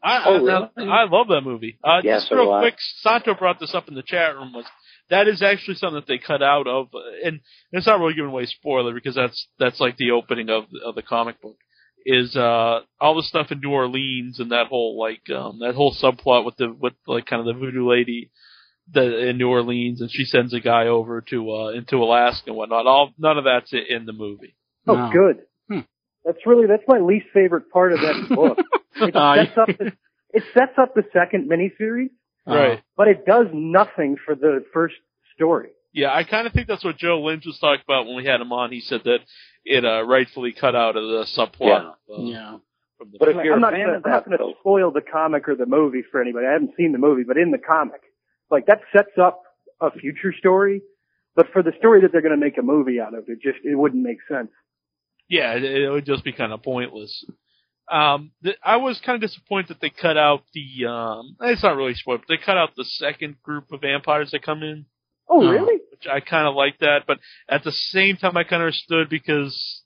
Speaker 2: I,
Speaker 4: Oh,
Speaker 2: I- now-
Speaker 4: really?
Speaker 2: I love that movie. Uh,
Speaker 4: Yeah,
Speaker 2: just
Speaker 4: so do
Speaker 2: real
Speaker 4: I.
Speaker 2: quick, Santo brought this up in the chat room. Was that is actually something that they cut out of, uh, and it's not really giving away spoiler because that's that's like the opening of of the comic book. Is uh all the stuff in New Orleans and that whole like um that whole subplot with the with like kind of the voodoo lady the, in New Orleans and she sends a guy over to uh into Alaska and whatnot. All none of that's i- in the movie.
Speaker 9: Oh,
Speaker 3: No.
Speaker 9: good.
Speaker 3: Hmm.
Speaker 9: That's really that's my least favorite part of that book. It
Speaker 3: Uh,
Speaker 9: sets up the, it sets up the second miniseries,
Speaker 2: Right.
Speaker 9: but it does nothing for the first story.
Speaker 2: Yeah, I kind of think that's what Joe Lynch was talking about when we had him on. He said that it uh, rightfully cut out of the subplot.
Speaker 3: Uh,
Speaker 2: uh,
Speaker 3: yeah.
Speaker 2: From the
Speaker 4: But if
Speaker 9: I'm
Speaker 4: you're a
Speaker 9: not
Speaker 4: fan
Speaker 9: gonna,
Speaker 4: of
Speaker 9: I'm not
Speaker 4: that,
Speaker 9: going to
Speaker 4: though,
Speaker 9: spoil the comic or the movie for anybody. I haven't seen the movie, but in the comic, like that sets up a future story. But for the story that they're going to make a movie out of, it just it wouldn't make sense.
Speaker 2: yeah, it, it would just be kind of pointless. Um, th- I was kind of disappointed that they cut out the. Um, it's not really spoiled, but they cut out the second group of vampires that come in,
Speaker 9: Oh,
Speaker 3: Oh.
Speaker 9: really?
Speaker 2: which I kind of like that. But at the same time, I kind of understood because,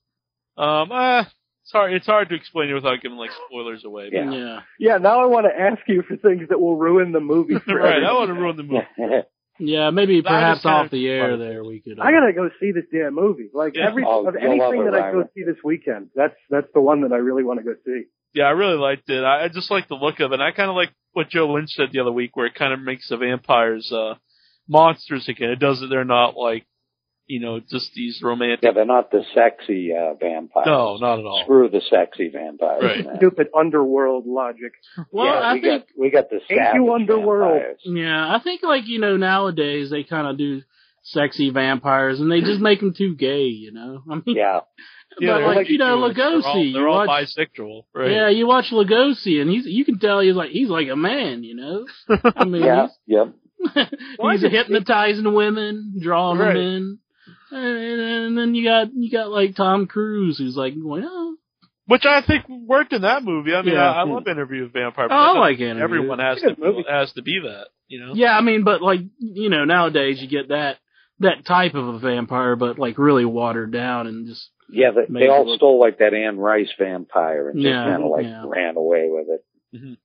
Speaker 2: um, uh, it's hard. It's hard to explain it without giving like spoilers away.
Speaker 4: Yeah.
Speaker 3: Yeah.
Speaker 9: Yeah. Now I want to ask you for things that will ruin the movie.
Speaker 2: But,
Speaker 9: For
Speaker 2: right, I
Speaker 9: everybody.
Speaker 2: want to ruin the movie.
Speaker 3: Yeah. Maybe
Speaker 2: That is
Speaker 3: perhaps
Speaker 2: kind
Speaker 3: off
Speaker 2: of
Speaker 3: the air
Speaker 2: funny.
Speaker 3: there we could. uh,
Speaker 9: I gotta go see this damn movie. Like
Speaker 2: Yeah.
Speaker 9: every
Speaker 4: Oh,
Speaker 9: of
Speaker 4: you'll love
Speaker 9: anything
Speaker 4: it,
Speaker 9: that I go
Speaker 4: Ryra.
Speaker 9: see this weekend, that's that's the one that I really want to go see.
Speaker 2: Yeah, I really liked it. I, I just like the look of it. And I kind of like what Joe Lynch said the other week, where it kind of makes the vampires uh monsters again. It does that they're not like, you know, just these
Speaker 4: yeah,
Speaker 2: romantic.
Speaker 4: they're not the sexy uh, vampires.
Speaker 2: No, not at all.
Speaker 4: Screw the sexy vampires.
Speaker 2: Right.
Speaker 4: man.
Speaker 9: Stupid underworld logic.
Speaker 3: uh, well,
Speaker 4: yeah,
Speaker 3: I
Speaker 4: we
Speaker 3: think.
Speaker 4: got, we got the
Speaker 9: Ain't you
Speaker 4: savage
Speaker 9: underworld?
Speaker 4: vampires.
Speaker 3: Yeah, I think like you know nowadays they kind of do sexy vampires, and they just make them too gay, you know. I mean,
Speaker 4: Yeah.
Speaker 2: Yeah,
Speaker 3: but
Speaker 2: they're
Speaker 3: like
Speaker 2: like
Speaker 3: you know
Speaker 2: Jewish.
Speaker 3: Lugosi,
Speaker 2: They're all,
Speaker 3: you
Speaker 2: they're all
Speaker 3: watch,
Speaker 2: bisexual, right?
Speaker 3: yeah, you watch Lugosi, and he's you can tell he's like he's like a man, you know. I mean,
Speaker 4: Yeah. Yep.
Speaker 3: he's,
Speaker 2: Why
Speaker 3: he's
Speaker 2: did-
Speaker 3: hypnotizing women, drawing
Speaker 2: Right.
Speaker 3: them in. And, and then you got you got like Tom Cruise, who's like, well,
Speaker 2: Which I think worked in that movie. I mean,
Speaker 3: Yeah.
Speaker 2: I, I love interview with vampire.
Speaker 3: oh, I
Speaker 2: but
Speaker 3: like interview.
Speaker 2: everyone has
Speaker 4: It's a
Speaker 2: to
Speaker 4: good movie.
Speaker 2: has to be that, you know.
Speaker 3: Yeah, I mean, but like you know, nowadays you get that that type of a vampire, but like really watered down and just
Speaker 4: Yeah, they, they
Speaker 3: Maybe
Speaker 4: all
Speaker 3: we'll-
Speaker 4: stole like that Anne Rice vampire and just
Speaker 3: Yeah,
Speaker 4: kind of like
Speaker 3: yeah.
Speaker 4: ran away with it.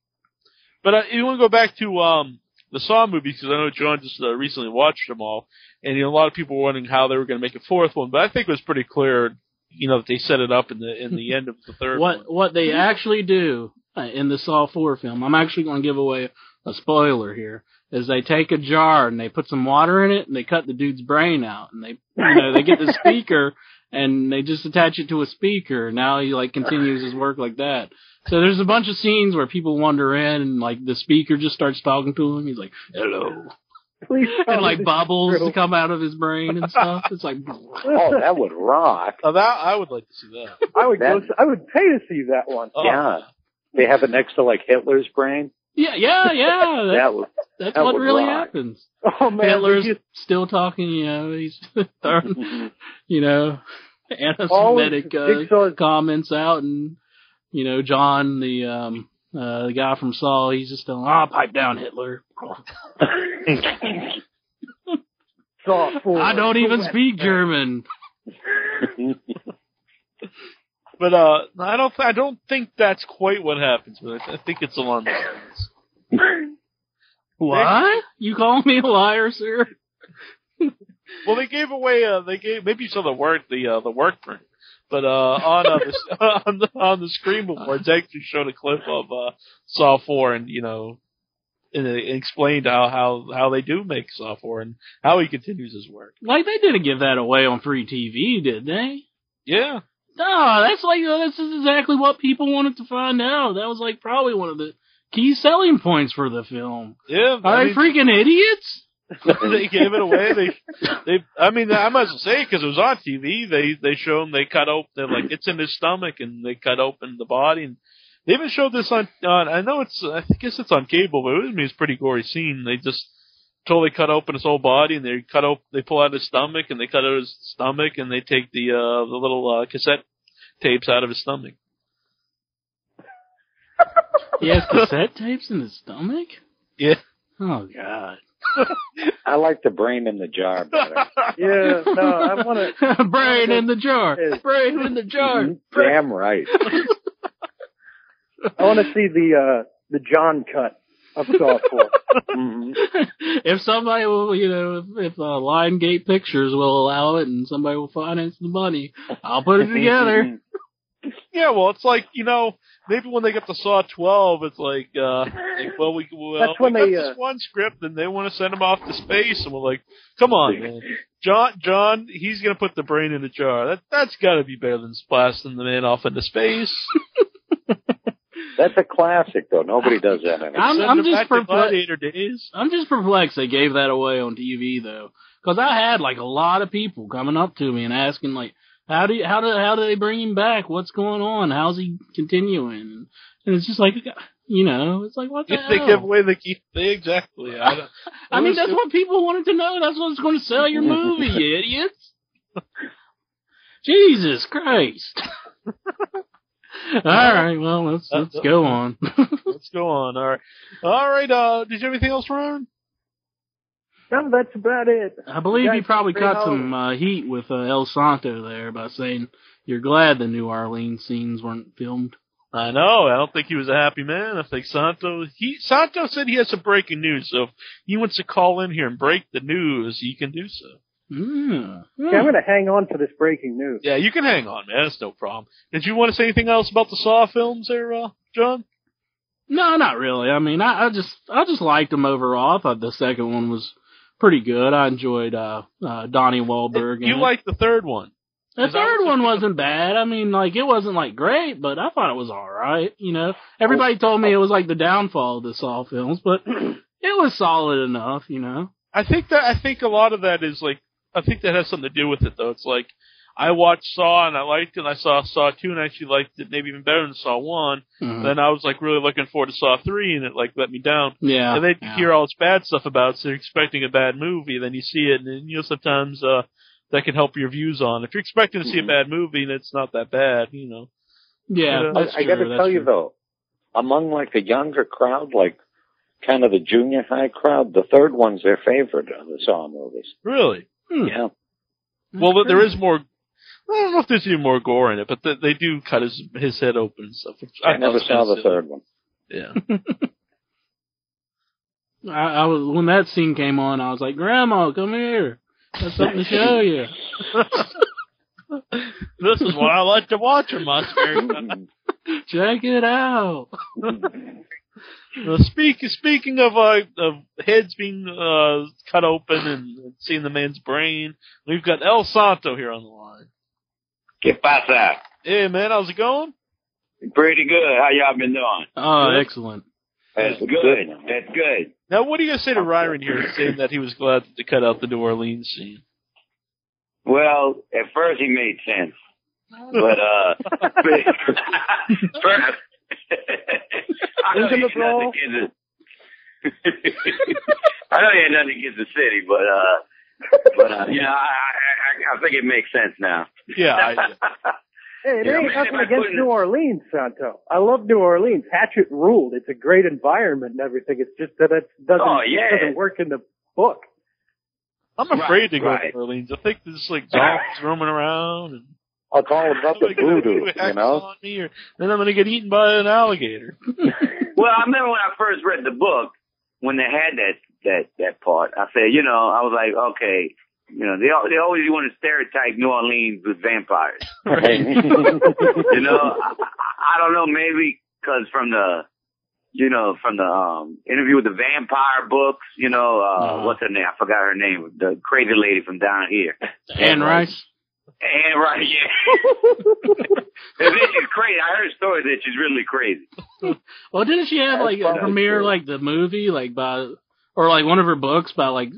Speaker 2: But I, you want to go back to um the Saw movies because I know John just uh, recently watched them all, and you know, a lot of people were wondering how they were going to make a fourth one. But I think it was pretty clear, you know, that they set it up in the in the end of the third one.
Speaker 3: what what they actually do uh, in the Saw Four film. I'm actually going to give away a spoiler here. Is they take a jar and they put some water in it and they cut the dude's brain out and they you know they get the speaker and they just attach it to a speaker. Now he like continues his work like that. So there's a bunch of scenes where people wander in and like the speaker just starts talking to him. He's like, "Hello,"
Speaker 9: Please tell
Speaker 3: and
Speaker 9: me
Speaker 3: like
Speaker 9: this
Speaker 3: bubbles
Speaker 9: is true.
Speaker 3: to come out of his brain and stuff. It's like,
Speaker 4: Oh, that would rock.
Speaker 2: Now that I would like to see that.
Speaker 9: I would go.
Speaker 4: That-
Speaker 9: I would pay to see that one.
Speaker 2: Oh,
Speaker 4: Yeah. They have it next to like Hitler's brain.
Speaker 3: yeah, yeah, yeah. That's,
Speaker 4: That would.
Speaker 3: that's
Speaker 4: that
Speaker 3: what
Speaker 4: would
Speaker 3: really
Speaker 4: rock.
Speaker 3: happens.
Speaker 9: Oh man,
Speaker 3: Hitler's
Speaker 9: we just-
Speaker 3: still talking, you know, he's throwing,
Speaker 4: mm-hmm.
Speaker 3: you know,
Speaker 9: all of
Speaker 3: anti-Semitic uh,
Speaker 9: Jigsaw's
Speaker 3: comments out, and you know, John, the um, uh, the guy from Saul, he's just going, "Ah, pipe down, Hitler."
Speaker 9: saw four.
Speaker 3: I don't even speak German.
Speaker 2: But uh, I don't I don't think that's quite what happens. But I, I think it's along those lines.
Speaker 3: What? You call me a liar, sir?
Speaker 2: Well, they gave away. Uh, they gave maybe you saw the work the uh, the work print, but uh, on uh, the, on the on the screen before it actually showed a clip of uh, Saw Four, and you know, and it explained how how how they do make Saw Four and how he continues his work.
Speaker 3: Like they didn't give that away on free TV, did they?
Speaker 2: Yeah,
Speaker 3: No, that's like this is exactly what people wanted to find out. That was like probably one of the key selling points for the film.
Speaker 2: yeah.
Speaker 3: Are
Speaker 2: I
Speaker 3: they freaking idiots?
Speaker 2: mean, they gave it away. They they. I mean, I must say because it was on TV. They they show him. They cut open. They're like it's in his stomach, and they cut open the body. and They even showed this on, on I know it's I guess it's on cable, but it was, it's a pretty gory scene. They just totally cut open his whole body and they cut open they pull out his stomach and they cut out his stomach and they take the uh the little uh cassette tapes out of his stomach.
Speaker 3: He has cassette tapes in his stomach?
Speaker 2: Yeah.
Speaker 3: Oh god.
Speaker 4: I like the brain in the jar better.
Speaker 9: Yeah, no, I want to.
Speaker 3: Brain in the jar.
Speaker 9: Yes.
Speaker 3: Brain in the jar.
Speaker 2: Mm-hmm.
Speaker 3: Brain-
Speaker 4: Damn right.
Speaker 9: I want to see the uh the John cut of Saw Four.
Speaker 4: Mhm.
Speaker 3: if somebody will, you know, if, if uh, Lion Gate Pictures will allow it and somebody will finance the money, I'll put it together.
Speaker 4: Mm-hmm.
Speaker 2: Yeah, well, it's like you know maybe when they get to Saw twelve, it's like uh like, well we well
Speaker 9: That's when
Speaker 2: we
Speaker 9: they,
Speaker 2: got
Speaker 9: uh,
Speaker 2: this one script and they want to send him off to space and we're like come on man John John he's gonna put the brain in a jar that that's got to be better than blasting the man off into space.
Speaker 4: That's a classic though. Nobody does that anymore.
Speaker 3: I'm,
Speaker 2: Send
Speaker 3: I'm
Speaker 2: him
Speaker 3: just
Speaker 2: back to
Speaker 3: perplexed.
Speaker 2: Gladiator days.
Speaker 3: I'm just perplexed they gave that away on TV though, because I had like a lot of people coming up to me and asking like, how do you, how do how do they bring him back? What's going on? How's he continuing? And it's just like, you know, it's like what the
Speaker 2: If they
Speaker 3: hell?
Speaker 2: give away the key, they exactly. I don't,
Speaker 3: I mean,
Speaker 2: It was-
Speaker 3: that's what people wanted to know. That's what's going to sell your movie, you idiots. Jesus Christ. All right, well, let's let's go on.
Speaker 2: Let's go on. All right. All right. Uh, did you have anything else, Ron?
Speaker 9: No, that's about it.
Speaker 3: I believe you
Speaker 9: Guys,
Speaker 3: probably
Speaker 9: stay
Speaker 3: caught
Speaker 9: home.
Speaker 3: some uh, heat with uh, El Santo there by saying you're glad the New Orleans scenes weren't filmed.
Speaker 2: I know. I don't think he was a happy man. I think Santo. He Santo said he has some breaking news. So if he wants to call in here and break the news, he can do so.
Speaker 3: Mm.
Speaker 9: Okay, I'm going to hang on for this breaking news.
Speaker 2: Yeah, you can hang on, man. That's no problem. Did you want to say anything else about the Saw films, there, uh, John?
Speaker 3: Hmm. No, not really. I mean, I, I just I just liked them overall. I thought the second one was pretty good. I enjoyed uh, uh, Donnie Wahlberg. in
Speaker 2: You
Speaker 3: it.
Speaker 2: liked the third one.
Speaker 3: The
Speaker 2: Is that what
Speaker 3: third
Speaker 2: you're
Speaker 3: one
Speaker 2: thinking?
Speaker 3: wasn't bad. I mean, like it wasn't like great, but I thought it was all right. You know, everybody told me it was like the downfall of the Saw films, but it was solid enough. You know,
Speaker 2: I think that I think a lot of that is like I think that has something to do with it though. It's like I watched Saw and I liked it. and I saw Saw two and I actually liked it maybe even better than Saw one.
Speaker 3: Hmm.
Speaker 2: Then I was like really looking forward to Saw three and it like let me down.
Speaker 3: yeah.
Speaker 2: and they
Speaker 3: yeah.
Speaker 2: hear all this bad stuff about, it, so you're expecting a bad movie. Then you see it, and then, you know sometimes uh, that can help your views on. If you're expecting to see
Speaker 3: Hmm.
Speaker 2: a bad movie and it's not that bad, you know.
Speaker 3: yeah,
Speaker 2: I-
Speaker 3: that's
Speaker 4: I, I
Speaker 3: got
Speaker 4: got to tell you though, among like the younger crowd, like kind of the junior high crowd, the third one's their favorite of the Saw movies.
Speaker 2: Really?
Speaker 3: Hmm.
Speaker 4: Yeah,
Speaker 2: well, there is more. I don't know if there's any more gore in it, but they, they do cut his his head open and stuff. Which
Speaker 4: I,
Speaker 2: thought
Speaker 4: never
Speaker 2: was
Speaker 4: saw the
Speaker 2: kinda silly.
Speaker 4: third one.
Speaker 2: Yeah.
Speaker 3: I, I was when that scene came on, I was like, "Grandma, come here. That's something to show you."
Speaker 2: this is what I like to watch in my spare time.
Speaker 4: Hmm.
Speaker 3: Check it out.
Speaker 2: Well, Uh, speak, speaking of uh, of heads being uh, cut open and seeing the man's brain, we've got El Santo here on the line.
Speaker 6: Get past that.
Speaker 2: Hey man, how's it going?
Speaker 6: Pretty good. How y'all been doing?
Speaker 3: Oh,
Speaker 2: Good.
Speaker 3: excellent.
Speaker 6: That's good. That's good.
Speaker 2: Now, what do you say to Ryron here, saying that he was glad to cut out the New Orleans scene?
Speaker 6: Well, at first he made sense, but uh, first, I know he
Speaker 9: Intimate
Speaker 6: had nothing
Speaker 9: role?
Speaker 6: against the- I know he had nothing against the city, but uh, but uh, you know, I, I I I think it makes sense now.
Speaker 2: Yeah, I,
Speaker 9: Hey, it
Speaker 6: Yeah,
Speaker 9: ain't
Speaker 6: man,
Speaker 9: nothing
Speaker 6: I
Speaker 9: against
Speaker 6: couldn't-
Speaker 9: New Orleans, Santo. I love New Orleans. Hatchet ruled. It's a great environment and everything. It's just that it doesn't,
Speaker 6: Oh, yeah.
Speaker 9: doesn't work in the book.
Speaker 2: I'm afraid to go to
Speaker 6: right.
Speaker 2: New Orleans. I think there's like zombies roaming around, and
Speaker 4: It's all about the
Speaker 2: Somebody gonna do
Speaker 4: voodoo,
Speaker 2: a hex
Speaker 4: you know.
Speaker 2: on me or- then I'm gonna get eaten by an alligator.
Speaker 6: Well, I remember when I first read the book when they had that that that part. I said, you know, I was like, okay, you know, they al- they always want to stereotype New Orleans with vampires. you know, I, I I don't know, maybe 'cause from the, you know, from the um interview with the vampire books, you know, uh,
Speaker 3: Uh-huh.
Speaker 6: what's her name? I forgot her name. The crazy lady from down here.
Speaker 3: Anne Rice.
Speaker 6: And right, yeah. and then she's crazy. I heard stories that she's really crazy.
Speaker 3: Well, didn't she have
Speaker 4: That's
Speaker 3: like a
Speaker 4: probably
Speaker 3: premiere
Speaker 4: true.
Speaker 3: like the movie like by or like one of her books by like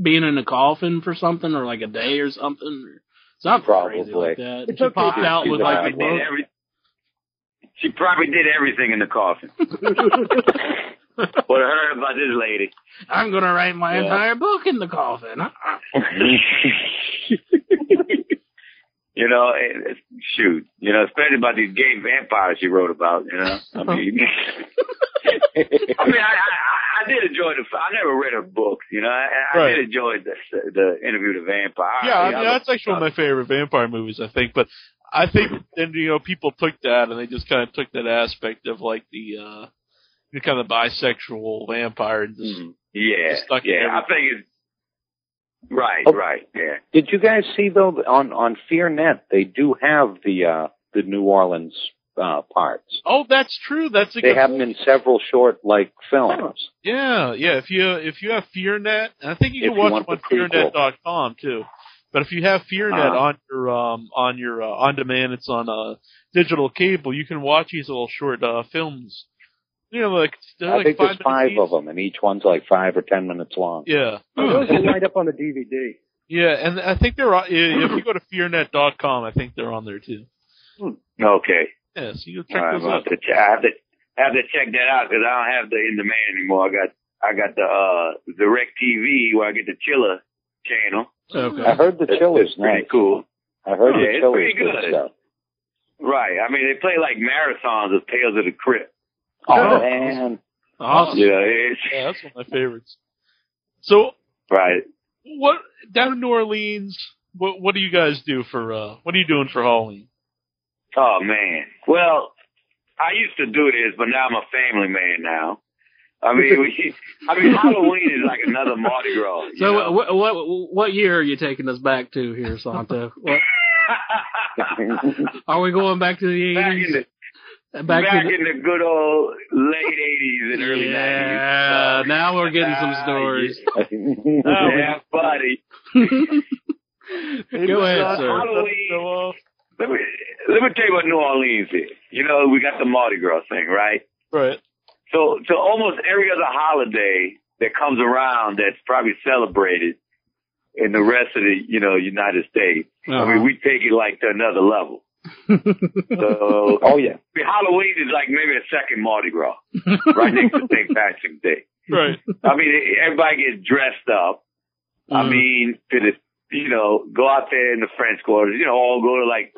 Speaker 3: being in a coffin for something or like a day or something? Or something crazy
Speaker 4: Probably.
Speaker 3: like that.
Speaker 9: It's
Speaker 3: she
Speaker 9: okay
Speaker 3: popped
Speaker 9: to
Speaker 3: out
Speaker 4: do
Speaker 3: with
Speaker 4: that.
Speaker 6: Probably
Speaker 3: like
Speaker 4: I
Speaker 3: a
Speaker 6: did
Speaker 3: book.
Speaker 6: every, she probably did everything in the coffin. what I heard about this lady.
Speaker 3: I'm gonna write my
Speaker 4: Yeah.
Speaker 3: entire book in the coffin.
Speaker 6: You know, it- it's- shoot. You know, especially about these gay vampires she wrote about. You know, I
Speaker 2: Uh-huh.
Speaker 6: mean, I mean, I, I, I did enjoy the. I never read her books. You know, I, I
Speaker 2: Right.
Speaker 6: did enjoy the, the interview with the vampire.
Speaker 2: yeah, I
Speaker 6: You
Speaker 2: mean,
Speaker 6: know,
Speaker 2: that's actually one of my favorite vampire movies, I think. But I think then you know people took that and they just kind of took that aspect of like the uh the kind of bisexual vampire
Speaker 5: Mm,
Speaker 2: and just
Speaker 4: Hmm.
Speaker 6: Mhm. yeah,
Speaker 2: just stuck in
Speaker 6: yeah. I
Speaker 2: everything.
Speaker 6: think it's right,
Speaker 4: Oh.
Speaker 6: right. Yeah,
Speaker 4: Did you guys see though that on on FearNet they do have the uh the New Orleans uh parts.
Speaker 2: oh, that's true. That's a
Speaker 4: They
Speaker 2: good
Speaker 4: have them in several short like films.
Speaker 2: Yeah, yeah. If you if you have FearNet, and I think you
Speaker 4: If
Speaker 2: can
Speaker 4: you
Speaker 2: watch
Speaker 4: want
Speaker 2: them on
Speaker 4: the prequel.
Speaker 2: FearNet.com too. But if you have FearNet
Speaker 4: Uh-huh.
Speaker 2: on your um on your uh, on demand, it's on uh digital cable. You can watch these little short uh films. You know, like they're
Speaker 4: I
Speaker 2: like
Speaker 4: think
Speaker 2: five
Speaker 4: there's five
Speaker 2: minutes
Speaker 4: of them, and each one's like five or ten minutes long.
Speaker 2: each. Yeah, Hmm.
Speaker 9: Those are lined up on the DVD.
Speaker 2: yeah, and I think they're on, yeah, if you go to FearNet.com, I think they're on there too.
Speaker 6: okay.
Speaker 2: Yeah, so you can check
Speaker 6: All right,
Speaker 2: those
Speaker 6: I'm gonna
Speaker 2: out.
Speaker 6: have to ch- I have to I have to check that out because I don't have the in demand anymore. I got I got the uh the Rec TV where I get the Chiller channel.
Speaker 4: I
Speaker 3: Okay.
Speaker 4: heard the
Speaker 6: It's
Speaker 4: Chiller's
Speaker 6: pretty
Speaker 4: nice.
Speaker 6: cool.
Speaker 4: I heard
Speaker 6: Yeah,
Speaker 4: the
Speaker 6: it's
Speaker 4: Chiller's
Speaker 6: pretty
Speaker 4: good
Speaker 6: good.
Speaker 4: stuff.
Speaker 6: Right. I mean, they play like marathons of Tales of the Crypt.
Speaker 4: Oh man,
Speaker 3: Awesome.
Speaker 6: You know, it's
Speaker 2: Yeah, that's one of my favorites. So
Speaker 6: right.
Speaker 2: what down in New Orleans? What what do you guys do for uh? What are you doing for Halloween?
Speaker 6: Oh man. Well, I used to do this, but now I'm a family man now. I mean, we, I mean, Halloween is like another Mardi Gras. you
Speaker 3: So
Speaker 6: know?
Speaker 3: what, what what year are you taking us back to here, Santo? What, are we going back to the
Speaker 6: back in
Speaker 3: eighties?
Speaker 6: the
Speaker 3: back,
Speaker 6: back,
Speaker 3: to the,
Speaker 6: in the good old late eighties and early nineties.
Speaker 3: yeah. Now we're getting some
Speaker 6: Ah,
Speaker 3: stories.
Speaker 5: Oh,
Speaker 6: Yeah, buddy.
Speaker 3: Go ahead, sir.
Speaker 6: Halloween.
Speaker 2: So, uh,
Speaker 6: Let me let me tell you about New Orleans is. You know, we got the Mardi Gras thing, right?
Speaker 2: right.
Speaker 6: So so almost every other holiday that comes around that's probably celebrated,
Speaker 5: in the rest of the you know United States. I mean, we take it like to another level. so,
Speaker 4: Oh yeah.
Speaker 5: I mean, Halloween is like maybe a second Mardi Gras, right next to St. Patrick's Day.
Speaker 2: Right.
Speaker 5: I mean, everybody gets dressed up. I mean, to the you know, go out there in the French Quarter. You know, all go to like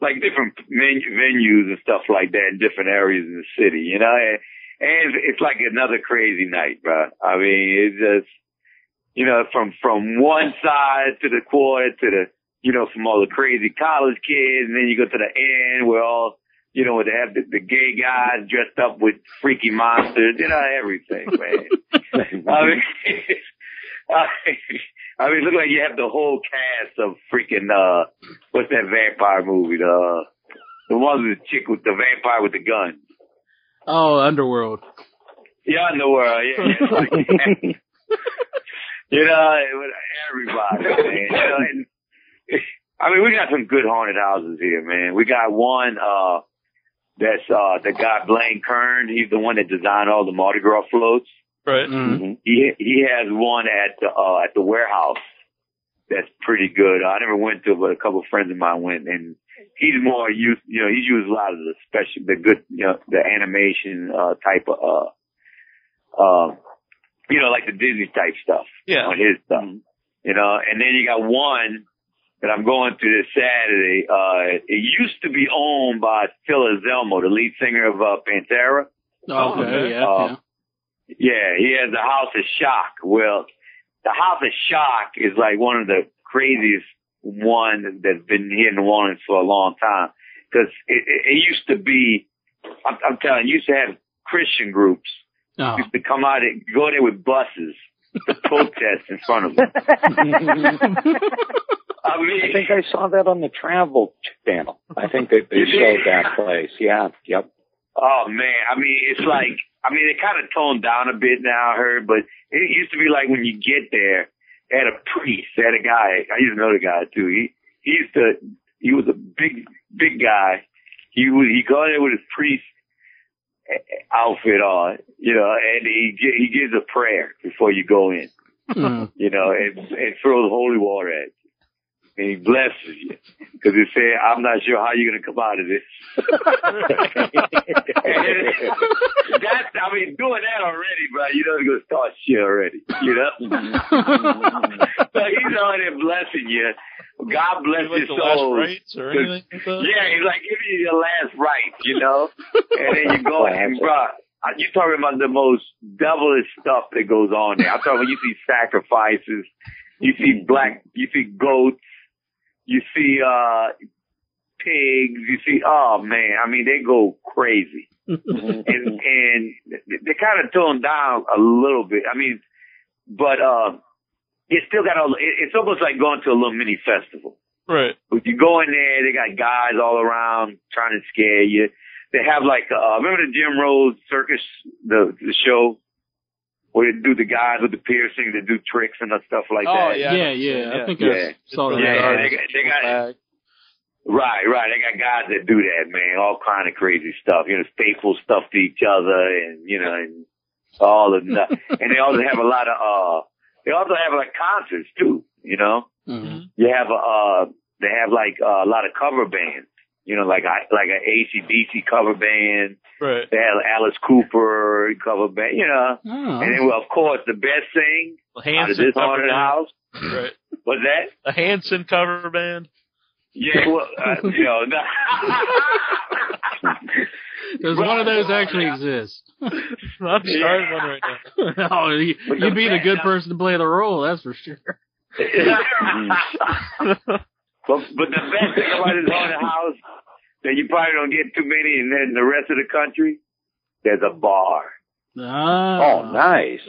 Speaker 5: like different men- venues and stuff like that in different areas in the city. You know, and, and it's, it's like another crazy night, bro. I mean, it's just you know, from from one side to the quarter to the you know, from all the crazy college kids, and then you go to the end where all you know, where they have the, the gay guys dressed up with freaky monsters, you know, everything, man. I mean, I I mean, look like you have the whole cast of freaking uh, what's that vampire movie? The uh, the one with the chick with the vampire with the gun.
Speaker 3: Oh, Underworld.
Speaker 5: Yeah, I know where. Yeah, yeah. you know, it was everybody, man. You know, and, I mean, we got some good haunted houses here, man. We got one uh that's uh the guy Blaine Kern. He's the one that designed all the Mardi Gras floats.
Speaker 2: Right.
Speaker 3: Mm.
Speaker 5: Mm-hmm. He he has one at the uh, at the warehouse that's pretty good. I never went to, it, but a couple of friends of mine went, and he's more used. You know, he's used a lot of the special, the good, you know, the animation uh, type of, uh, uh, you know, like the Disney type stuff
Speaker 2: Yeah.
Speaker 5: on his stuff. You know, and then you got one that I'm going to this Saturday. Uh, it used to be owned by Phil Anselmo, the lead singer of uh, Pantera.
Speaker 3: Oh, okay, yeah,
Speaker 5: Uh,
Speaker 3: yeah.
Speaker 5: Yeah, he has the House of Shock. Well, the House of Shock is like one of the craziest one that's been here in New Orleans for a long time because it, it, it used to be. I'm, I'm telling you, used to have Christian groups
Speaker 3: Oh.
Speaker 5: used to come out and go there with buses to protest in front of them. I mean,
Speaker 4: I think I saw that on the travel channel. I think that they showed that place. Yeah. Yep.
Speaker 5: Oh man, I mean, it's like, I mean, it kind of toned down a bit now, I heard, but it used to be like when you get there, they had a priest, they had a guy, I used to know the guy too. He, he used to, he was a big, big guy. He was, he got there with his priest eh, outfit on, you know, and he, gi- he gives a prayer before you go in
Speaker 3: Mm.
Speaker 5: you know, and, and throws holy water at you. And he blesses you. Because he said, I'm not sure how you're going to come out of this. And that's, I mean, doing that already, bro, you know, it's going to start shit already. You know? so he's already blessing you. God bless
Speaker 2: Like
Speaker 5: your
Speaker 2: the last
Speaker 5: soul.
Speaker 2: rites or
Speaker 5: Good.
Speaker 2: anything like that?
Speaker 5: Yeah, he's like giving you your last right, you know, and then you go and bruh, you talking about the most devilish stuff that goes on there. I'm talking about you see sacrifices, you see black, you see goats, you see uh pigs, you see oh man, I mean they go crazy, and and they kind of toned down a little bit. I mean, but uh, it still got a. it- It's almost like going to a little mini festival.
Speaker 2: Right.
Speaker 5: If you go in there, they got guys all around trying to scare you. They have like, uh, remember the Jim Rose circus, the, the show where they do the guys with the piercings, they do tricks and stuff like
Speaker 2: Oh,
Speaker 5: that.
Speaker 3: yeah,
Speaker 2: yeah, I
Speaker 3: yeah,
Speaker 2: know
Speaker 3: I
Speaker 2: what you're
Speaker 3: think
Speaker 5: saying, yeah.
Speaker 3: I saw that.
Speaker 5: Yeah,
Speaker 3: on
Speaker 5: they got- they got-
Speaker 3: Facebook.
Speaker 5: Right, right. They got guys that do that, man. All kind of crazy stuff. You know, staple stuff to each other and, you know, and all of that. and they also have a lot of, uh, they also have like concerts too, you know?
Speaker 6: Mm-hmm.
Speaker 3: Mhm.
Speaker 2: Mm-hmm.
Speaker 5: you have a uh, they have like uh, a lot of cover bands. You know, like I like an ACDC cover band.
Speaker 2: Right.
Speaker 5: They have Alice Cooper cover band. You know,
Speaker 3: Oh.
Speaker 5: and then well, of course the best thing
Speaker 2: A
Speaker 5: out of
Speaker 2: Hanson
Speaker 5: this
Speaker 2: cover
Speaker 5: haunted
Speaker 2: band.
Speaker 5: house
Speaker 2: Right.
Speaker 5: was that.
Speaker 2: A Hanson cover band.
Speaker 5: Yeah, well, uh, you know, no.
Speaker 3: Does one of those actually exist?
Speaker 2: I'm starting one right now.
Speaker 3: oh, you, you'd be the good person to play the role, that's for sure.
Speaker 5: but but the best thing about this haunted house that you probably don't get too many, and then the rest of the country, there's a bar.
Speaker 3: Ah.
Speaker 4: Oh, nice.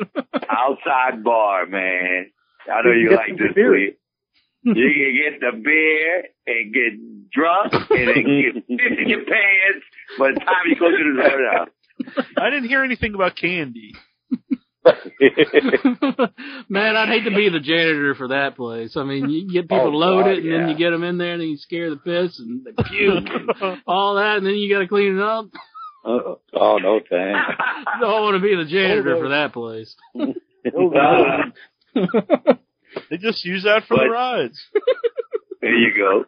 Speaker 5: outside bar, man. I know
Speaker 9: You
Speaker 5: you,
Speaker 9: get
Speaker 5: like
Speaker 9: some
Speaker 5: this
Speaker 9: beer.
Speaker 5: week. You can get the beer and get drunk and then get pissed in your pants by the time you go to the hotel.
Speaker 2: I didn't hear anything about candy.
Speaker 3: Man, I'd hate to be the janitor for that place. I mean, you get people
Speaker 4: Oh,
Speaker 3: loaded,
Speaker 4: God,
Speaker 3: and then
Speaker 4: yeah.
Speaker 3: you get them in there, and then you scare the piss and the puke, and all that, and then you got to clean it up.
Speaker 4: oh, oh, no thanks. Oh,
Speaker 3: I don't want to be the janitor for that place.
Speaker 9: Oh,
Speaker 5: Uh,
Speaker 2: They just use that for the
Speaker 5: But-
Speaker 2: rides.
Speaker 5: There you go.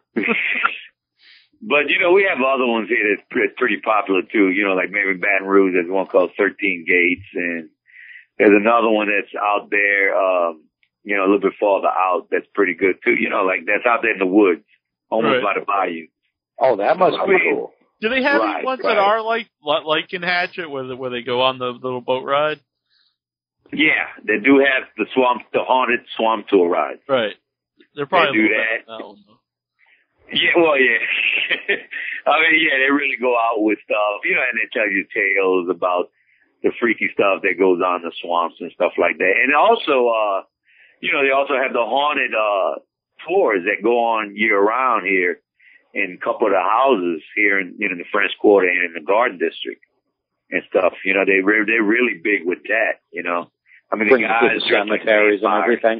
Speaker 5: but you know, we have other ones here that's pre- pretty popular too. You know, like maybe Baton Rouge. There's one called Thirteen Gates, and there's another one that's out there. Um, you know, a little bit farther out. That's pretty good too. You know, like that's out there in the woods, almost
Speaker 2: Right.
Speaker 5: by the bayou.
Speaker 4: Oh, that must
Speaker 5: I
Speaker 4: be
Speaker 5: mean,
Speaker 4: cool.
Speaker 2: Do they have
Speaker 5: Right,
Speaker 2: any ones
Speaker 5: right.
Speaker 2: that are like li- like in Hatchet, where the, where they go on the little boat ride?
Speaker 5: Yeah, they do have the swamp, the haunted swamp tour ride.
Speaker 2: Right. They're probably
Speaker 5: do
Speaker 2: a little
Speaker 5: that.
Speaker 2: better than that one, though.
Speaker 5: Yeah, well, yeah. I mean, yeah, they really go out with stuff, you know, and they tell you tales about the freaky stuff that goes on in the swamps and stuff like that. And also, uh, you know, they also have the haunted, uh, tours that go on year round here in a couple of the houses here in, you know, the French Quarter and in the Garden District and stuff. You know, they, re- they're really big with that, you know. I mean, the
Speaker 4: Bring it to
Speaker 5: guys
Speaker 4: the
Speaker 5: dress like
Speaker 4: cemeteries and
Speaker 5: vampires.
Speaker 4: everything.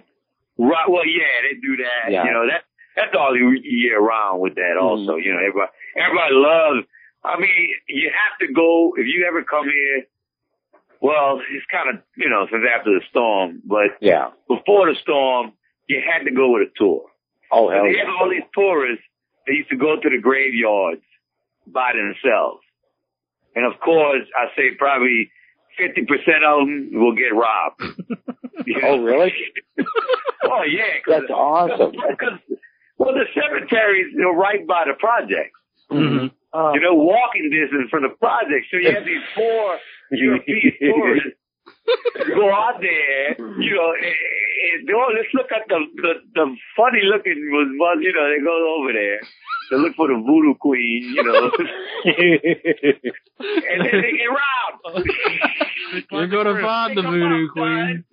Speaker 5: Right. Well, yeah, they do that.
Speaker 4: Yeah. Mm-hmm.
Speaker 5: You know that that's all year- year round with that. Also, you know, everybody everybody loves. I mean, you have to go if you ever come here. Well, it's kind of you know since after the storm, but
Speaker 4: Yeah.
Speaker 5: before the storm, you had to go with a tour.
Speaker 4: Oh hell
Speaker 5: And they
Speaker 4: yeah.
Speaker 5: have all these tourists that used to go to the graveyards by themselves, and of course, I say probably fifty percent of them will get robbed. You
Speaker 4: Oh
Speaker 5: know?
Speaker 4: really?
Speaker 5: Oh yeah, 'cause
Speaker 4: That's awesome.
Speaker 5: because well, the cemeteries you know, right by the project.
Speaker 3: Mm-hmm.
Speaker 9: Uh,
Speaker 5: You know, walking distance from the project. So you have these four European tourists go out there. You know, and, and, oh, let's look at the the, the funny looking was was you know they go over there. They look for the voodoo queen, you know, and then they get robbed.
Speaker 3: You're gonna find the voodoo queen.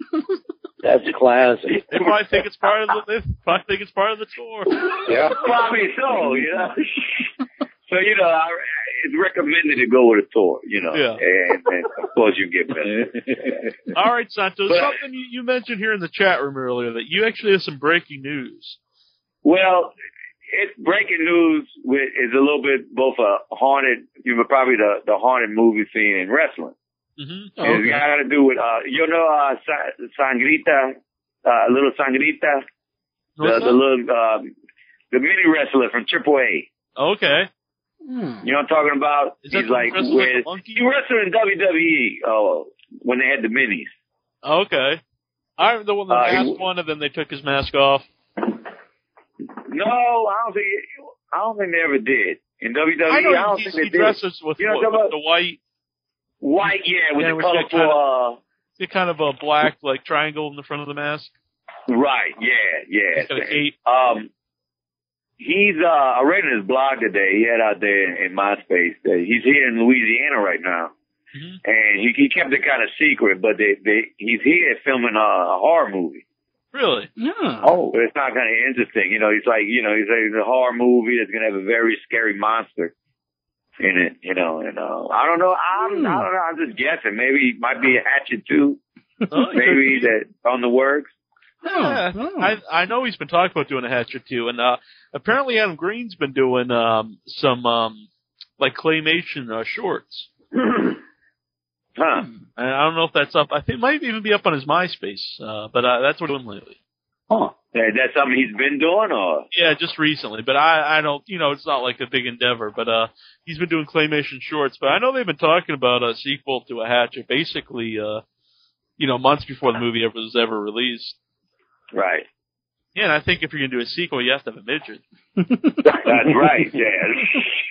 Speaker 4: That's classic.
Speaker 2: They probably think it's part of the. They probably think it's part of the tour.
Speaker 4: Yeah.
Speaker 5: Probably so, you know. so you know, I, it's recommended to go with a tour, you know,
Speaker 2: Yeah.
Speaker 5: and, and of course you get better.
Speaker 2: All right, Santos.
Speaker 5: But-
Speaker 2: something you, you mentioned here in the chat room earlier that you actually have some breaking news.
Speaker 5: Well, it's breaking news with, is a little bit both a haunted, you know, probably the the haunted movie scene in wrestling.
Speaker 2: Mm-hmm.
Speaker 3: Oh,
Speaker 5: It's
Speaker 3: okay.
Speaker 5: got to do with uh, you know, uh, Sa- Sangrita, uh, little Sangrita, the, the little um, the mini wrestler from AAA.
Speaker 2: okay.
Speaker 3: Hmm.
Speaker 5: You know what I'm talking about?
Speaker 2: Is that
Speaker 5: He's
Speaker 2: the
Speaker 5: like
Speaker 2: wrestler with the
Speaker 5: with
Speaker 2: monkey?
Speaker 5: he wrestled in WWE uh, when they had the minis.
Speaker 2: Okay. I remember the one the
Speaker 5: Uh, he
Speaker 2: mask
Speaker 5: w-
Speaker 2: one, and then they took his mask off.
Speaker 5: No, I don't think I don't think they ever did in WWE. I,
Speaker 2: I know
Speaker 5: don't
Speaker 2: he,
Speaker 5: think
Speaker 2: he
Speaker 5: they did.
Speaker 2: dresses with,
Speaker 5: You know,
Speaker 2: with
Speaker 5: some of-
Speaker 2: the white,
Speaker 5: White, yeah, with
Speaker 2: Yeah,
Speaker 5: the
Speaker 2: with that
Speaker 5: colorful.
Speaker 2: the kind of a black like triangle in the front of the mask.
Speaker 5: uh, right, yeah, yeah.
Speaker 2: He's got a cape.
Speaker 5: Um, he's uh, I read in his blog today. He had out there in MySpace that he's here in Louisiana right now,
Speaker 2: Mhm.
Speaker 5: and he, he kept it kind of secret. But they, they he's here filming a, a horror movie.
Speaker 2: Really?
Speaker 3: Yeah.
Speaker 4: Oh.
Speaker 5: But it's not kind of interesting. You know, he's like, you know, he's like, it's a horror movie that's going to have a very scary monster in it, you know, and, uh, I don't know. I'm, I don't know. I'm just guessing. Maybe it might be a hatchet too.
Speaker 2: Oh,
Speaker 5: Maybe that on the works.
Speaker 2: Yeah.
Speaker 3: Oh, oh.
Speaker 2: I I know he's been talking about doing a hatchet too, and uh apparently Adam Green's been doing um some um like claymation uh, shorts.
Speaker 5: Huh.
Speaker 2: And I don't know if that's up. I think it might even be up on his MySpace, uh, but uh, that's what he's doing lately.
Speaker 4: Huh.
Speaker 5: That- That's something he's been doing or?
Speaker 2: Yeah, just recently, but I I don't you know it's not like a big endeavor, but uh he's been doing claymation shorts. But I know they've been talking about a sequel to a hatchet, basically uh you know months before the movie ever was ever released.
Speaker 5: Right.
Speaker 2: Yeah, and I think if you're gonna do a sequel, you have to have a midget.
Speaker 3: Hmm.
Speaker 4: Oh.
Speaker 5: That's right. Yeah.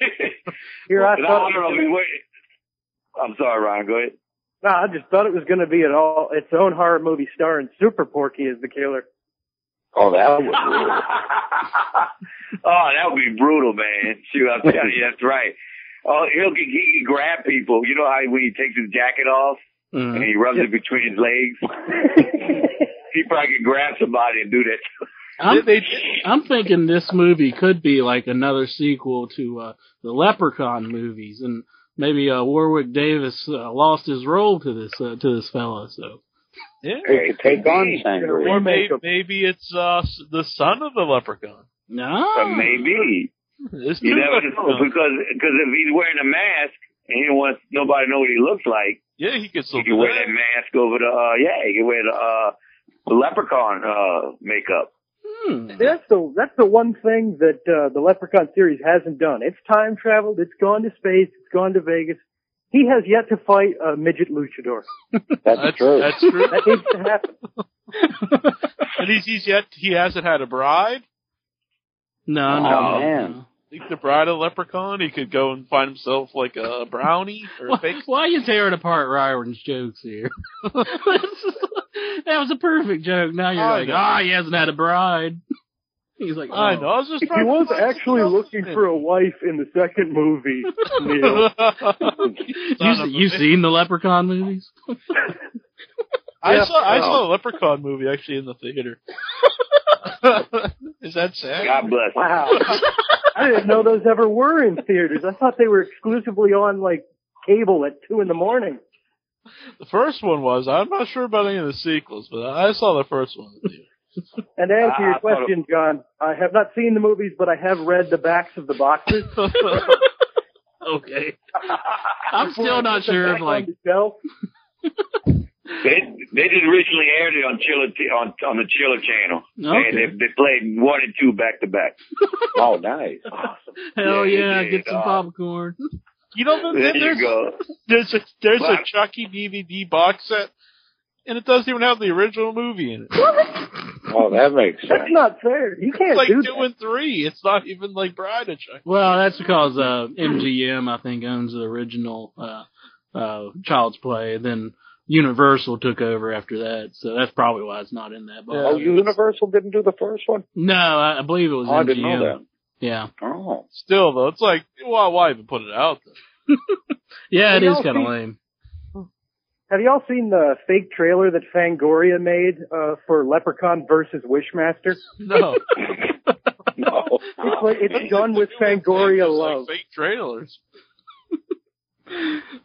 Speaker 9: here I
Speaker 5: And I
Speaker 9: thought.
Speaker 5: don't know if he wa- I'm sorry, Ron. Go ahead.
Speaker 9: No, I just thought it was going to be an all its own horror movie starring Super Porky as the killer.
Speaker 4: Oh, that would rule.
Speaker 5: oh, that would be brutal, man. Shoot, I'm telling you, that's right. Oh, he'll he, he can grab people. You know how when he takes his jacket off and
Speaker 3: Mhm.
Speaker 5: he rubs it between his legs. he probably could grab somebody and do that.
Speaker 3: I'm, I'm thinking this movie could be like another sequel to uh, the Leprechaun movies, and maybe uh, Warwick Davis uh, lost his role to this uh, to this fella. So
Speaker 2: Yeah.
Speaker 4: It could take on sangria.
Speaker 2: Or maybe,
Speaker 9: Remake of-
Speaker 2: maybe it's uh, s- the son of the leprechaun.
Speaker 5: But
Speaker 3: no,
Speaker 5: Uh, maybe
Speaker 2: It's
Speaker 5: you
Speaker 2: new
Speaker 5: never know
Speaker 2: leprechaun.
Speaker 5: because because if he's wearing a mask and he don't want nobody to know what he looks like,
Speaker 2: Yeah, he could still
Speaker 5: he
Speaker 2: do
Speaker 5: can wear
Speaker 2: that.
Speaker 5: that mask over the uh, yeah, he can wear the uh, leprechaun uh, makeup.
Speaker 3: Hmm.
Speaker 9: That's the that's the one thing that uh, the Leprechaun series hasn't done. It's time traveled. It's gone to space. It's gone to Vegas. He has yet to fight a midget luchador.
Speaker 4: That's, true.
Speaker 2: That's true.
Speaker 9: That needs to happen.
Speaker 2: and he's, he's yet he hasn't had a bride.
Speaker 3: No,
Speaker 4: oh,
Speaker 3: no.
Speaker 4: man.
Speaker 2: Like the bride of leprechaun, he could go and find himself like a brownie or a
Speaker 3: Why,
Speaker 2: fake.
Speaker 3: why are you tearing apart Ryron's jokes here? that was a perfect joke. Now you're
Speaker 2: I
Speaker 3: like,
Speaker 2: know.
Speaker 3: ah, he hasn't had a bride. He's like,
Speaker 2: I
Speaker 3: oh.
Speaker 2: know. I was just.
Speaker 9: He was actually looking for a wife in the second movie. Neil.
Speaker 3: You, you seen the Leprechaun movies?
Speaker 2: I saw I saw a leprechaun movie actually in the theater. Is that sad?
Speaker 5: God bless.
Speaker 9: Wow. I didn't know those ever were in theaters. I thought they were exclusively on like cable at two in the morning.
Speaker 2: The first one was. I'm not sure about any of the sequels, but I saw the first one. in the theater.
Speaker 9: And to answer
Speaker 5: Ah, I
Speaker 9: your
Speaker 5: thought it-
Speaker 9: question, John, I have not seen the movies, but I have read the backs of the boxes.
Speaker 3: Okay. I'm still not sure if like
Speaker 9: On the shelf.
Speaker 5: They they just recently aired it on Chiller t- on on the Chiller channel, and
Speaker 3: Okay.
Speaker 5: they, they played one and two back to back.
Speaker 4: Oh, nice.
Speaker 3: hell
Speaker 5: Yeah,
Speaker 3: yeah,
Speaker 5: yeah,
Speaker 3: get some
Speaker 5: dog.
Speaker 3: popcorn.
Speaker 2: You know, there-
Speaker 5: There
Speaker 2: there's
Speaker 5: you go.
Speaker 2: there's a there's
Speaker 5: Wow.
Speaker 2: a Chucky DVD box set, and it doesn't even have the original movie in it.
Speaker 4: Oh, that makes sense.
Speaker 9: That's not fair. You can't
Speaker 2: It's like
Speaker 9: do
Speaker 2: two
Speaker 9: that.
Speaker 2: and three. It's not even like Bride of Chucky.
Speaker 3: Well, that's because uh, MGM I think owns the original uh, uh, Child's Play, and then Universal took over after that, so that's probably why it's not in that box.
Speaker 4: Oh, Universal didn't do the first one?
Speaker 3: No, I, I believe it was
Speaker 4: Oh,
Speaker 3: MGM.
Speaker 4: I didn't know that.
Speaker 3: Yeah,
Speaker 4: Oh.
Speaker 2: Still though, it's like why why even put it out? Then?
Speaker 3: yeah, it
Speaker 9: They
Speaker 3: is
Speaker 9: all
Speaker 3: kind of
Speaker 9: think-
Speaker 3: lame.
Speaker 9: Have y'all seen the fake trailer that Fangoria made uh, for Leprechaun versus Wishmaster?
Speaker 2: No,
Speaker 4: No.
Speaker 9: It's, like, it's done with Fangoria
Speaker 2: It's
Speaker 9: love.
Speaker 2: like fake trailers.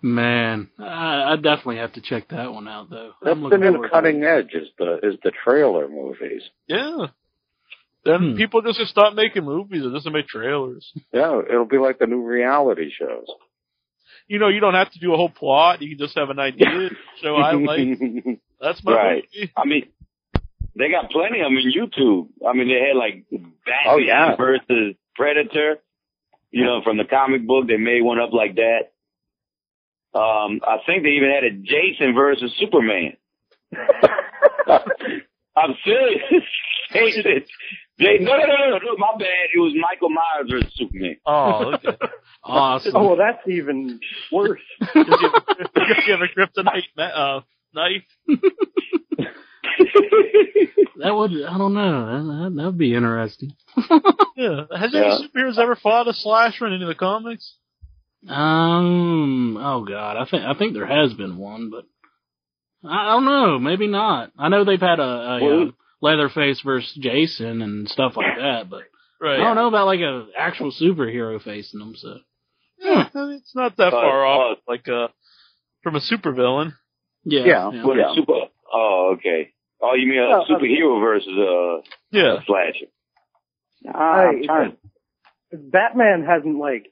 Speaker 3: Man, I, I definitely have to check that one out though.
Speaker 4: That's
Speaker 3: I'm
Speaker 4: the
Speaker 3: looking
Speaker 4: new
Speaker 3: forward to it.
Speaker 4: cutting edge is the is the trailer movies.
Speaker 2: Yeah. Then
Speaker 3: Hmm.
Speaker 2: people just gonna stop making movies and just make trailers.
Speaker 4: Yeah, it'll be like the new reality shows.
Speaker 2: You know, you don't have to do a whole plot. You can just have an idea. So I like that's my
Speaker 5: Right.
Speaker 2: movie.
Speaker 5: I mean, they got plenty of them in YouTube. I mean, they had like Batman
Speaker 4: Oh, yeah.
Speaker 5: versus Predator, you know, from the comic book. They made one up like that. Um, I think they even had a Jason versus Superman. I'm serious. Jason. Jay, no, no, no, no, no, my bad. It was Michael Myers versus Superman.
Speaker 2: Oh, okay.
Speaker 3: Awesome.
Speaker 9: Oh, well, that's even worse.
Speaker 2: Because you, because you have a kryptonite ma- uh, knife.
Speaker 3: That would I don't know. That would be interesting.
Speaker 2: Yeah. Has
Speaker 5: Yeah.
Speaker 2: any superheroes ever fought a slasher in any of the comics?
Speaker 3: Um. Oh God, I think I think there has been one, but I I don't know. Maybe not. I know they've had a, a
Speaker 5: Well-
Speaker 3: uh, Leatherface versus Jason and stuff like that, but I
Speaker 2: Right.
Speaker 3: don't know about like a actual superhero facing them. So
Speaker 2: Yeah, it's not that
Speaker 5: Uh,
Speaker 2: far
Speaker 5: uh,
Speaker 2: off, like uh, from a supervillain.
Speaker 3: yeah,
Speaker 4: Yeah,
Speaker 5: What
Speaker 4: Yeah.
Speaker 5: a super. Oh, okay. Oh, you mean a
Speaker 9: No, I-
Speaker 5: superhero versus a
Speaker 2: Yeah.
Speaker 5: slasher?
Speaker 4: Ah, I'm trying to-
Speaker 9: Batman hasn't like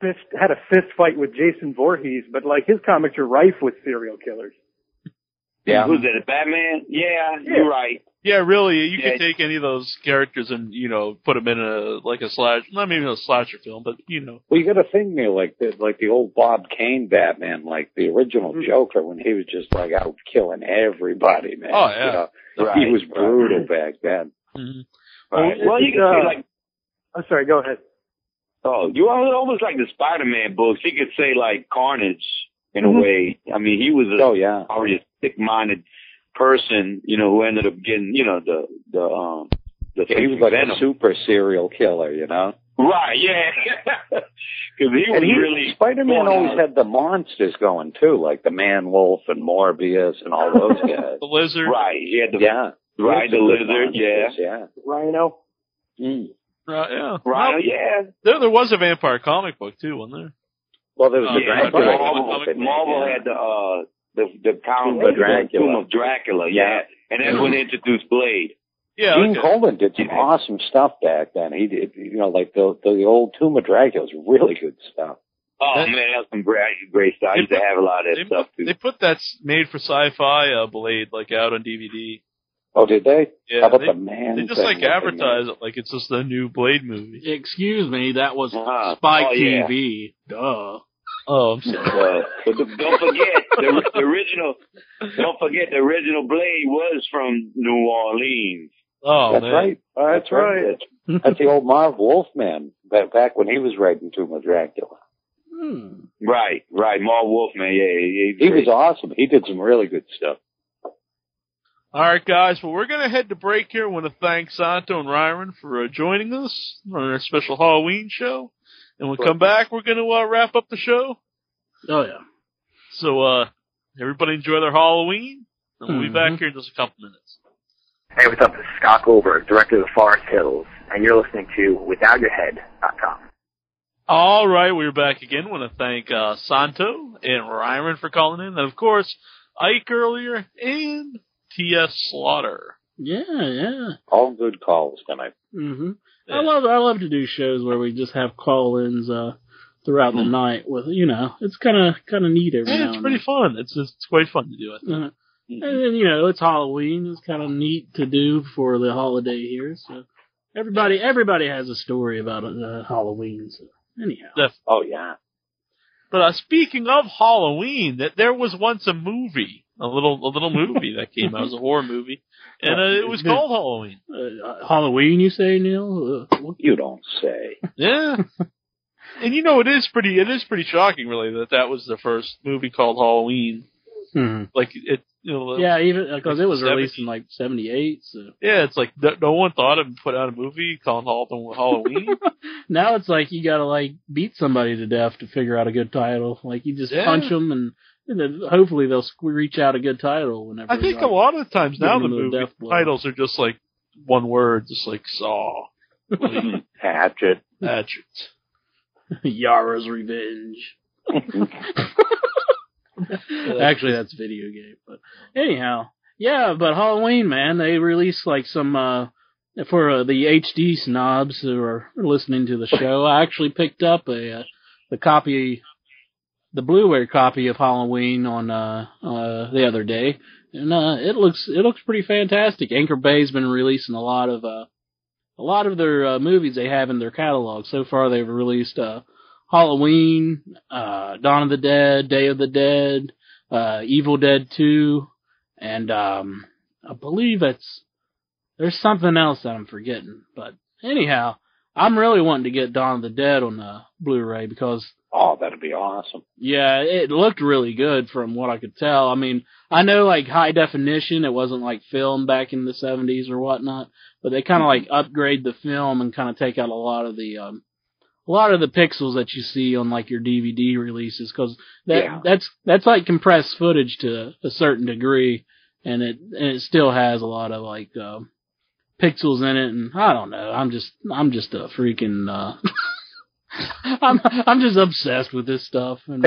Speaker 9: fist, had a fist fight with Jason Voorhees, but like his comics are rife with serial killers.
Speaker 4: yeah.
Speaker 5: Who's that? Batman? Yeah,
Speaker 9: Yeah.
Speaker 5: you're right.
Speaker 2: Yeah, really, you
Speaker 5: Yeah.
Speaker 2: could take any of those characters and you know put them in a like a slash, not maybe a slasher film, but you know,
Speaker 4: Well, you got to think, Neil, like the, like the old Bob Kane Batman, like the original
Speaker 5: Mm-hmm.
Speaker 4: Joker, when he was just like out killing everybody, man.
Speaker 2: Oh, yeah.
Speaker 4: You know,
Speaker 5: Right.
Speaker 4: he was brutal back then.
Speaker 2: Mm-hmm.
Speaker 5: Right. Well, you can
Speaker 9: Uh,
Speaker 5: see like
Speaker 9: I'm sorry, go ahead.
Speaker 5: oh, you are almost like the Spider-Man books. You could say like Carnage in a way. I mean, he was a,
Speaker 4: Oh yeah,
Speaker 5: already a sick-minded person, you know, who ended up getting, you know, the the um the
Speaker 4: he was like
Speaker 5: Venom.
Speaker 4: a super serial killer, you know.
Speaker 5: Right? Yeah, because he was
Speaker 4: And he,
Speaker 5: really
Speaker 4: Spider-Man
Speaker 5: going
Speaker 4: always
Speaker 5: out.
Speaker 4: had the monsters going too, like the Man Wolf and Morbius and all those guys.
Speaker 2: the lizard.
Speaker 5: right. He had the
Speaker 4: yeah,
Speaker 5: right the lizard. Yeah.
Speaker 4: yeah.
Speaker 9: Rhino.
Speaker 4: Mm.
Speaker 2: Right, uh, yeah.
Speaker 5: Right. oh,
Speaker 2: Well,
Speaker 5: yeah.
Speaker 2: there, there was a vampire comic book too, wasn't
Speaker 4: Well, there was
Speaker 2: Oh,
Speaker 4: the
Speaker 2: yeah,
Speaker 5: Yeah,
Speaker 4: Dracula.
Speaker 5: Marvel, Marvel had the uh the the pound
Speaker 4: Tomb of
Speaker 5: the
Speaker 4: Dracula.
Speaker 5: tomb of Dracula, yeah. And that's when they introduced Blade.
Speaker 2: there? Yeah.
Speaker 4: Gene
Speaker 2: okay.
Speaker 4: Colan did some
Speaker 5: Yeah.
Speaker 4: awesome stuff back then. He did, you know, like the the old Tomb of Dracula was really good stuff.
Speaker 5: Oh
Speaker 2: That-
Speaker 5: man, that's some great, great stuff. I used to have a lot of
Speaker 2: They
Speaker 5: that stuff too.
Speaker 2: They put that s- made for sci-fi uh, blade like out on DVD.
Speaker 4: Oh, did they?
Speaker 2: Yeah,
Speaker 4: How about
Speaker 2: they,
Speaker 4: the man?
Speaker 2: they just
Speaker 4: thing?
Speaker 2: like advertise it like it's just the new Blade movie.
Speaker 3: Excuse me, that was
Speaker 5: Uh-huh.
Speaker 3: Spike
Speaker 5: Oh, yeah.
Speaker 3: TV. Duh.
Speaker 2: Oh, I'm sorry.
Speaker 5: Uh, but the, don't forget the, the original. Don't forget the original Blade was from New Orleans.
Speaker 2: Oh
Speaker 4: That's
Speaker 2: man,
Speaker 4: right.
Speaker 9: That's right.
Speaker 4: That's, that's the old Marv Wolfman back, back when he was writing Tomb of Dracula.
Speaker 3: Hmm.
Speaker 5: Right, right. Marv Wolfman. Yeah, yeah,
Speaker 4: He was
Speaker 5: great.
Speaker 4: awesome. He did some really good stuff.
Speaker 2: All right, guys. Well, we're going to head to break here. I want to thank Santo and Ryron for uh, joining us on our special Halloween show. And when we come back, we're going to uh, wrap up the show.
Speaker 3: Oh yeah.
Speaker 2: So, uh, everybody enjoy their Halloween. And we'll be back
Speaker 3: Mhm.
Speaker 2: here in just a couple minutes.
Speaker 11: Hey, what's up? This is Scott Goldberg, director of the Forest Hills, and you're listening to WithoutYourHead.com.
Speaker 2: All right, we're back again. want to thank uh, Santo and Ryron for calling in. And, of course, Ike earlier and T.S. Slaughter.
Speaker 3: Yeah, yeah.
Speaker 4: All good calls tonight.
Speaker 3: hmm
Speaker 2: Yeah.
Speaker 3: I love I love to do shows where we just have call-ins uh, throughout the night with you know it's kind of kind of neat every
Speaker 2: Mm-hmm. Yeah,
Speaker 3: now
Speaker 2: it's
Speaker 3: and
Speaker 2: pretty Mm-hmm. fun. It's, it's quite fun to do it.
Speaker 3: then. Uh, and then you know it's Halloween. It's kind of neat to do for the holiday here. So everybody everybody has a story about uh, Halloween. So anyhow,
Speaker 4: Oh yeah.
Speaker 2: But uh, speaking of Halloween, that there was once a movie, a little a little movie that came out. It was a horror movie, and uh, it was called Halloween.
Speaker 3: uh, Halloween you say Neil? Uh, what-
Speaker 4: You don't say.
Speaker 2: Yeah. And you know it is pretty it is pretty shocking really that that was the first movie called Halloween.
Speaker 3: hmm.
Speaker 2: Like it you know,
Speaker 3: Yeah, even because it was released
Speaker 2: 70.
Speaker 3: in like '78. So
Speaker 2: yeah, it's like no, no one thought of put out a movie called Hall- Halloween.
Speaker 3: now it's like you gotta like beat somebody to death to figure out a good title. Like you just
Speaker 2: Yeah.
Speaker 3: punch 'em punch them and, and then hopefully they'll reach out a good title whenever.
Speaker 2: I think
Speaker 3: like,
Speaker 2: a lot of the times now the
Speaker 3: Giving them a
Speaker 2: movie
Speaker 3: death blow.
Speaker 2: titles are just like one word, just like Saw, Blade,
Speaker 4: Hatchet.
Speaker 2: Hatchet.
Speaker 3: Yara's Revenge. Actually, that's a video game, but anyhow, yeah. But Halloween, man, they released like some uh for uh, the HD snobs who are listening to the show. I actually picked up a uh, the copy, the Blu-ray copy of Halloween on uh, uh the other day, and uh it looks it looks pretty fantastic. Anchor Bay's been releasing a lot of uh a lot of their uh, movies they have in their catalog. So far, they've released uh, Halloween, uh, Dawn of the Dead, Day of the Dead, uh, Evil Dead 2, and um, I believe it's there's something else that I'm forgetting. But anyhow, I'm really wanting to get Dawn of the Dead on uh, Blu-ray because
Speaker 4: Oh, that'd be awesome.
Speaker 3: yeah, it looked really good from what I could tell. I mean, I know like high definition, it wasn't like film back in the 70s or whatnot, but they kind of like upgrade the film and kind of take out a lot of the, um, a lot of the pixels that you see on like your DVD releases because that,
Speaker 4: Yeah.
Speaker 3: that's, that's like compressed footage to a certain degree and it, and it still has a lot of like, um, pixels in it and I don't know. I'm just, I'm just a freaking, uh, I'm I'm just obsessed with this stuff, and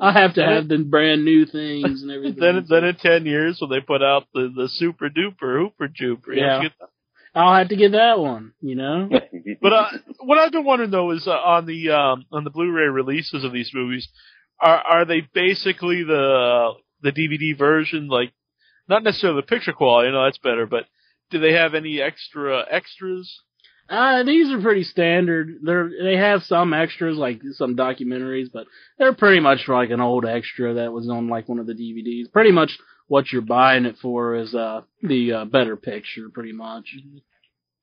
Speaker 3: I have to have the brand new things and everything.
Speaker 2: Then, then in ten years, when they put out the, the super duper hooper jooper, you have
Speaker 3: Yeah.
Speaker 2: to get
Speaker 3: I'll have to get that one, you know.
Speaker 2: But uh, what I've been wondering though is uh, on the um, on the Blu-ray releases of these movies, are are they basically the the DVD version? Like, not necessarily the picture quality. I know that's better, but do they have any extra extras?
Speaker 3: Uh, these are pretty standard. They're they have some extras like some documentaries, but they're pretty much like an old extra that was on like one of the DVDs. Pretty much what you're buying it for is uh the uh, better picture, pretty much.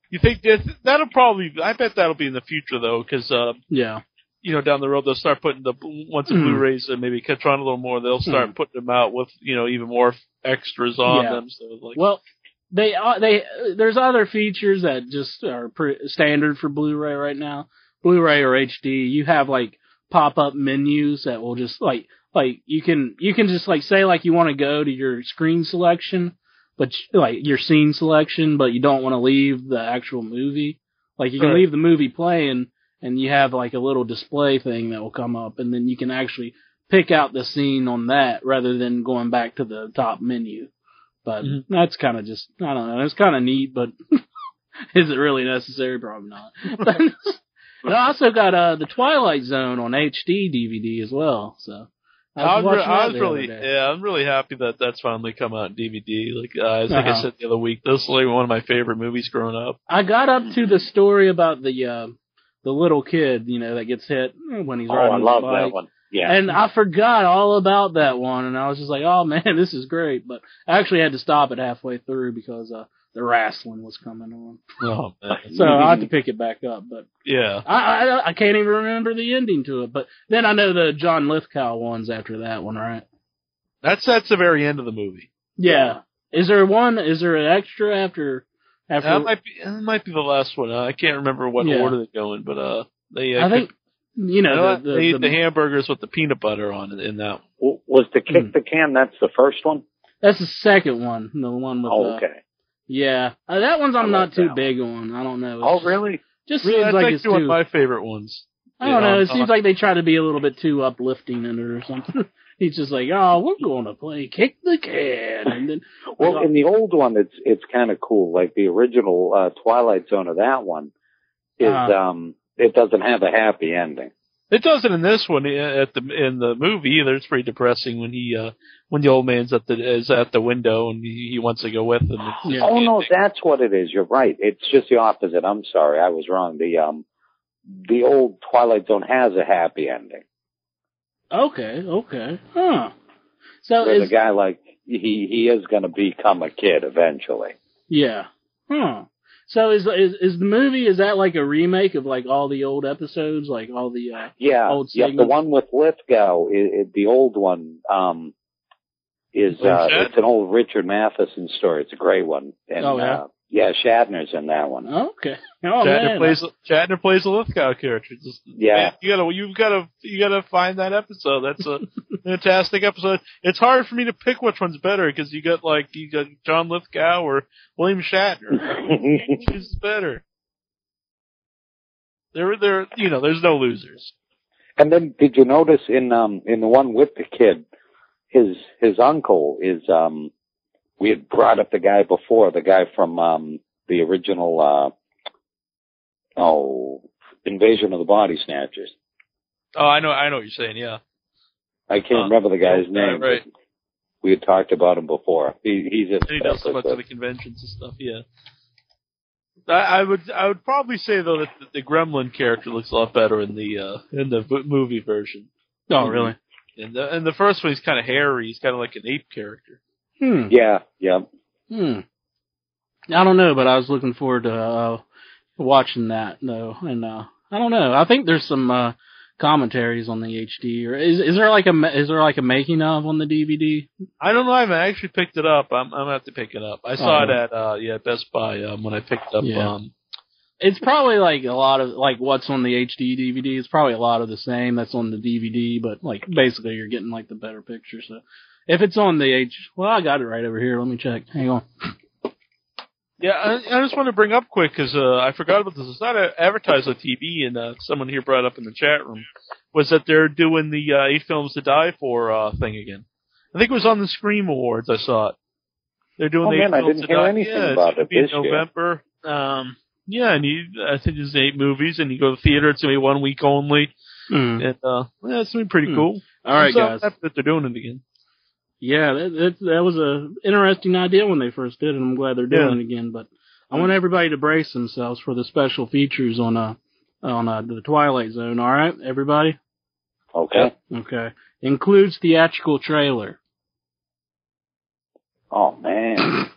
Speaker 2: You think that that'll probably? I bet that'll be in the future though, because uh,
Speaker 3: Yeah,
Speaker 2: you know down the road they'll start putting the once the
Speaker 3: Hmm.
Speaker 2: Blu-rays uh, maybe catch on a little more, they'll start
Speaker 3: Hmm.
Speaker 2: putting them out with you know even more extras on
Speaker 3: Yeah.
Speaker 2: them. So like,
Speaker 3: Well, they uh, they uh, there's other features that just are pre- standard for Blu-ray right now. Blu-ray or HD, you have like pop-up menus that will just like like you can you can just like say like you want to go to your screen selection, but you- like your scene selection, but you don't want to leave the actual movie. Like you can
Speaker 2: Right.
Speaker 3: leave the movie playing and you have like a little display thing that will come up and then you can actually pick out the scene on that rather than going back to the top menu. But
Speaker 2: Mhm.
Speaker 3: that's kind of just I don't know. It's kind of neat, but is it really necessary? Probably not. And I also got uh, the Twilight Zone on HD DVD as well. So I was,
Speaker 2: I'm re-
Speaker 3: watching
Speaker 2: I
Speaker 3: that
Speaker 2: was
Speaker 3: the
Speaker 2: really,
Speaker 3: other day.
Speaker 2: yeah, I'm really happy that that's finally come out in DVD. Like uh, I think
Speaker 3: Uh-huh.
Speaker 2: I said the other week, this was like one of my favorite movies growing up.
Speaker 3: I got up to the story about the uh, the little kid, you know, that gets hit when he's
Speaker 4: Oh,
Speaker 3: riding
Speaker 4: I
Speaker 3: his
Speaker 4: love
Speaker 3: bike.
Speaker 4: that one. Yeah.
Speaker 3: And I forgot all about that one, and I was just like, "Oh man, this is great!" But I actually had to stop it halfway through because uh, the wrestling was coming on,
Speaker 2: Oh man.
Speaker 3: so I had to pick it back up. But
Speaker 2: yeah.
Speaker 3: I, I I can't even remember the ending to it. But then I know the John Lithgow ones after that one, right?
Speaker 2: That's that's the very end of the movie.
Speaker 3: Yeah. Is there one? Is there an extra after? After
Speaker 2: that might be that might be the last one. Uh, I can't remember what
Speaker 3: Yeah.
Speaker 2: order they go in, but uh, they uh,
Speaker 3: I think you
Speaker 2: I
Speaker 3: know
Speaker 2: know
Speaker 3: the, the,
Speaker 2: they eat
Speaker 3: the-
Speaker 2: the hamburgers with the peanut butter on it in that. One.
Speaker 4: W- Was the kick the can? That's the first one.
Speaker 3: that's the second one, the one with.
Speaker 4: Oh,
Speaker 3: uh,
Speaker 4: okay.
Speaker 3: yeah, uh, that one's
Speaker 4: I
Speaker 3: I'm
Speaker 4: like
Speaker 3: not too
Speaker 4: that
Speaker 3: big on. I don't know. It's
Speaker 4: Oh,
Speaker 3: just-
Speaker 4: really?
Speaker 3: Just
Speaker 2: Really,
Speaker 3: seems
Speaker 2: that's
Speaker 3: like
Speaker 2: actually
Speaker 3: it's
Speaker 2: one of
Speaker 3: too.
Speaker 2: my favorite ones.
Speaker 3: I don't
Speaker 2: Yeah,
Speaker 3: know. It
Speaker 2: I'm-
Speaker 3: seems like they try to be a little bit too uplifting in it or something. He's just like, oh, we're going to play kick the can, and then
Speaker 4: Well, in the old one, it's it's kind of cool. Like the original uh, Twilight Zone of that one is
Speaker 3: Uh-huh.
Speaker 4: um it doesn't have a happy ending.
Speaker 2: It doesn't in this one uh, at the in the movie either. It's pretty depressing when he uh when the old man's at the is at the window and he, he wants to go with him. It's just-
Speaker 3: Yeah.
Speaker 4: Oh no, that's what it is. You're right. It's just the opposite. I'm sorry, I was wrong. The um the old Twilight Zone has a happy ending
Speaker 3: okay, okay, huh? So
Speaker 4: where the
Speaker 3: is
Speaker 4: guy like he he is going to become a kid eventually.
Speaker 3: yeah, huh? So is is is the movie? Is that like a remake of like all the old episodes, like all the uh,
Speaker 4: Yeah,
Speaker 3: Old
Speaker 4: yeah. The
Speaker 3: segment.
Speaker 4: one with Lithgow, i i the old one, um, is uh,
Speaker 2: Shatner?
Speaker 4: it's an old Richard Matheson story. It's a great one. And,
Speaker 3: Oh, yeah?
Speaker 4: Uh, yeah, Shatner's in that one.
Speaker 3: okay? Oh man,
Speaker 2: Shatner plays Shatner plays the Lithgow character. Just,
Speaker 4: Yeah.
Speaker 2: man, you gotta you've gotta you gotta find that episode. That's a fantastic episode. It's hard for me to pick which one's better because you got like you got John Lithgow or William Shatner. Which is better? There, there, you know, there's no losers.
Speaker 4: and then, did you notice in um in the one with the kid, his his uncle is um we had brought up the guy before, the guy from um the original uh oh Invasion of the Body Snatchers.
Speaker 2: Oh, I know, I know what you're saying. Yeah.
Speaker 4: I
Speaker 2: Uh,
Speaker 4: can't remember the guy's
Speaker 2: yeah,
Speaker 4: name. but
Speaker 2: right.
Speaker 4: We had talked about him before. He, he's just
Speaker 2: And he does so much of the conventions and stuff. Yeah. I, I would I would probably say though that the, the Gremlin character looks a lot better in the uh, in the v- movie version.
Speaker 3: oh really?
Speaker 2: And the and the first one he's kind of hairy. He's kind of like an ape character.
Speaker 3: Hmm.
Speaker 4: Yeah, yeah.
Speaker 3: Hmm. I don't know, but I was looking forward to uh, watching that though, and uh, I don't know. I think there's some uh, commentaries on the HD, or is is there like a ma- is there like a making of on the DVD?
Speaker 2: I don't know. I haven't actually picked it up. I'm I'm gonna have to pick it up. I saw
Speaker 3: Oh.
Speaker 2: it at uh yeah Best Buy um, when I picked up
Speaker 3: Yeah.
Speaker 2: um
Speaker 3: It's probably like a lot of like what's on the HD DVD. It's probably a lot of the same that's on the DVD, but like basically you're getting like the better picture. So if it's on the H, well, I got it right over here. Let me check. Hang on.
Speaker 2: Yeah, I, I just want to bring up quick because uh, I forgot about this. It's not a- advertised on TV, and uh, someone here brought up in the chat room was that they're doing the uh, eight films to die for uh, thing again. I think it was on the Scream Awards. I saw it. They're doing
Speaker 4: Oh,
Speaker 2: the
Speaker 4: man,
Speaker 2: eight
Speaker 4: I
Speaker 2: films
Speaker 4: didn't
Speaker 2: to
Speaker 4: hear
Speaker 2: die.
Speaker 4: anything
Speaker 2: yeah,
Speaker 4: about
Speaker 2: it's gonna
Speaker 4: it
Speaker 2: be in
Speaker 4: this year.
Speaker 2: November. Um, yeah, and you, I think there's eight movies, and you go to the theater. It's gonna be one week only,
Speaker 3: Hmm.
Speaker 2: and uh, yeah, it's gonna be pretty
Speaker 3: Hmm.
Speaker 2: cool.
Speaker 3: All right,
Speaker 2: so
Speaker 3: guys.
Speaker 2: happy that they're doing it again.
Speaker 3: Yeah, that, that that was a interesting idea when they first did it. I'm glad they're doing it again. But I want everybody to brace themselves for the special features on uh on uh, the Twilight Zone. All right, everybody.
Speaker 4: Okay.
Speaker 3: Okay, includes theatrical trailer.
Speaker 4: Oh man,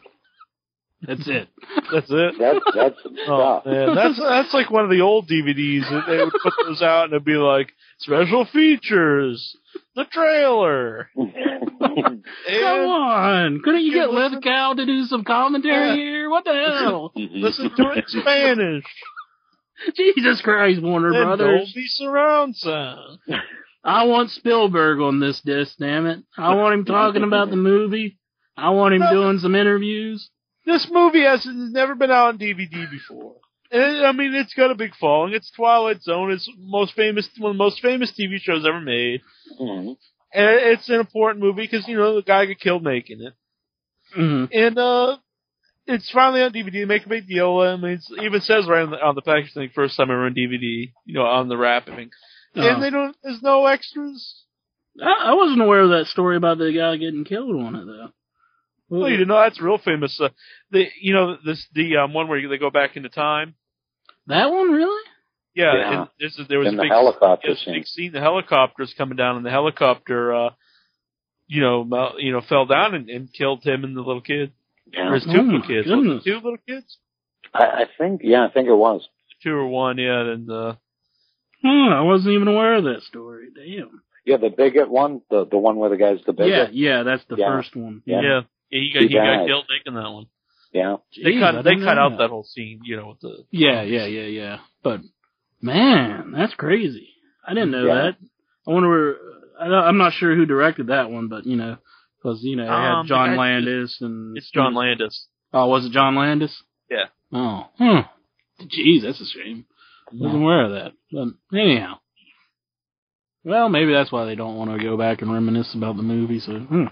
Speaker 3: That's it.
Speaker 2: That's it.
Speaker 4: that's that's some
Speaker 2: Oh,
Speaker 4: stuff.
Speaker 2: man, that's that's like one of the old DVDs. That they would put those out and it'd be like special features, the trailer.
Speaker 3: Come
Speaker 2: And
Speaker 3: on, couldn't you
Speaker 2: You
Speaker 3: get
Speaker 2: listen-
Speaker 3: Lithgow to do some commentary
Speaker 2: Yeah.
Speaker 3: here? What the hell?
Speaker 2: listen to it in Spanish.
Speaker 3: Jesus Christ, Warner
Speaker 2: And
Speaker 3: Brothers!
Speaker 2: Dolby surround sound.
Speaker 3: I want Spielberg on this disc. Damn it! I want him talking about the movie. I want him
Speaker 2: No.
Speaker 3: doing some interviews.
Speaker 2: This movie has has never been out on DVD before. And, I mean, it's got a big following. It's Twilight Zone. It's most famous, one of the most famous TV shows ever made. And Mm-hmm.
Speaker 4: Mhm.
Speaker 2: it's an important movie because you know the guy got killed making it.
Speaker 3: hmm
Speaker 2: And uh it's finally on DVD. Make a big deal. I mean, it's, it even says right on the, on the package thing, first time ever on DVD. You know, on the wrapping.
Speaker 3: Oh.
Speaker 4: Uh-huh.
Speaker 2: And they don't. There's no extras.
Speaker 3: I, I wasn't aware of that story about the guy getting killed on it though.
Speaker 2: Well, you know that's real famous. Uh, the you know this the um, one where they go back into time.
Speaker 3: That one really?
Speaker 2: Yeah,
Speaker 4: Yeah.
Speaker 2: And this is, there was
Speaker 4: In
Speaker 2: a
Speaker 4: the
Speaker 2: big
Speaker 4: helicopter
Speaker 2: yeah,
Speaker 4: scene.
Speaker 2: Big scene. The helicopters coming down, and the helicopter, uh, you know, mel- you know, fell down and, and killed him and the little kid.
Speaker 4: Yeah.
Speaker 2: There's two
Speaker 4: Oh,
Speaker 2: little
Speaker 4: my
Speaker 2: kids.
Speaker 4: goodness.
Speaker 2: Two little kids.
Speaker 4: I, I think, yeah, I think it was.
Speaker 2: Two or one. Yeah, and uh,
Speaker 3: Hmm, I wasn't even aware of that story. Damn.
Speaker 4: Yeah, the bigot one, the the one where the guy's the
Speaker 3: Yeah,
Speaker 4: bigot.
Speaker 3: yeah, that's the
Speaker 4: Yeah.
Speaker 3: first one.
Speaker 2: yeah,
Speaker 4: Yeah.
Speaker 2: yeah, he got
Speaker 4: He
Speaker 2: he, got
Speaker 4: died.
Speaker 2: killed making that one.
Speaker 4: Yeah.
Speaker 2: they
Speaker 3: Jeez, I
Speaker 2: cut they
Speaker 3: didn't
Speaker 2: cut
Speaker 3: know
Speaker 2: out
Speaker 3: that.
Speaker 2: that whole scene. You know, with the
Speaker 3: Yeah, yeah, yeah, yeah. But man, that's crazy. I didn't know
Speaker 4: Yeah.
Speaker 3: that. I wonder. Where, I don't, I'm not sure who directed that one, but you know, because you know, it had
Speaker 2: Um,
Speaker 3: John
Speaker 2: I-
Speaker 3: Landis and
Speaker 2: it's John Landis.
Speaker 3: Oh, was it John Landis?
Speaker 2: Yeah.
Speaker 3: Oh, hmm. Jeez, that's a shame. Wasn't aware of that. But anyhow, well, maybe that's why they don't want to go back and reminisce about the movie. So, hmm.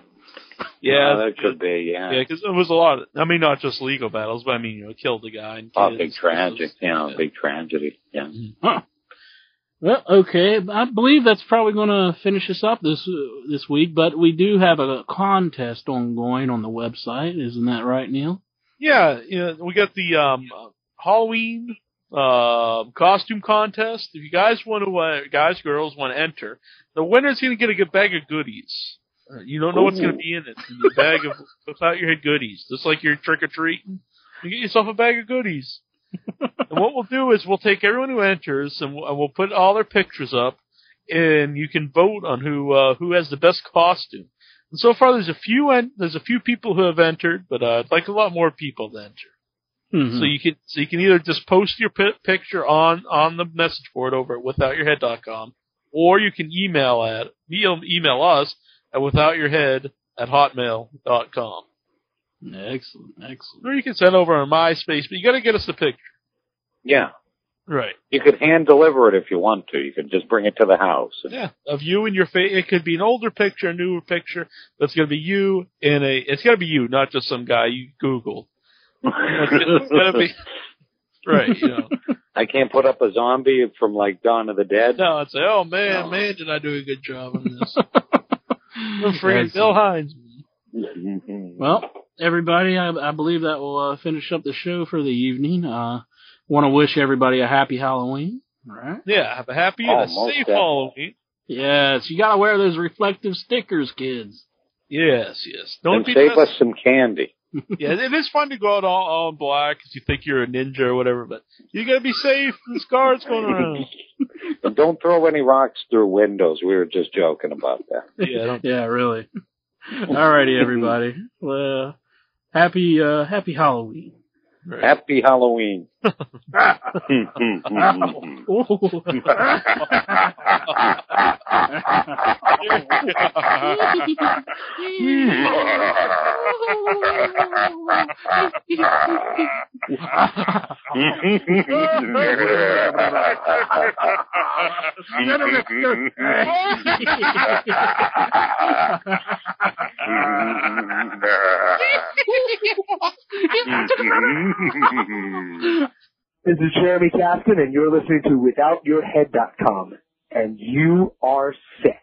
Speaker 2: Yeah,
Speaker 4: Oh, that could be. Yeah.
Speaker 2: Uh, Yeah, because it was a lot. Of, I mean, not just legal battles, but I mean, you know, killed the guy and
Speaker 4: Oh,
Speaker 2: kids.
Speaker 4: big tragic. You know, big tragedy. Yeah.
Speaker 2: Mm-hmm.
Speaker 3: Well, okay. I believe that's probably going to finish us up this uh, this week, but we do have a contest ongoing on the website, isn't that right, Neil?
Speaker 2: Yeah, you know, we got the um, Halloween uh, costume contest. If you guys want to, uh, guys, girls want to enter, the winner's going to get a good bag of goodies. Uh, You don't know what's going to be in it. It's gonna be a bag of without your head goodies, just like you're trick or treating. You get yourself a bag of goodies. and what we'll do is we'll take everyone who enters and we'll, and we'll put all their pictures up, and you can vote on who uh, who has the best costume. And so far, there's a few en- there's a few people who have entered, but uh, I'd like a lot more people to enter.
Speaker 3: Mm-hmm.
Speaker 2: So you can so you can either just post your pi picture on on the message board over at withoutyourhead.com, or you can email at email, email us at withoutyourhead at hotmail.com,
Speaker 3: Excellent, excellent.
Speaker 2: or you can send over on MySpace. But you got to get us the picture,
Speaker 4: Yeah.
Speaker 2: right?
Speaker 4: You could hand deliver it if you want to. You could just bring it to the house.
Speaker 2: Yeah, of you and your face. It could be an older picture, a newer picture, but it's gonna be you in a. It's gotta be you, not just some guy you Google. It's gotta- it's gotta be right. You know.
Speaker 4: I can't put up a zombie from like Dawn of the Dead.
Speaker 2: No, I'd say, oh man,
Speaker 4: No.
Speaker 2: man, did I do a good job on this?
Speaker 3: We're
Speaker 2: I'm free, Bill Hines.
Speaker 4: Mm-hmm.
Speaker 3: Well, everybody, I, I believe that will uh, finish up the show for the evening. Uh, want to wish everybody a happy Halloween, right?
Speaker 2: Yeah, have a happy
Speaker 4: Oh,
Speaker 2: and a
Speaker 4: most
Speaker 2: safe
Speaker 4: definitely.
Speaker 2: Halloween.
Speaker 3: Yes, you gotta wear those reflective stickers, kids.
Speaker 2: Yes, yes.
Speaker 4: and
Speaker 2: Don't be
Speaker 4: save
Speaker 2: dressed.
Speaker 4: us some candy.
Speaker 2: Yeah, it is fun to go out all, all in black because you think you're a ninja or whatever, but you gotta be safe. There's guards going around.
Speaker 4: And don't throw any rocks through windows. We were just joking about that.
Speaker 2: Yeah, don't.
Speaker 3: Yeah, really. Alrighty, everybody. Well, happy uh, happy Halloween.
Speaker 2: Right.
Speaker 4: Happy Halloween.
Speaker 3: Ooh.
Speaker 12: This is Jeremy Captain, and you're listening to WithoutYourHead.com, and you are sick.